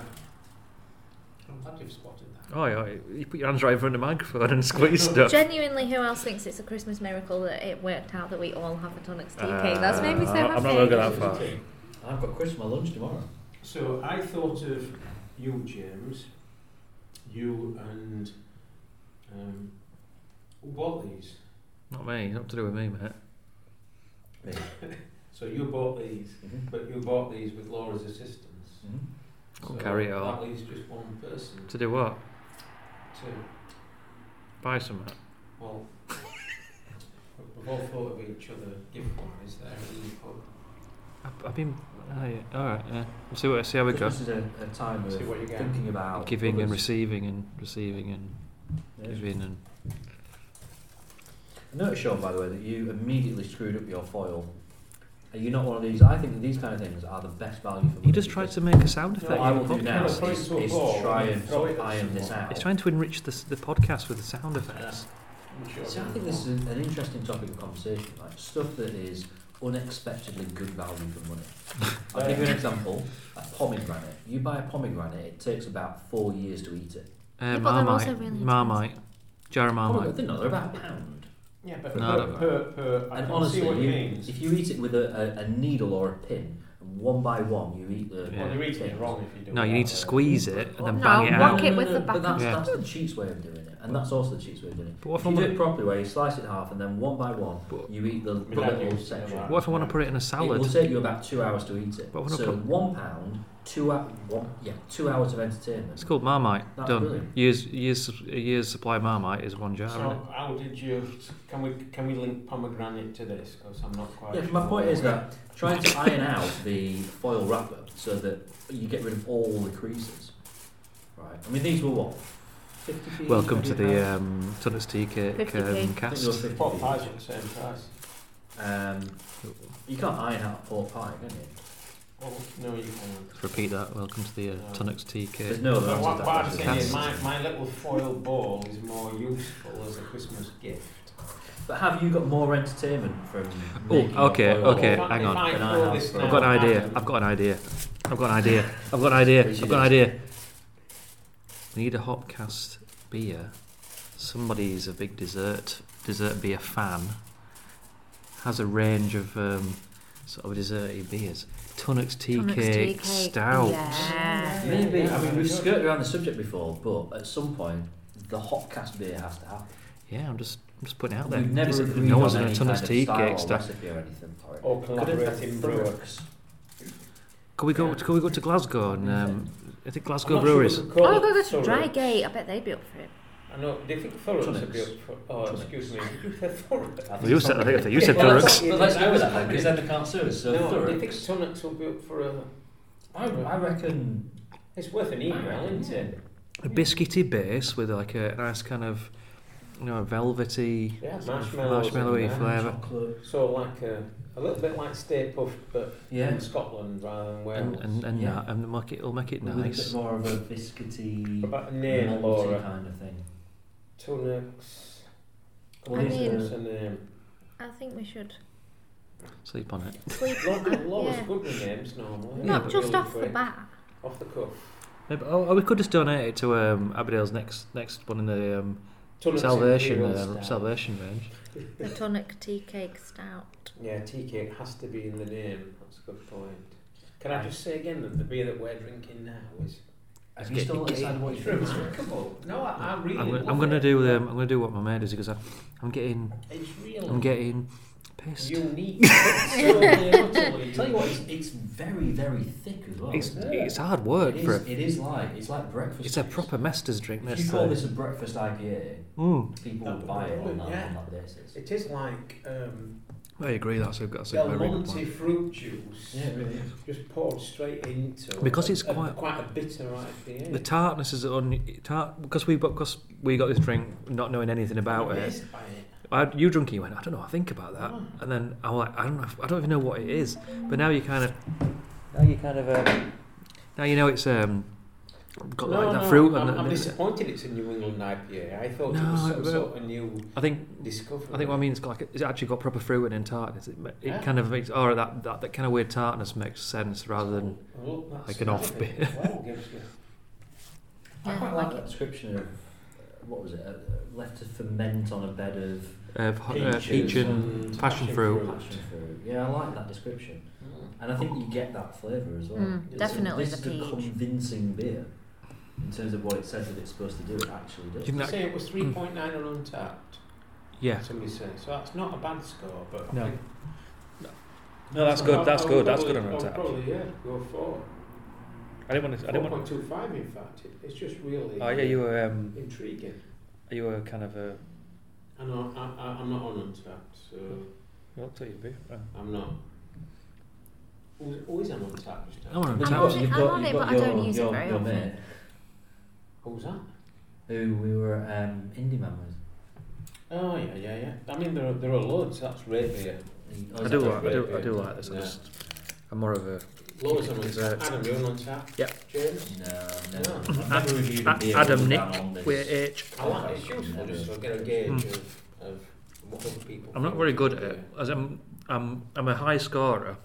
S4: I'm glad you've spotted that.
S2: Oh, yeah. You put your hands right in front of the microphone and squeeze stuff.
S3: Genuinely, who else thinks it's a Christmas miracle that it worked out that we all have a tonics tea cake? That's made me so
S2: Uh,
S3: happy.
S2: I'm not going to go that far.
S1: I've got Chris for my lunch tomorrow.
S4: So I thought of you, James. You and um, who bought these?
S2: Not me. Not to do with me, mate.
S4: So you bought these, but you bought these with Laura's assistance.
S1: Mm-hmm.
S2: I'll
S4: so
S2: carry it all.
S4: That leaves just one person
S2: To do what?
S4: to
S2: Buy some.
S4: Well, we've all thought of each other gift wise there in the pub.
S2: I've, I've been. Oh, yeah. All right. Yeah. We'll see what. See how we go.
S1: This is a, a time of
S4: See what you get.
S1: thinking about
S2: Giving and
S1: others.
S2: receiving and receiving and
S1: Yeah.
S2: giving and.
S1: I noticed, Sean, by the way, that you immediately screwed up your foil. Are you not one of these? I think that these kind of things are the best value for money.
S2: He just tried
S1: because
S2: to make a sound
S1: What
S2: effect.
S1: I
S2: in
S1: will
S2: the
S1: do now
S2: podcast.
S1: is,
S4: Throw it
S1: is
S4: to a ball
S1: try
S4: and
S1: and
S4: throw it at
S1: iron this
S4: someone.
S1: out.
S2: He's trying to enrich the s- the podcast with the sound effects.
S4: I'm sure
S1: So I think this is an an interesting topic of conversation, like stuff that is unexpectedly good value for money. I'll give you an example. A pomegranate. You buy a pomegranate, it takes about four years to eat it.
S2: Uh,
S3: Yeah, but they're also
S2: Marmite.
S3: really
S2: Marmite. Jar of
S1: Oh, I
S2: Marmite.
S1: didn't know they're about a pound.
S4: Yeah, but
S2: No, I
S4: per,
S2: don't
S4: per, per, I
S1: And
S4: can
S1: honestly,
S4: see what
S1: you,
S4: you means.
S1: if you eat it with a, a, a needle or a pin, and one by one you eat the.
S2: Yeah.
S4: Well, you're eating it
S1: pins.
S4: wrong if you do
S2: No,
S4: it
S2: you
S4: that
S2: need to
S4: way.
S2: squeeze it and then
S1: No,
S2: bang it
S3: whack
S2: out.
S3: it with the back
S1: But that's,
S2: of-
S1: that's the cheap's way of doing it, and that's also the cheap's way of doing it.
S2: But
S1: if
S2: what if I
S1: you do
S2: wanna-
S1: it properly, where you slice it in half, and then one by one,
S2: But-
S1: you eat the, the
S4: My dad
S1: little
S4: used to do
S1: section.
S4: that.
S2: What if I want to put it
S1: It
S2: in a
S1: will
S2: salad?
S1: take you about two hours to eat it.
S2: But when I
S1: so
S2: put-
S1: one pound, two hou- one yeah, two hours of entertainment.
S2: It's called Marmite.
S1: That's
S2: Done.
S1: brilliant.
S2: Years, years, a year's supply of Marmite is one jar. innit?
S4: So how did you? Can we can we link pomegranate to this? Because I'm not quite.
S1: Yeah,
S4: sure.
S1: my point is that trying to iron out the foil wrapper so that you get rid of all the creases. Right. I mean, these were what. 50p,
S2: Welcome to the
S1: 50p?
S2: um, Tunnets Tea Cake
S3: 50p.
S2: um,
S1: I think they were
S2: cast.
S1: 50p.
S4: Pot pies at the same price.
S1: Um, you can't iron out a pork pie, can you?
S4: Oh, No, you can't.
S2: Repeat that. Welcome to the uh, Tonics TK.
S1: There's no other
S4: But
S1: answer
S4: what,
S1: to
S4: what I'm
S1: that
S4: saying is
S1: question.
S4: my, my little foil ball is more useful as a Christmas gift.
S1: But have you got more entertainment from?
S2: Oh,
S1: making a
S2: okay,
S1: foil
S2: okay,
S1: ball
S2: hang
S1: than
S2: on.
S1: I
S4: If I
S1: have
S4: throw this um,
S1: from-
S2: I've got an idea. I've got an idea. I've got an idea. I've got an idea. I've got an idea. We need a Hopcast beer. Somebody's a big dessert dessert beer fan. Has a range of um, sort of desserty beers. Tonics tea
S3: Tonics, tea
S2: cake,
S3: cake,
S2: stout.
S3: Yeah.
S1: Maybe. I mean, we've skirted around the subject before, but at some point, the hopcast beer has to happen.
S2: Yeah, I'm just I'm just putting it out there.
S1: We've
S2: Is
S1: never
S2: it-
S1: agreed
S2: no
S1: on
S2: one's done
S1: any
S2: a
S1: kind of
S2: Tonics tea
S1: style
S2: cake
S1: or
S2: stuff.
S1: recipe or anything for it.
S4: Or collaborating brewer.
S2: Could we go? Could we go to Glasgow and um, I think Glasgow
S4: I'm not sure
S2: breweries?
S4: what we
S3: Oh,
S4: call
S3: I'll
S4: it,
S3: go go to
S4: Thurrock.
S3: Drygate. I bet they'd be up for it.
S4: I know, do you think Thurrock's a
S1: Tonics.
S4: bit for, oh,
S1: Tonics.
S4: excuse me, did you say Thurrock?
S1: I think
S2: You
S1: it's
S2: said I
S1: probably-
S2: think you said
S4: Yeah, well,
S2: Thurrock.
S4: that's-
S1: But let's go with that because then they can't sue us. So
S4: No, do you
S1: Thurrock.
S4: think Tonics will be up for a,
S1: I, I reckon.
S4: it's worth an email, isn't it?
S2: a biscuity base with like a nice kind of you know a velvety
S4: Yeah,
S2: sort of
S4: marshmallows in
S2: marshmallowy
S4: there.
S2: flavour.
S1: Chocolate.
S4: So like a, a little bit like Stay Puft, but
S1: Yeah.
S4: in Scotland rather than
S2: And
S4: Wales.
S2: and and,
S1: Yeah.
S2: that, and make it, it'll make it
S1: With a bit
S2: nice.
S1: more of a biscuity,
S4: What about a name,
S1: melty
S4: Laura?
S1: kind of thing.
S4: Tonics.
S1: Well,
S3: I
S4: What's
S3: mean-
S4: the name?
S3: I think we should.
S2: Sleep on it.
S3: Sleep
S4: Laura, Laura's
S3: yeah.
S4: good with names normally.
S3: Not
S4: Really
S3: just off the
S4: quick.
S3: bat.
S4: Off the cuff.
S2: Maybe, oh, oh, we could just donate it to um, Aberdale's next next one in the um,
S4: Tonics
S2: Salvation
S4: Imperial
S2: uh,
S4: Stout.
S2: Salvation range.
S3: The tonic tea cake stout.
S4: Yeah, TK has to be in the name. That's a good point. Can I just say again that the beer that we're drinking now is
S1: Have
S2: It's
S1: you
S2: get-
S1: still not
S2: get-
S1: decided what
S4: it's
S1: you're doing?
S4: remarkable. No, Ah, I, I really
S2: I'm, gonna-
S4: love
S2: I'm gonna
S4: it.
S2: do um, I'm gonna do what my mate does because I, I'm getting
S4: It's really
S2: I'm getting pissed.
S4: unique. It's so utterly-
S1: Tell you what, it's, it's very, very thick as well.
S2: it's
S1: isn't it?
S2: it's hard work
S1: It
S2: for
S1: is,
S2: a,
S1: it is like it's like breakfast.
S2: it's a
S1: juice.
S2: proper master's drink.
S1: If
S2: This
S1: you call
S2: thing.
S1: this a breakfast IPA,
S2: Mm.
S1: people
S4: That
S1: will
S4: would
S1: buy
S4: be
S1: it on
S4: good,
S1: that,
S4: yeah.
S1: on that basis.
S4: It is like um,
S2: I agree. That's a that's a
S4: Del
S2: very good
S4: Monte
S2: point.
S4: fruit juice,
S1: Yeah, it really. is.
S4: just poured straight into
S2: Because it's
S4: a,
S2: quite-
S4: a, quite a bitter IPA.
S2: The tartness is on tart because we because we got this drink not knowing anything about it.
S4: Amazed by it.
S2: I, you drunk it, you went. I don't know. I think about that,
S4: Oh.
S2: and then I'm like, I don't know. if- I don't even know what it is. But now you kind of now you kind of um, now you know it's um got
S4: no,
S2: like that
S4: no,
S2: fruit.
S4: I'm,
S2: and,
S4: I'm
S2: and-
S4: disappointed it's a New England IPA. I thought it was
S2: No,
S4: some
S2: but-
S4: sort of new
S2: I think
S4: discovery.
S2: I think what I mean is like it's actually got proper fruit in it and tartness. It, it
S4: Yeah.
S2: kind of makes or that, that that kind of weird tartness makes sense rather than
S4: Well, that's
S2: Like an
S4: another
S2: off
S4: thing
S2: beer.
S4: as well, gives you-
S1: I
S3: Yeah,
S1: quite
S3: I
S1: like
S3: like
S1: that description of uh, what was it? Uh, uh, left to ferment on a bed of
S2: uh, ho- uh, peach and
S4: and
S2: passion fruit.
S1: passion fruit. Yeah, I like that description, and I think you get that flavour as well.
S3: Mm,
S1: It's a-
S3: definitely
S1: this
S3: the
S1: is a
S3: peach.
S1: convincing beer in terms of what it says that it's supposed to do. It actually does.
S2: You
S4: You
S2: can
S4: say it was 3.9 on untapped,
S2: Mm. Yeah,
S4: somebody said. So that's not a bad score, but.
S2: No.
S4: I think-
S2: no, that's
S4: I-
S2: good.
S4: I
S2: That's
S4: would
S2: good. That's good
S4: probably-
S2: on
S4: I would
S2: tap.
S4: Probably, yeah, go for
S2: I didn't want to. I didn't want.
S4: 4.25, in fact. It- It's just really
S2: Oh yeah, you were. Um,
S4: intriguing.
S2: Are you a kind of a?
S4: I know, I, I, I'm not on untapped, so
S2: Well, I'll tell you, babe. Uh,
S4: I'm not. Who's, who is on untapped? just now?
S2: I want
S1: But
S2: to
S1: you've
S2: tap.
S1: got- you've got-
S3: on it- I'm on
S1: you've
S3: it,
S1: got
S3: but I don't
S1: your-
S3: use it
S1: your-
S3: very
S1: your
S3: often.
S1: mate
S4: Who's that?
S1: Who we were um, indie man with.
S4: Oh, yeah, yeah, yeah. I mean, there are, there are loads. That's rate beer.
S1: He- oh,
S2: I do,
S1: is that-
S2: like, I do, I do like this. I
S4: Yeah.
S2: just, I'm more of a.
S4: Loads on
S2: Dessert.
S4: untapped. Adam, you're on untapped?
S2: Yep.
S4: James?
S1: No,
S4: No.
S1: no. I've never reviewed a beer
S2: Adam eh,
S1: with
S2: Nick,
S1: that on this.
S2: we're H.
S4: I like it. It's useful just to get a gauge
S2: Mm.
S4: of, of what other people.
S16: Hmm. I'm not
S4: think
S16: very
S4: of
S16: good
S4: the
S16: at it.
S4: beer.
S16: As I'm, I'm, I'm a high scorer.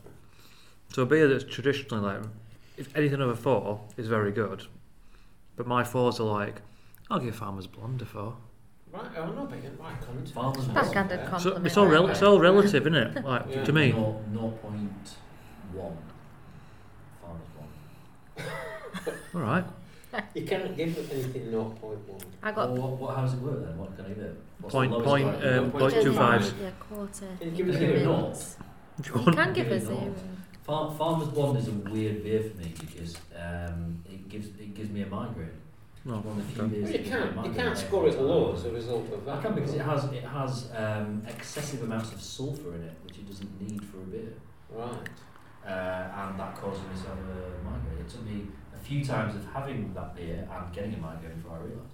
S16: So a beer that's traditionally like, if anything over four is very good, but my fours are like, I'll give Farmer's Blonde a four.
S4: Right, oh no, but you didn't write content.
S1: Farmers
S3: That
S1: Market.
S3: gathered compliment.
S16: So it's all rel- it's all relative, isn't it? Like
S4: Yeah.
S16: to me,
S1: Nought- 0.1 farmers one.
S16: all right.
S4: You can't give it anything 0.1.
S3: I
S17: Oh.
S1: Well,
S3: got
S1: what, what, how does it work then? What can I do? What's
S16: Point-
S1: the lowest
S16: point,
S1: I can
S16: um,
S1: go?
S4: point two five.
S3: Yeah, quarter.
S4: Can you give us
S3: It
S4: a
S3: was-
S1: nought?
S16: Do you
S3: You
S16: want-
S3: can give us
S1: Give me a
S3: zero.
S1: nought. Far, farmers blonde is a weird beer for me because um, it gives it gives me a migraine.
S16: No,
S1: It's one of the few
S16: okay.
S1: beers that
S4: Well, you
S1: gives me a
S4: can't, you
S1: migraine.
S4: can't score it low as a result of
S1: I
S4: that.
S1: can because it has it has um, excessive amounts of sulphur in it, which it doesn't need for a beer.
S4: Right.
S1: uh, and that caused me to have a migraine. It took me a few times of having that beer and getting a migraine before I realised.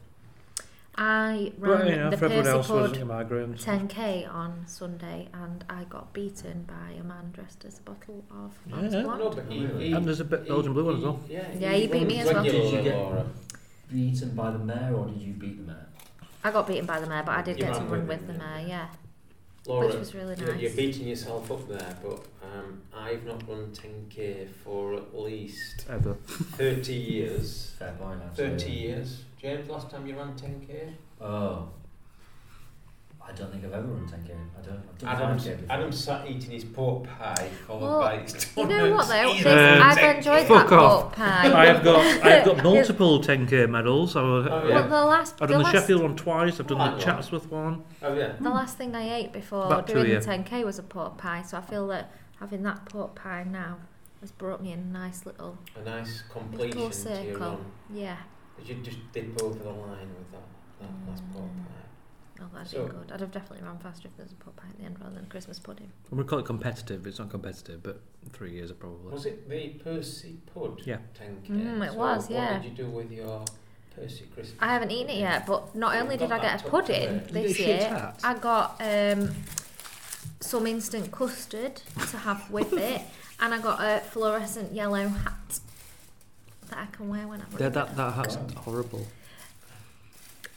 S3: I
S17: But,
S3: ran
S17: you know,
S3: the
S17: if everyone else
S3: Persipod
S17: wasn't a migraine, so-
S3: 10k on Sunday and I got beaten by a man dressed as a bottle of Fox
S17: Yeah.
S3: Blonde.
S17: No, but he- he- And there's a bit Belgian blue one as well.
S3: Yeah, he beat me as well.
S1: Did you get
S4: Laura.
S1: beaten by the mayor or did you beat the mayor?
S3: I got beaten by the mayor, but I did
S4: You
S3: get to
S4: ran
S3: run
S4: with
S3: with the mayor, yeah.
S4: Laura,
S3: Which was really
S4: you're,
S3: nice.
S4: you're beating yourself up there, but um, I've not run 10k for at least
S17: Ever.
S4: 30 years.
S1: Fair point, absolutely.
S4: 30 years. James, last time you ran 10k?
S1: Oh. I don't think I've ever run 10k. I don't. I've done
S4: Adam's,
S1: 5k before.
S4: Adam's sat eting his pork pie followed
S3: Well,
S4: by his
S3: you know what, though?
S4: donuts.
S3: This- Um, I've enjoyed
S17: Fuck
S3: that
S17: off.
S3: pork pie.
S17: I have got I have got
S3: Yeah.
S17: multiple 10k medals. I,
S3: yeah. Well, the last-
S17: I've done
S3: the
S17: the,
S3: last-
S17: Sheffield one twice. I've done
S4: Oh,
S17: the
S4: yeah.
S17: Chatsworth one.
S4: Oh, yeah.
S2: Mm.
S3: The last thing I ate before
S17: Back to
S3: doing
S17: you.
S3: the 10k was a pork pie, so I feel that having that pork pie now has brought me a nice little
S4: A nice
S3: full
S4: completion to your
S3: circle.
S4: run.
S3: Yeah.
S4: Did you just dip over the line with that,
S3: Mm.
S4: that last pork pie?
S3: Oh, that'd
S4: So-
S3: be good. I'd have definitely run faster if there was a pork pie at the end rather than a Christmas pudding.
S2: I'm gonna call it competitive. It's not competitive, but three years are probably.
S4: Was it the Percy Pud
S2: Yeah.
S4: 10k?
S3: Mm, it
S4: So
S3: was, yeah.
S4: What did you do with your Percy Christmas?
S3: I haven't eaten it yet, but not
S4: You
S3: only
S4: got
S3: did I
S4: that
S3: get a
S4: tucked away.
S3: pudding
S4: Did
S3: this
S2: you shit
S3: year,
S2: hat?
S3: I got um, some instant custard to have with it, and I got a fluorescent yellow hat that I can wear when I'm
S2: Yeah, that that hat's horrible.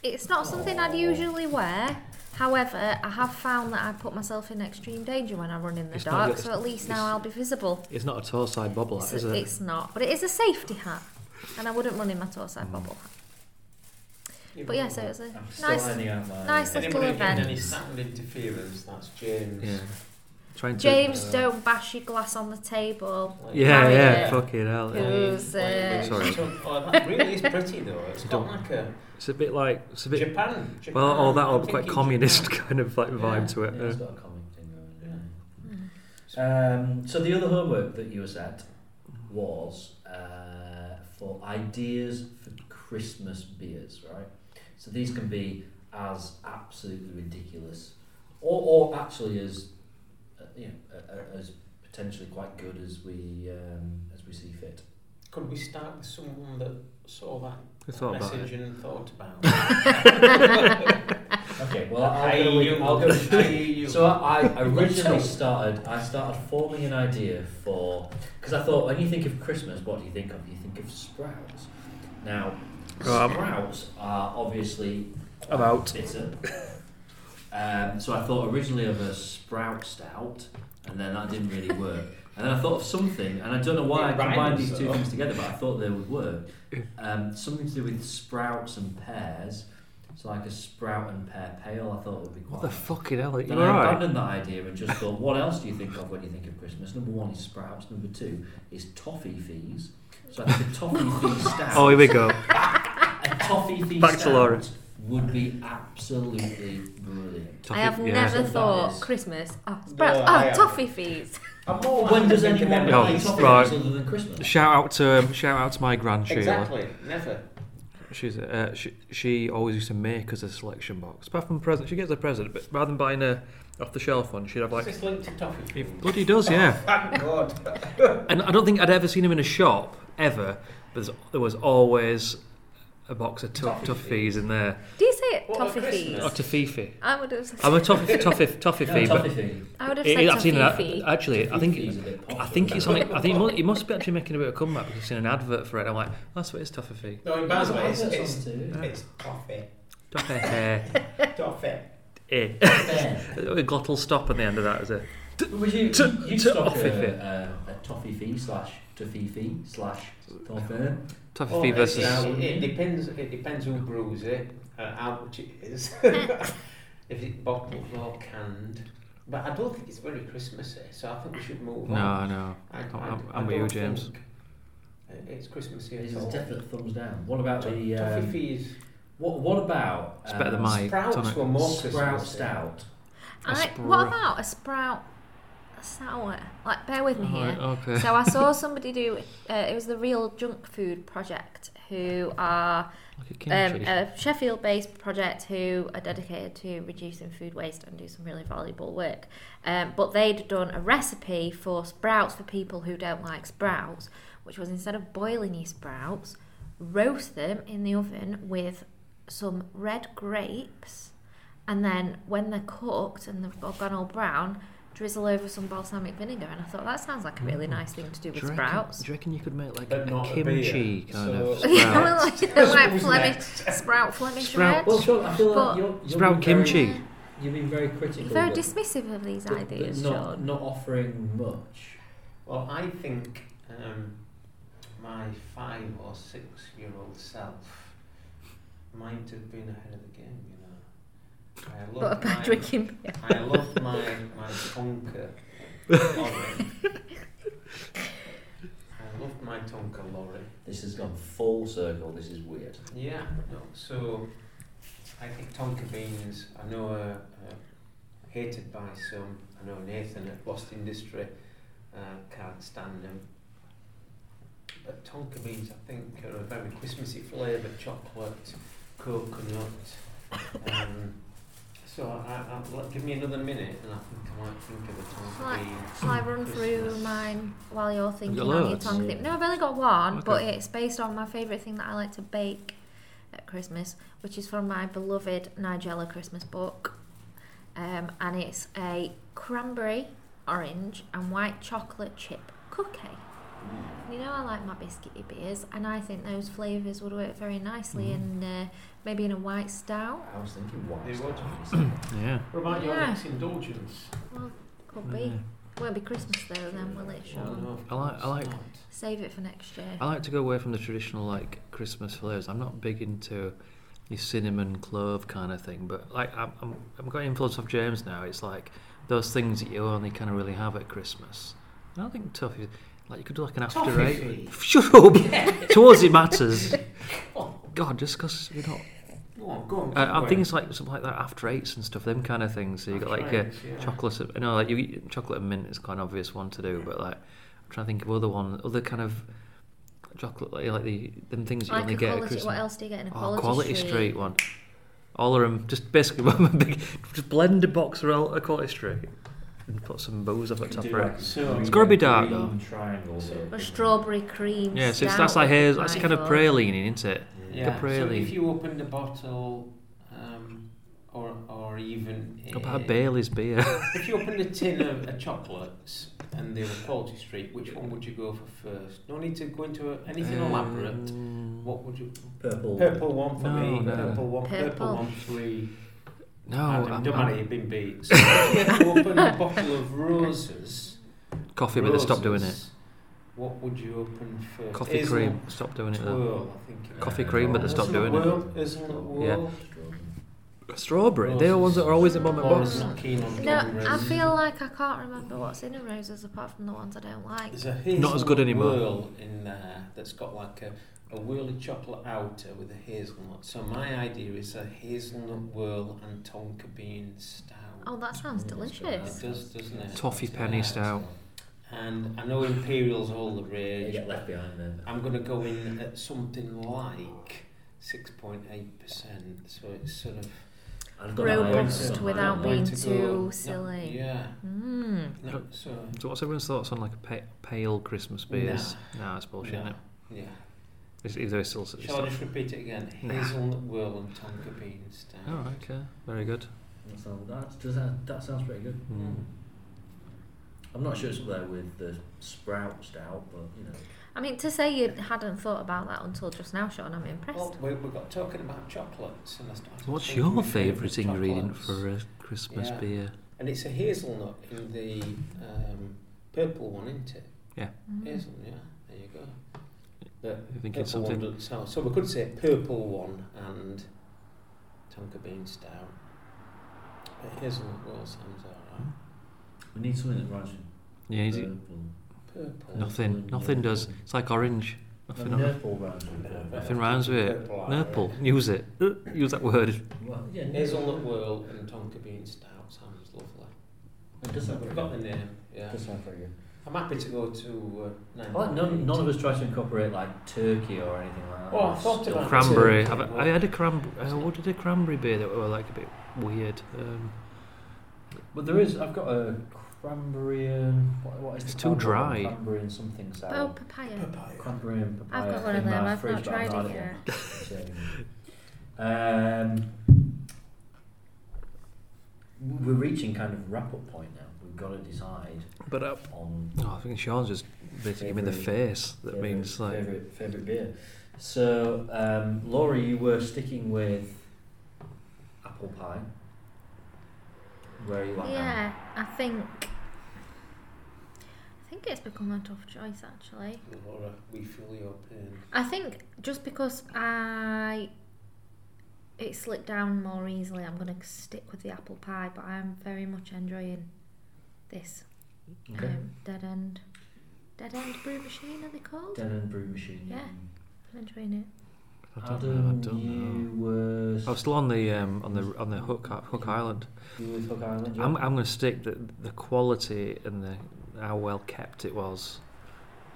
S3: It's not something I'd usually wear. However, I have found that I put myself in extreme danger when I run in the
S2: It's not
S3: dark,
S2: good.
S3: so at least now I'll be visible.
S2: It's not a toe side bobble hat, is
S3: It's,
S2: it?
S3: it's not, but it is a safety hat, and I wouldn't run in my
S2: Mm.
S3: torso bubble hat. But yeah, so it was a
S1: I'm still
S3: nice,
S1: ironing out my,
S3: nice
S1: uh,
S3: little
S4: Anybody getting
S3: event.
S4: any sound interference? That's James.
S2: Yeah. Trying to.
S3: James, don't bash your glass on the table.
S4: Like-
S2: uh, Yeah,
S3: Marry
S2: yeah.
S3: it.
S2: Fucking hell. yeah.
S3: Who's,
S4: Like,
S3: uh,
S2: Sorry.
S4: Oh, that really is pretty though. It's got like a
S2: It's a bit like it's a bit.
S4: Japan. Japan.
S2: Well, all that
S4: I'm
S2: old quite
S4: thinking
S2: communist
S4: Japan.
S2: kind of like vibe to it.
S1: Yeah,
S2: uh.
S1: it's got a comic thing going on,
S3: Mm.
S1: yeah. Um, so the other homework that you were set was uh, for ideas for Christmas beers, right? So these can be as absolutely ridiculous, or, or actually as uh, you know, a- a- as potentially quite good as we um, as we see fit.
S4: Could we start with someone that saw that
S2: I thought about
S4: message
S2: it.
S4: and thought about it?
S1: Okay, well, I'll
S4: Aye,
S1: go with,
S4: you-
S1: I'll go with-
S4: aye, you.
S1: So I, I originally started. I started forming an idea for because I thought when you think of Christmas, what do you think of? You think of sprouts. Now,
S17: Oh, I'm-
S1: sprouts are obviously quite
S17: I'm out.
S1: bitter. Um, so I thought originally of a sprout stout, and then that didn't really work. And then I thought of something, and I don't know why
S4: It
S1: I combined
S4: rhymes,
S1: these two
S4: though.
S1: things together, but I thought they would work. Um, something to do with sprouts and pears. So like a sprout and pear pale, I thought would be quite.
S2: What the fucking hell? Are you
S1: Then I
S2: alright?
S1: abandoned that idea and just thought, what else do you think of when you think of Christmas? Number one is sprouts. Number two is toffee fees. So I think a toffee fee stout.
S2: Oh, here we go.
S1: a toffee fee
S2: Back to
S1: stout
S2: Laura.
S1: would be absolutely brilliant.
S3: I have
S2: Toffee- yeah.
S3: never
S1: So
S3: thought
S1: that is-
S3: Christmas. Oh, sprouts.
S4: No, I
S3: oh,
S4: haven't.
S3: toffee fees.
S4: I'm more
S1: When
S4: likely
S1: does
S4: to think of
S1: anyone
S2: No,
S1: buy
S4: anything.
S1: toffee
S2: Oh, right.
S1: fees other than Christmas?
S2: Shout out to um, shout out to my grand Sheila.
S4: Exactly. Never.
S2: She's uh, she, she always used to make us a selection box. Apart from present, she gets a present, but rather than buying a off the shelf one, she'd have
S4: Is
S2: like
S4: this linked to toffee?
S2: he
S4: food?
S2: bloody does, yeah.
S4: Thank God.
S2: And I don't think I'd ever seen him in a shop ever. But there's- there was always a box of to-
S4: Toffee
S2: toffees in there.
S3: Do you say it?
S4: What,
S3: Oh, toffee
S4: Christmas?
S3: fees.
S2: Or toffee.
S3: I would have.
S2: I'm a toffee toffee toffee
S1: No, toffee
S2: fee, but
S1: fee.
S3: I would have
S2: it,
S3: said
S2: it, I've seen
S3: toffee
S2: that
S3: fee.
S2: actually. I think
S1: Toffee fee's a bit
S2: I
S1: popular
S2: think it's
S1: now.
S2: on. it- I think it must, it must be actually making a bit of a comeback because I've seen an advert for it. I'm like, that's what it is, toffee fee.
S4: No, in bad
S1: There's
S4: ways.
S1: adverts
S4: It's,
S1: on too.
S4: it's toffee.
S2: Toffee. eh,
S4: Toffee.
S2: eh.
S1: Fair.
S2: A glottal stop at the end of that is it?
S1: Would you,
S2: T-
S1: you
S2: t-
S1: stock
S2: toffee fee.
S1: a, a, a toffee fee slash toffee fee slash toffee?
S2: Toffee
S4: Oh,
S2: fee
S4: it-
S2: versus.
S4: It, it depends. It depends who brews it and how much it is. if it's bottled or canned. But I don't think it's very Christmassy, so I think we should move
S2: No,
S4: on.
S2: no.
S4: I,
S2: I'm-
S4: I-
S2: I'm-
S4: I
S2: I'm with you,
S4: don't
S2: James.
S4: think, uh, It's Christmassy.
S1: This
S4: at
S1: is
S4: all.
S1: definite thumbs down. What about
S4: Toffee
S1: the um,
S4: fees.
S1: What, what about
S2: It's better than my
S4: Sprouts
S2: tonic.
S4: were more
S1: sprout
S4: Christmassy.
S1: stout?
S3: I,
S2: sprout.
S3: what about a sprout sour? Like, bear with me
S2: Oh,
S3: here.
S2: okay.
S3: So I saw somebody do. Uh, it was the Real Junk Food Project, who are
S2: Look at
S3: um,
S2: kimchi.
S3: a Sheffield-based project who are dedicated to reducing food waste and do some really valuable work. Um, but they'd done a recipe for sprouts for people who don't like sprouts, which was instead of boiling your sprouts, roast them in the oven with some red grapes, and then when they're cooked and they've all gone all brown, drizzle over some balsamic vinegar. And I thought that sounds like a really
S2: Mm.
S3: nice thing to do with
S2: do you reckon-
S3: sprouts.
S2: Do you reckon you could make like
S4: But
S2: a
S4: Uh, not a
S2: kimchi kind
S4: beer, so-
S2: of
S3: Yeah,
S2: sprout?
S3: well, like,
S4: That's what
S3: like
S4: was
S3: Flemish
S4: next.
S3: sprout, Flemish
S2: Sprout.
S3: red.
S1: Well, Sean, I feel
S3: But
S1: like you're, you're
S2: Sprout
S1: being
S2: kimchi.
S1: Very, you've been very critical.
S3: you're very
S1: but-
S3: dismissive of these
S1: but- but
S3: ideas,
S1: not,
S3: Sean.
S1: not offering much.
S4: Well, I think um, my five or six year old self might have been ahead of the game, you know. I
S3: But
S4: love
S3: by
S4: my,
S3: drinking beer.
S4: I love my, my Tonka lorry. I love my Tonka lorry.
S1: This has gone full circle. This is weird.
S4: Yeah, no, so I think Tonka beans, I know are uh, hated by some. I know Nathan at Lost Industry uh, can't stand them. But Tonka beans, I think, are a very Christmassy flavour chocolate, coconut. Um, so I, I, I'll, give me another minute and I think I might think of a Tonka
S3: Right.
S4: bean.
S3: Shall I run through
S4: Christmas.
S3: mine while you're thinking
S2: got
S3: on your
S2: loads?
S3: tongue thing? No, I've only got one, but
S2: Okay.
S3: it's based on my favourite thing that I like to bake at Christmas, which is from my beloved Nigella Christmas book. Um, and it's a cranberry, orange, and white chocolate chip cookie. You know, I like my biscuity beers, and I think those flavours would work very nicely in uh, maybe in a white stout.
S1: I was thinking why.
S4: They
S1: is
S4: would.
S1: that?
S2: Yeah.
S4: What about your
S3: Yeah.
S4: next indulgence?
S3: Well, could be.
S2: Mm-hmm.
S3: Won't be Christmas though, then will it?
S4: Oh,
S3: Sean?
S4: no, of
S2: I like- I
S4: course
S2: like-
S4: not.
S3: Save it for next year.
S2: I like to go away from the traditional like Christmas flavours. I'm not big into the cinnamon clove kind of thing, but like I'm, I'm, I'm got influence of James now. It's like those things that you only kind of really have at Christmas. And I think toffee, like you could do like an after
S4: Toffee
S2: eight. Shut up. Towards it matters. God, just because you're not.
S4: Go on, go on. keep
S2: Uh, I, I
S4: going.
S2: think it's like something like that after eights and stuff, them kind of things. So you got like
S4: After
S2: a
S4: eights, yeah.
S2: chocolate, you know, like you eat chocolate and mint is quite an obvious one to do, but like I'm trying to think of other one, other kind of chocolate, like, like the them things you
S3: Like
S2: only
S3: a
S2: get at
S3: quality-
S2: Christmas.
S3: what else do you get in a
S2: oh,
S3: quality
S2: quality
S3: street?
S2: one? All of them, just basically one big, just blend a box of all- a quality street and put some booze up at top of it. It's gotta be dark, though.
S1: Triangle.
S3: A strawberry cream.
S2: Yeah, so it's,
S3: stout
S2: that's like haze,
S3: would be
S2: that's
S3: my
S2: kind of
S3: thought.
S2: praline, isn't it?
S4: Yeah. So
S2: Caprelli.
S4: if you opened a bottle, um, or or even
S2: What About
S4: a-
S2: Bailey's beer.
S4: if you opened a tin of, of chocolates and they were Quality Street, which one would you go for first? No need to go into a, anything elaborate.
S2: Um,
S4: What would you?
S1: Purple.
S4: Purple one for
S2: No,
S4: me.
S2: no.
S4: Purple one. Purple,
S3: Purple.
S4: one three.
S2: No,
S4: Adam,
S2: I'm-
S4: don't
S2: I'm-
S4: matter, you've been beat. So if you had to open a bottle of roses,
S2: coffee, but they stopped doing it.
S4: roses, What would you open first?
S2: Coffee
S4: Hazel
S2: cream, stop doing it though.
S4: Twirl, I think it
S2: Coffee
S4: is.
S2: cream, but they
S4: Hazelnut
S2: stopped doing it.
S4: Whirl, Hazelnut
S2: Yeah.
S4: Whirl.
S2: Strawberry, they're the ones that are always in my box.
S4: Laura's not keen on
S3: No,
S4: cameras.
S3: I feel like I can't remember what's in a roses apart from the ones I don't like.
S4: There's a hazelnut
S2: Not as good anymore.
S4: Whirl in there that's got like a, a whirly chocolate outer with a hazelnut. So my idea is a hazelnut whirl and tonka bean stout.
S3: Oh, that sounds delicious.
S4: It does, doesn't it?
S2: Toffee penny
S4: Yeah.
S2: stout.
S4: And I know Imperial's all the
S1: You
S4: rage.
S1: get
S4: but
S1: left behind there.
S4: I'm going to go in at something like 6.8%. So it's sort of.
S1: I've got an eye on
S3: Robust
S1: some.
S3: without
S4: I'd like
S3: being
S4: to go-
S3: too
S4: no,
S3: silly.
S4: yeah.
S3: Mm.
S4: No, so.
S2: So what's everyone's thoughts on like a pa- pale Christmas beers? No, it's bullshit.
S4: no,
S2: Isn't it?
S4: Yeah.
S2: It's either it's still. It's
S4: Shall I just repeat it again?
S2: Nah.
S4: Hazelnut whirl and tonka bean stout.
S2: Oh, okay, very good.
S1: That sounds, that, does that, that sounds pretty
S4: Hmm.
S1: good.
S2: Mm.
S1: I'm not sure it's up there with the sprout stout, but you know.
S3: I mean, to say you hadn't thought about that until just now, Sean, I'm impressed.
S4: Well, we, we got talking about chocolates, and I started
S2: What's
S4: thinking
S2: your
S4: of favourite
S2: favourite ingredient
S4: chocolates.
S2: for a Christmas
S4: Yeah.
S2: beer?
S4: And it's a hazelnut in the um, purple one, isn't it?
S2: Yeah.
S3: Hmm.
S4: Hazelnut, yeah. There you go. The
S2: I think it's
S4: purple one
S2: something.
S4: doesn't sound. So we could say purple one and tonka bean stout. But hazelnut whirl sounds alright.
S1: We need something that rhymes with
S2: Yeah, is it-
S1: purple.
S4: Purple.
S2: nothing. Nothing does. It's like orange. Nothing.
S1: No, Nurple rhymes with
S4: No,
S1: purple.
S2: Nothing rhymes with it.
S4: Purple, alright.
S2: Nurple. Use it. Use that word.
S1: Well, yeah,
S4: Hazelnut whirl and tonka bean stout sounds lovely.
S1: It does sound
S4: I
S1: very
S4: forgot the
S1: good.
S4: name. Yeah.
S1: It does sound very good.
S4: I'm happy to go to. Uh,
S1: I like Oh, none, none of us try to incorporate like turkey or anything like that.
S4: Oh, I
S1: It's
S4: thought
S1: still-
S4: about
S2: Cranberry.
S4: Turkey,
S2: I've,
S4: well-
S2: I had a cranberry. Uh, what did a cranberry beer that were like a bit weird? Um,
S1: But there is. I've got a cranberry. And, what, what is
S2: It's
S1: the
S2: too
S1: cranberry one?
S2: dry.
S1: Cranberry and something sour.
S3: oh, papaya.
S1: Cranberry and papaya.
S3: I've got one of
S1: in my
S3: them. I've
S1: fridge,
S3: not
S1: but I've
S3: tried
S1: not
S3: it
S1: had
S3: yet.
S1: one. It's, um, Um, we're reaching kind of wrap up point now. We've got to decide.
S2: But up.
S1: on
S2: Oh, I think Sean's just basically him in the
S1: Favourite-
S2: face. That
S1: favourite-
S2: means like
S1: favourite favourite beer. So, um, Laura, you were sticking with apple pie. Where are you at
S3: Yeah, I think. I think it's become a tough choice actually.
S4: Laura, we feel your pain.
S3: I think just because I it slipped down more easily, I'm going to stick with the apple pie. But I'm very much enjoying this
S1: Okay.
S3: um, dead end, dead end brew machine. Are they
S1: now?
S3: called?
S1: Den and Brew Machine.
S3: Yeah, I'm enjoying it.
S2: I don't
S1: Adam,
S2: know. I don't
S1: you
S2: know.
S1: were
S2: I was still on the um, on the on the Hook I- Hook Island.
S1: you were with Hook Island. yeah?
S2: I'm I'm going to stick the the quality and the how well kept it was,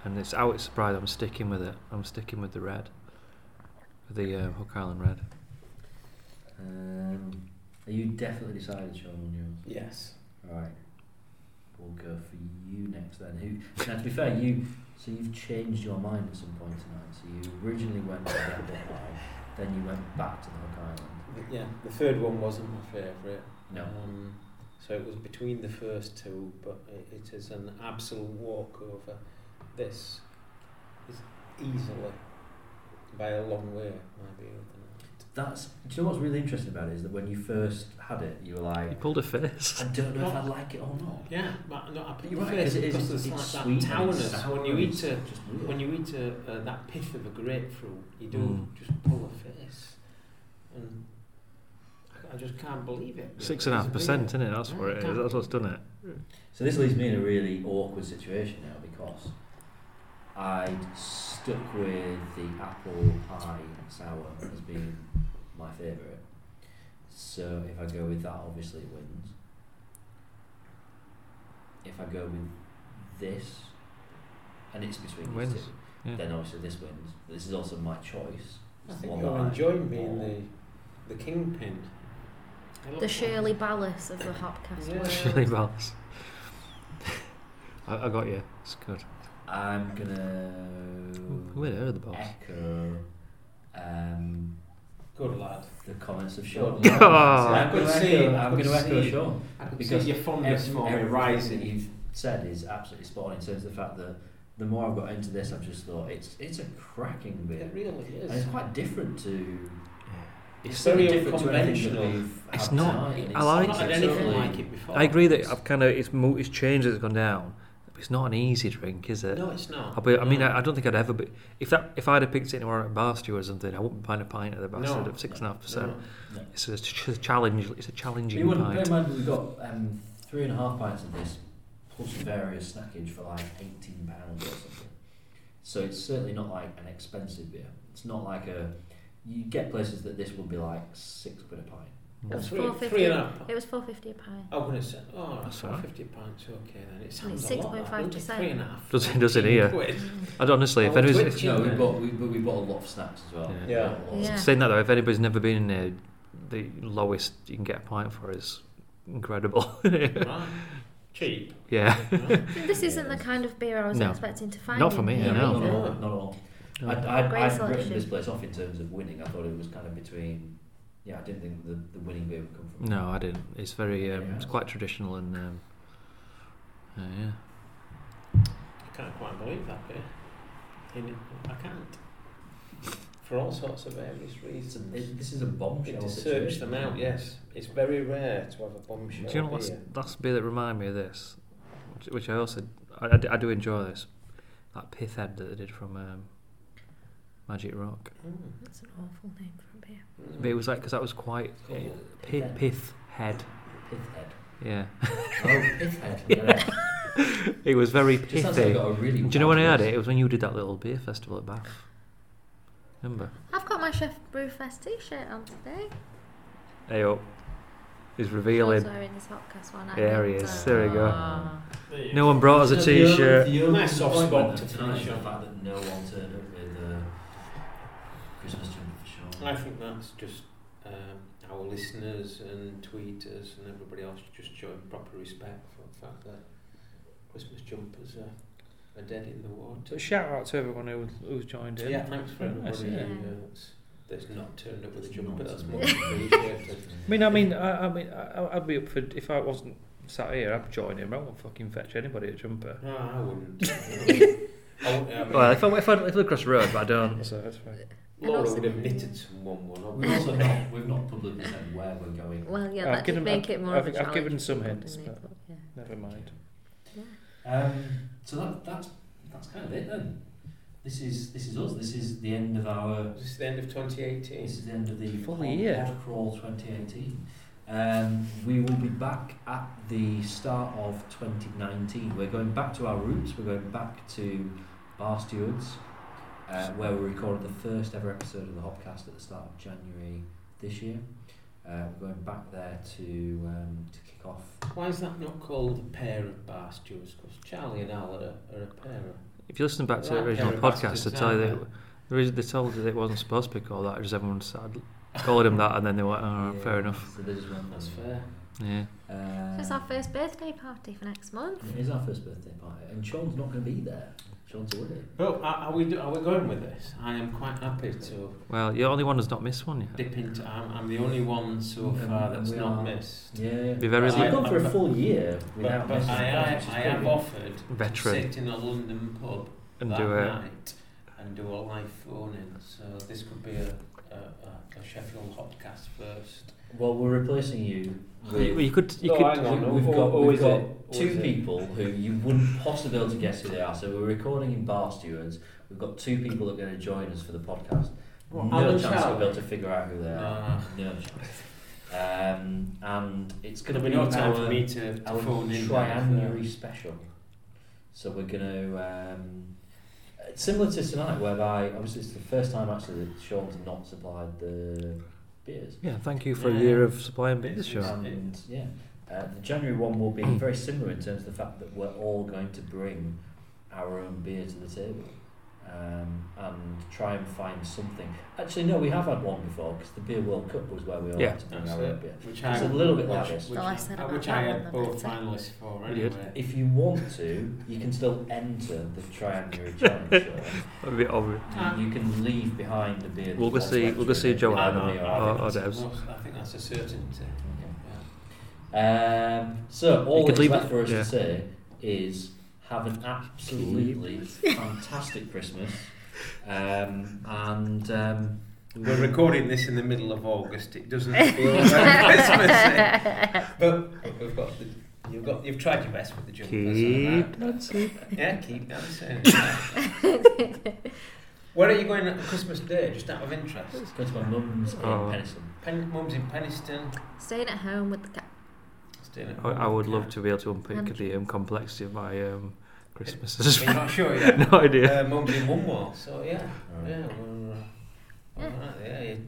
S2: and it's how it's surprised. I'm sticking with it. I'm sticking with the red, the uh, Hook Island red.
S1: Um, are you definitely decided, Sean, on yours?
S4: Yes.
S1: Right. We'll go for you next then. Who now to be fair, you so you've changed your mind at some point tonight. So you originally went to the apple pie, then you went back to the Hook Island.
S4: The- yeah, the third one wasn't my favourite.
S1: No.
S4: Um, so it was between the first two, but i it is an absolute walkover. This is easily, by a long way, my beer of the night.
S1: That's do you know what's really interesting about it is that when you first had it you were
S2: You
S1: like
S2: pulled a face.
S1: I don't know if I
S4: Well,
S1: like it or not.
S4: Yeah, but no, I put
S1: You're
S4: your
S1: right,
S4: face
S1: 'cause it is-
S4: because
S1: it's- it's
S4: it's, like
S1: sweet
S4: that
S1: and it's
S4: towness.
S1: sour
S4: When you
S1: and
S4: eat
S1: it's
S4: a,
S1: just weird.
S4: when you eat a, uh, that pith of a grapefruit, you do
S2: Mm.
S4: just pull a face, and I, I just can't believe it. really.
S2: Six and a half
S4: It's a beer.
S2: percent, isn't it? That's what it is. That's what's done it.
S1: So this leaves me in a really awkward situation now because I stuck with the apple pie sour as being my favourite. So if I go with that, obviously it wins. If I go with this, and it's between these
S2: Wins,
S1: two,
S2: yeah.
S1: then obviously this wins. This is also my choice.
S4: I
S1: It's the
S4: think
S1: one
S4: you're
S1: that I
S4: enjoying being
S1: bought.
S4: the the kingpin. I
S3: The
S4: love that.
S3: Shirley Ballas of the Hopcast
S4: Yeah.
S2: Shirley
S3: world.
S2: Valls. I, I got you. It's good.
S1: I'm gonna
S2: Who had heard of the boss?
S1: echo um,
S4: Good lad.
S1: the comments of Sean.
S4: Good lad.
S1: I'm
S4: I could
S1: gonna
S4: see
S1: echo-
S4: it, I
S1: I'm
S4: could
S1: going to echo
S4: see it.
S1: Sean.
S4: I could
S1: Because
S4: see your fondness
S1: Every,
S4: for me
S1: everything that
S4: rising.
S1: you've said is absolutely spot on in terms of the fact that the more I've got into this, I've just thought it's it's a cracking beer,
S4: It really
S1: and it's
S4: is.
S1: quite different to.
S4: It's
S1: so
S4: very
S1: different to anything that
S4: unconventional.
S1: we've
S2: It's
S1: had
S2: not-
S1: tonight, and
S2: I
S1: it's
S2: like
S4: I've not had
S1: it's
S4: anything
S1: totally-
S4: like it before.
S2: I agree that I've kind of it's mo- it's changed as it's gone down. But it's not an easy drink, is it?
S4: No, it's not.
S2: I'll be, I mean,
S4: No.
S2: I, I don't think I'd ever be. If that, if I'd have picked it anywhere at Barstow or something, I wouldn't find a pint at the Bastard
S4: No.
S2: of six and a half percent.
S4: No.
S1: No.
S2: It's a, ch- a challenge. It's a
S1: We
S2: challenging
S1: wouldn't bear
S2: pint.
S1: in mind we've got um, three and a half pints of this plus various snackage for like eighteen pounds or something. So it's certainly not like an expensive beer. It's not like a you get places that this would be like six quid a pint.
S2: Mm.
S4: Well,
S3: It's
S4: three,
S3: four
S4: three
S3: fifty.
S4: and a half.
S3: It was four fifty a pie.
S4: I'm going to say, oh,
S2: That's
S4: that's
S2: all right.
S4: 50 pints, okay then. It sounds a lot.
S3: 6.5%.
S4: that, Three and a half.
S2: Does it- does it here?
S4: Quid.
S2: I'd honestly, if
S4: I would
S2: anybody's if,
S4: quit.
S1: No, we
S4: Yeah.
S1: bought we, but we bought a lot of snacks as well.
S2: Yeah.
S1: We bought a lot of
S3: Yeah.
S2: saying that though, if anybody's never been in there, the lowest you can get a pint for is incredible.
S4: Right. Cheap.
S2: yeah.
S4: Right.
S3: This isn't the kind of beer I was
S2: No.
S3: expecting to find.
S2: Not for
S3: in
S2: me,
S3: here,
S2: I
S1: not,
S2: know.
S1: at
S3: either.
S1: all, not at all. I'd, I'd,
S3: Great
S1: I'd written
S3: selection.
S1: this place off in terms of winning. I thought it was kind of between. Yeah, I didn't think the, the winning beer would come from.
S2: No, I didn't. It's very, um,
S1: Yeah.
S2: it's quite traditional and um, uh, yeah.
S4: I can't quite believe that bit. In, I can't. For all sorts of various
S1: It's a,
S4: reasons.
S1: it, this is a
S4: You
S1: bombshell.
S4: need to search
S1: situation.
S4: them out, yes. It's very rare to have a bombshell.
S2: Do you know what last,
S4: beer.
S2: last beer that reminded me of this, which, which I also I, I d- I do enjoy this, that pith head that they did from um, Magic Rock.
S4: Mm.
S3: That's an awful name for a beer.
S4: Mm.
S2: But it was like because that was quite uh,
S1: Cool.
S2: pith, pith head.
S1: Pithhead.
S2: Yeah,
S1: Oh, Pithhead. Yeah.
S2: it was very
S1: Just sounds like
S2: pithy.
S1: I've got a really
S2: Do you know when I
S1: bad
S2: had
S1: voice.
S2: it? It was when you did that little beer festival at Bath. Remember?
S3: I've got my Chef Brewfest T-shirt on today.
S2: Hey up, he's
S3: Feeling.
S2: revealing.
S3: Also in this Hopcast one. I
S2: There he
S3: had,
S2: is.
S3: uh,
S2: There we go.
S1: Ah.
S4: There you
S2: No one brought us a
S1: So the only-
S2: T-shirt.
S1: The only
S4: Nice soft
S1: disappointment
S4: spot to
S1: of tonight is
S4: finish
S1: the
S4: on.
S1: fact that no one turned up with uh, Christmas jumper for
S4: go.
S1: sure.
S4: I think that's just um, our listeners and tweeters and everybody else just showing proper respect for the fact that Christmas jumpers are, are dead in the water.
S18: So shout out to everyone who who's joined in.
S4: Yeah, thanks for
S18: Nice,
S4: everybody.
S18: yeah.
S4: who, uh, s- that's not turned up with a jumper. That's more appreciated.
S19: I mean, I mean, I, I mean, I, I'd be up for if I wasn't sat here. I'd join him. I won't fucking fetch anybody a jumper.
S4: No, I wouldn't. I wouldn't, I mean-
S19: well, if I if I if I live across the road, but I don't. So that's fine.
S4: Laura would have knitted someone one.
S1: We've also
S4: obviously.
S1: not, we've not publicly said where we're going.
S3: Well, yeah,
S19: I've
S3: that could
S19: given-
S3: make
S19: I've-
S3: it more
S19: I've,
S3: of a
S19: I've
S3: challenge.
S19: given some
S3: for them,
S19: hints,
S3: wouldn't
S19: but
S3: it? yeah.
S19: never mind.
S1: Um, so that, that's that's kind of it then. This is this is us. This is the end of our.
S4: This is the end of 2018.
S1: This is the end of the
S19: Full
S1: pod,
S19: year.
S1: pod crawl 2018. Um, we will be back at the start of 2019. We're going back to our roots. We're going back to Bar Stewards, uh, where we recorded the first ever episode of the Hopcast at the start of January this year. Uh, we're going back there to um, to kick off
S4: Why is that not called a pair of bar stewards? Because Charlie and Al are a, are a pair of.
S2: If you listen back to the
S4: Right,
S2: original
S4: Gary
S2: podcast, they
S4: Bastards,
S2: tell you
S4: aren't
S2: that the reason they told you that it wasn't supposed to be called that because everyone said, called him that, and then they went, "Oh,
S1: Yeah,
S2: fair enough."
S1: So they just went,
S4: That's fair.
S2: Yeah.
S1: Uh,
S3: So it's our first birthday party for next month.
S1: It is our first birthday party, and Sean's not going to be there. Sean's away.
S4: But are, are we do, are we going with this? I am quite happy to
S2: Well, you're the only one who's not missed one yet.
S4: dip into. I'm, I'm the only one so far that's
S1: Mm, we
S4: not
S1: are-
S4: missed.
S1: Yeah.
S2: Be very
S1: so we've
S4: li-
S1: gone for a
S4: but-
S1: full year
S4: But,
S1: without
S4: but
S1: missing
S4: I,
S1: a
S4: I,
S1: podcast, which is
S4: I am
S1: brilliant.
S4: offered to
S2: Veteran
S4: sit in a London pub
S2: and
S4: that
S2: do it.
S4: night and do a live phone in. So this could be a, a, a, a Sheffield Hopcast first.
S1: Well, we're replacing you.
S2: You,
S1: With,
S2: you could, you
S4: No,
S2: could.
S4: hang on,
S1: we've
S4: who-
S1: got,
S4: who
S1: we've
S4: is
S1: got
S4: it? Who
S1: two
S4: is it?
S1: people who you wouldn't possibly be able to guess who they are. So we're recording in Bar Stewards. We've got two people that are going to join us for the podcast.
S4: What,
S1: no
S4: Alan
S1: chance we'll be able
S4: Charlie?
S1: to figure out who they are.
S4: No,
S1: No chance. Um, and it's going
S4: There'll
S1: to be
S4: be no time
S1: our-
S4: for me to, to
S1: our
S4: phone in.
S1: triannuary special. So we're going to, um, it's similar to tonight, whereby obviously it's the first time actually that Sean's not supplied the beers.
S2: Yeah, thank you for a year of supplying beers,
S4: Sure.
S2: Sean.
S1: And yeah, uh, the January one will be very similar in terms of the fact that we're all going to bring our own beer to the table um, and try and find something. Actually, no, we have had one before because the Beer World Cup was where we all
S2: Yeah.
S1: had to bring
S4: That's
S1: our own
S4: it.
S1: beer.
S4: Which
S1: It's
S4: I,
S1: a little bit
S4: which,
S1: like this.
S4: Which,
S3: Well, I said
S4: uh,
S3: about
S4: which
S3: that
S4: I
S3: one,
S4: had both
S3: that's it.
S4: finalists for
S2: You did.
S4: anyway.
S1: If you want to, you can still enter the Triangular Challenge. Show.
S2: A bit obvious.
S1: You, you can leave behind the beer.
S2: We'll go
S1: that's
S2: see-
S1: left
S2: we'll go
S1: with
S2: see
S1: it.
S2: Joanna Uh,
S1: Either me Adam.
S2: or- or
S4: I
S2: Devs.
S4: think that's a- I think that's a certainty.
S1: Okay.
S4: Yeah.
S1: Um, so
S2: You
S1: all
S2: could
S1: that's
S2: leave
S1: left
S2: it-
S1: for us
S2: yeah.
S1: to say is have an absolutely fantastic Christmas, um, and um,
S4: We're recording this in the middle of August. It doesn't feel very Christmassy. But we've got the, you've got you've tried your best with the jumpers. and
S2: Keep
S4: that. Yeah, keep dancing. Where are you going on Christmas Day? Just out of interest.
S1: Go to my mum's in
S2: Oh.
S1: Penison.
S4: Pen, mum's in Penistone.
S3: Staying at home with the cat.
S4: Staying at
S2: I, I would
S4: home.
S2: love to be able to unpick
S3: And-
S2: the um, complexity of my um, Christmases.
S4: But You're not sure yet.
S2: no idea.
S4: Uh, mum's in Mumwall, so yeah,
S1: Alright.
S4: yeah, we're, uh,
S3: Yeah.
S4: alright, yeah. you-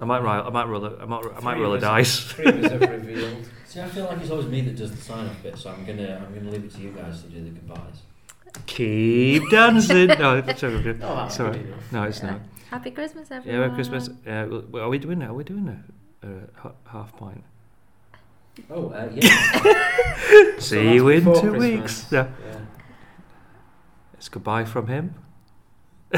S2: I might roll. I might roll. A, I might. I might
S4: three
S2: roll a
S4: of us-
S2: dice.
S4: Three of us have revealed.
S1: See, I feel like it's always me that does the sign off bit, so I'm gonna I'm gonna leave it to you guys to do the goodbyes.
S2: Keep dancing. No, it's okay.
S19: Oh,
S4: No, that's
S2: Sorry.
S4: good enough.
S2: No, it's not.
S3: Happy Christmas,
S2: Yeah,
S3: everyone.
S2: Merry Christmas. Uh, well, are we doing that? Are we doing a, a ha- half pint?
S1: Oh uh, yeah,
S2: See
S4: So that's
S2: you in
S4: before
S2: two
S4: Christmas.
S2: weeks. Yeah.
S4: Yeah.
S2: It's goodbye from him.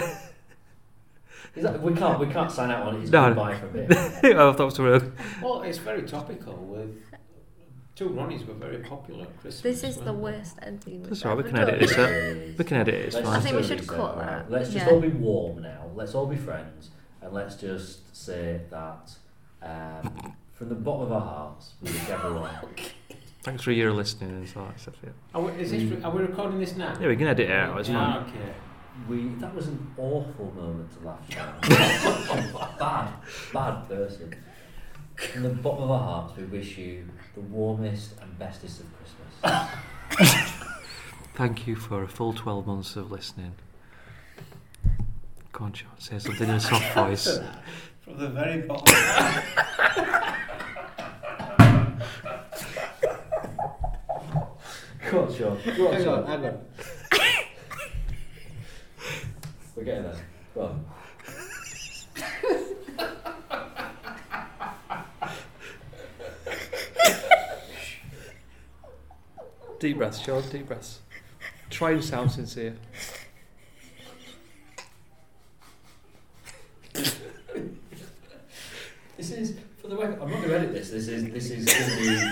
S1: Is that, we can't we can't sign out on his
S2: No.
S1: goodbye from here.
S2: I thought it was
S4: Well, it's very topical. With two Ronnies were very popular at Christmas.
S3: This is the
S4: weren't they?
S3: worst ending we've
S2: That's all right, we
S3: ever
S2: can edit
S3: done.
S2: this out. We can edit it. It's
S1: Let's
S3: I
S2: fine.
S1: just
S3: think we
S1: do
S3: should
S1: this
S3: cut
S1: right?
S3: that,
S1: Let's just
S3: yeah.
S1: all be warm now. Let's all be friends, and let's just say that um, from the bottom of our hearts, we wish everyone.
S2: Thanks for your listening and so on. stuff, yeah.
S4: Are we, is this, are we recording this now?
S2: Mm. Yeah, we can edit it out. It's fine.
S4: Ah, okay.
S1: We that was an awful moment to laugh at. bad, bad person. From the bottom of our hearts, we wish you the warmest and bestest of Christmas.
S2: Thank you for a full 12 months of listening. Go on, Sean, say something in a soft voice.
S4: From the very bottom.
S1: Go on, Sean. Go on,
S4: hang
S1: Sean.
S4: on, hang on.
S1: We're getting there. Go on.
S19: Deep breaths, Sean. Deep breaths. Try and sound sincere.
S1: This is, for the record, I'm not going to edit this. This is this is going to be this is,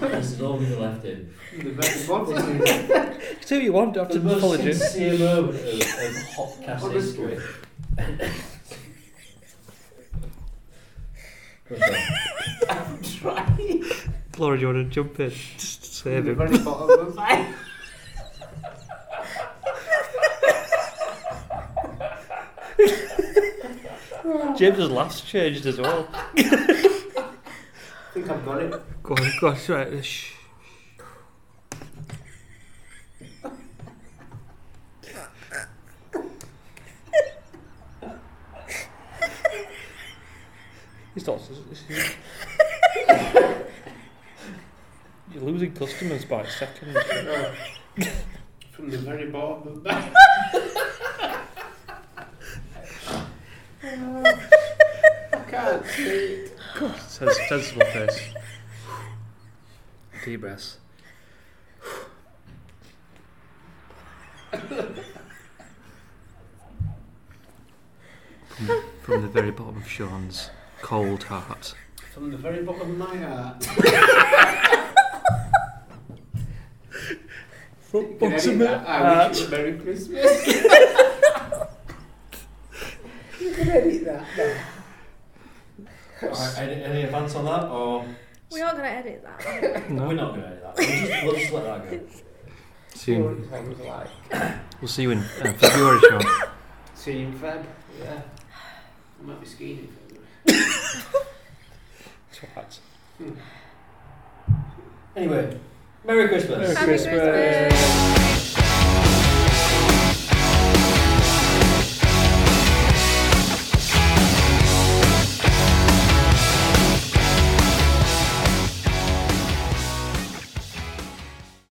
S1: this is all going to be left in. This is
S20: Do you want after
S1: the
S20: the
S1: most
S20: apology?
S1: sincere moment of, of Hopcast history. I'm trying.
S2: Laura, do you want to jump in? Just save him.
S21: James's laughs changed as well.
S4: I think I've got it.
S2: Go on, go on, right. Shh.
S21: He's not. You're losing customers by seconds.
S4: Uh, From the very bottom of that. I can't see.
S21: Says sensible face. Deep breaths.
S2: From, from the very bottom of Sean's cold heart.
S4: From the very bottom of my heart.
S21: From
S4: Can I
S21: bottom
S4: do
S21: of
S4: that? I wish you
S21: heart.
S4: a Merry Christmas. you can edit that. No.
S1: Alright, any, any advance on that or
S3: We aren't going to edit that.
S1: we're not going to edit that. We'll just, we'll just let that go.
S2: See you,
S4: What it was like.
S2: we'll see you in uh, February, Sean.
S4: See you in Feb. Yeah. I might be skiing in February.
S21: Twat.
S1: Anyway, Merry Christmas.
S3: Happy Christmas.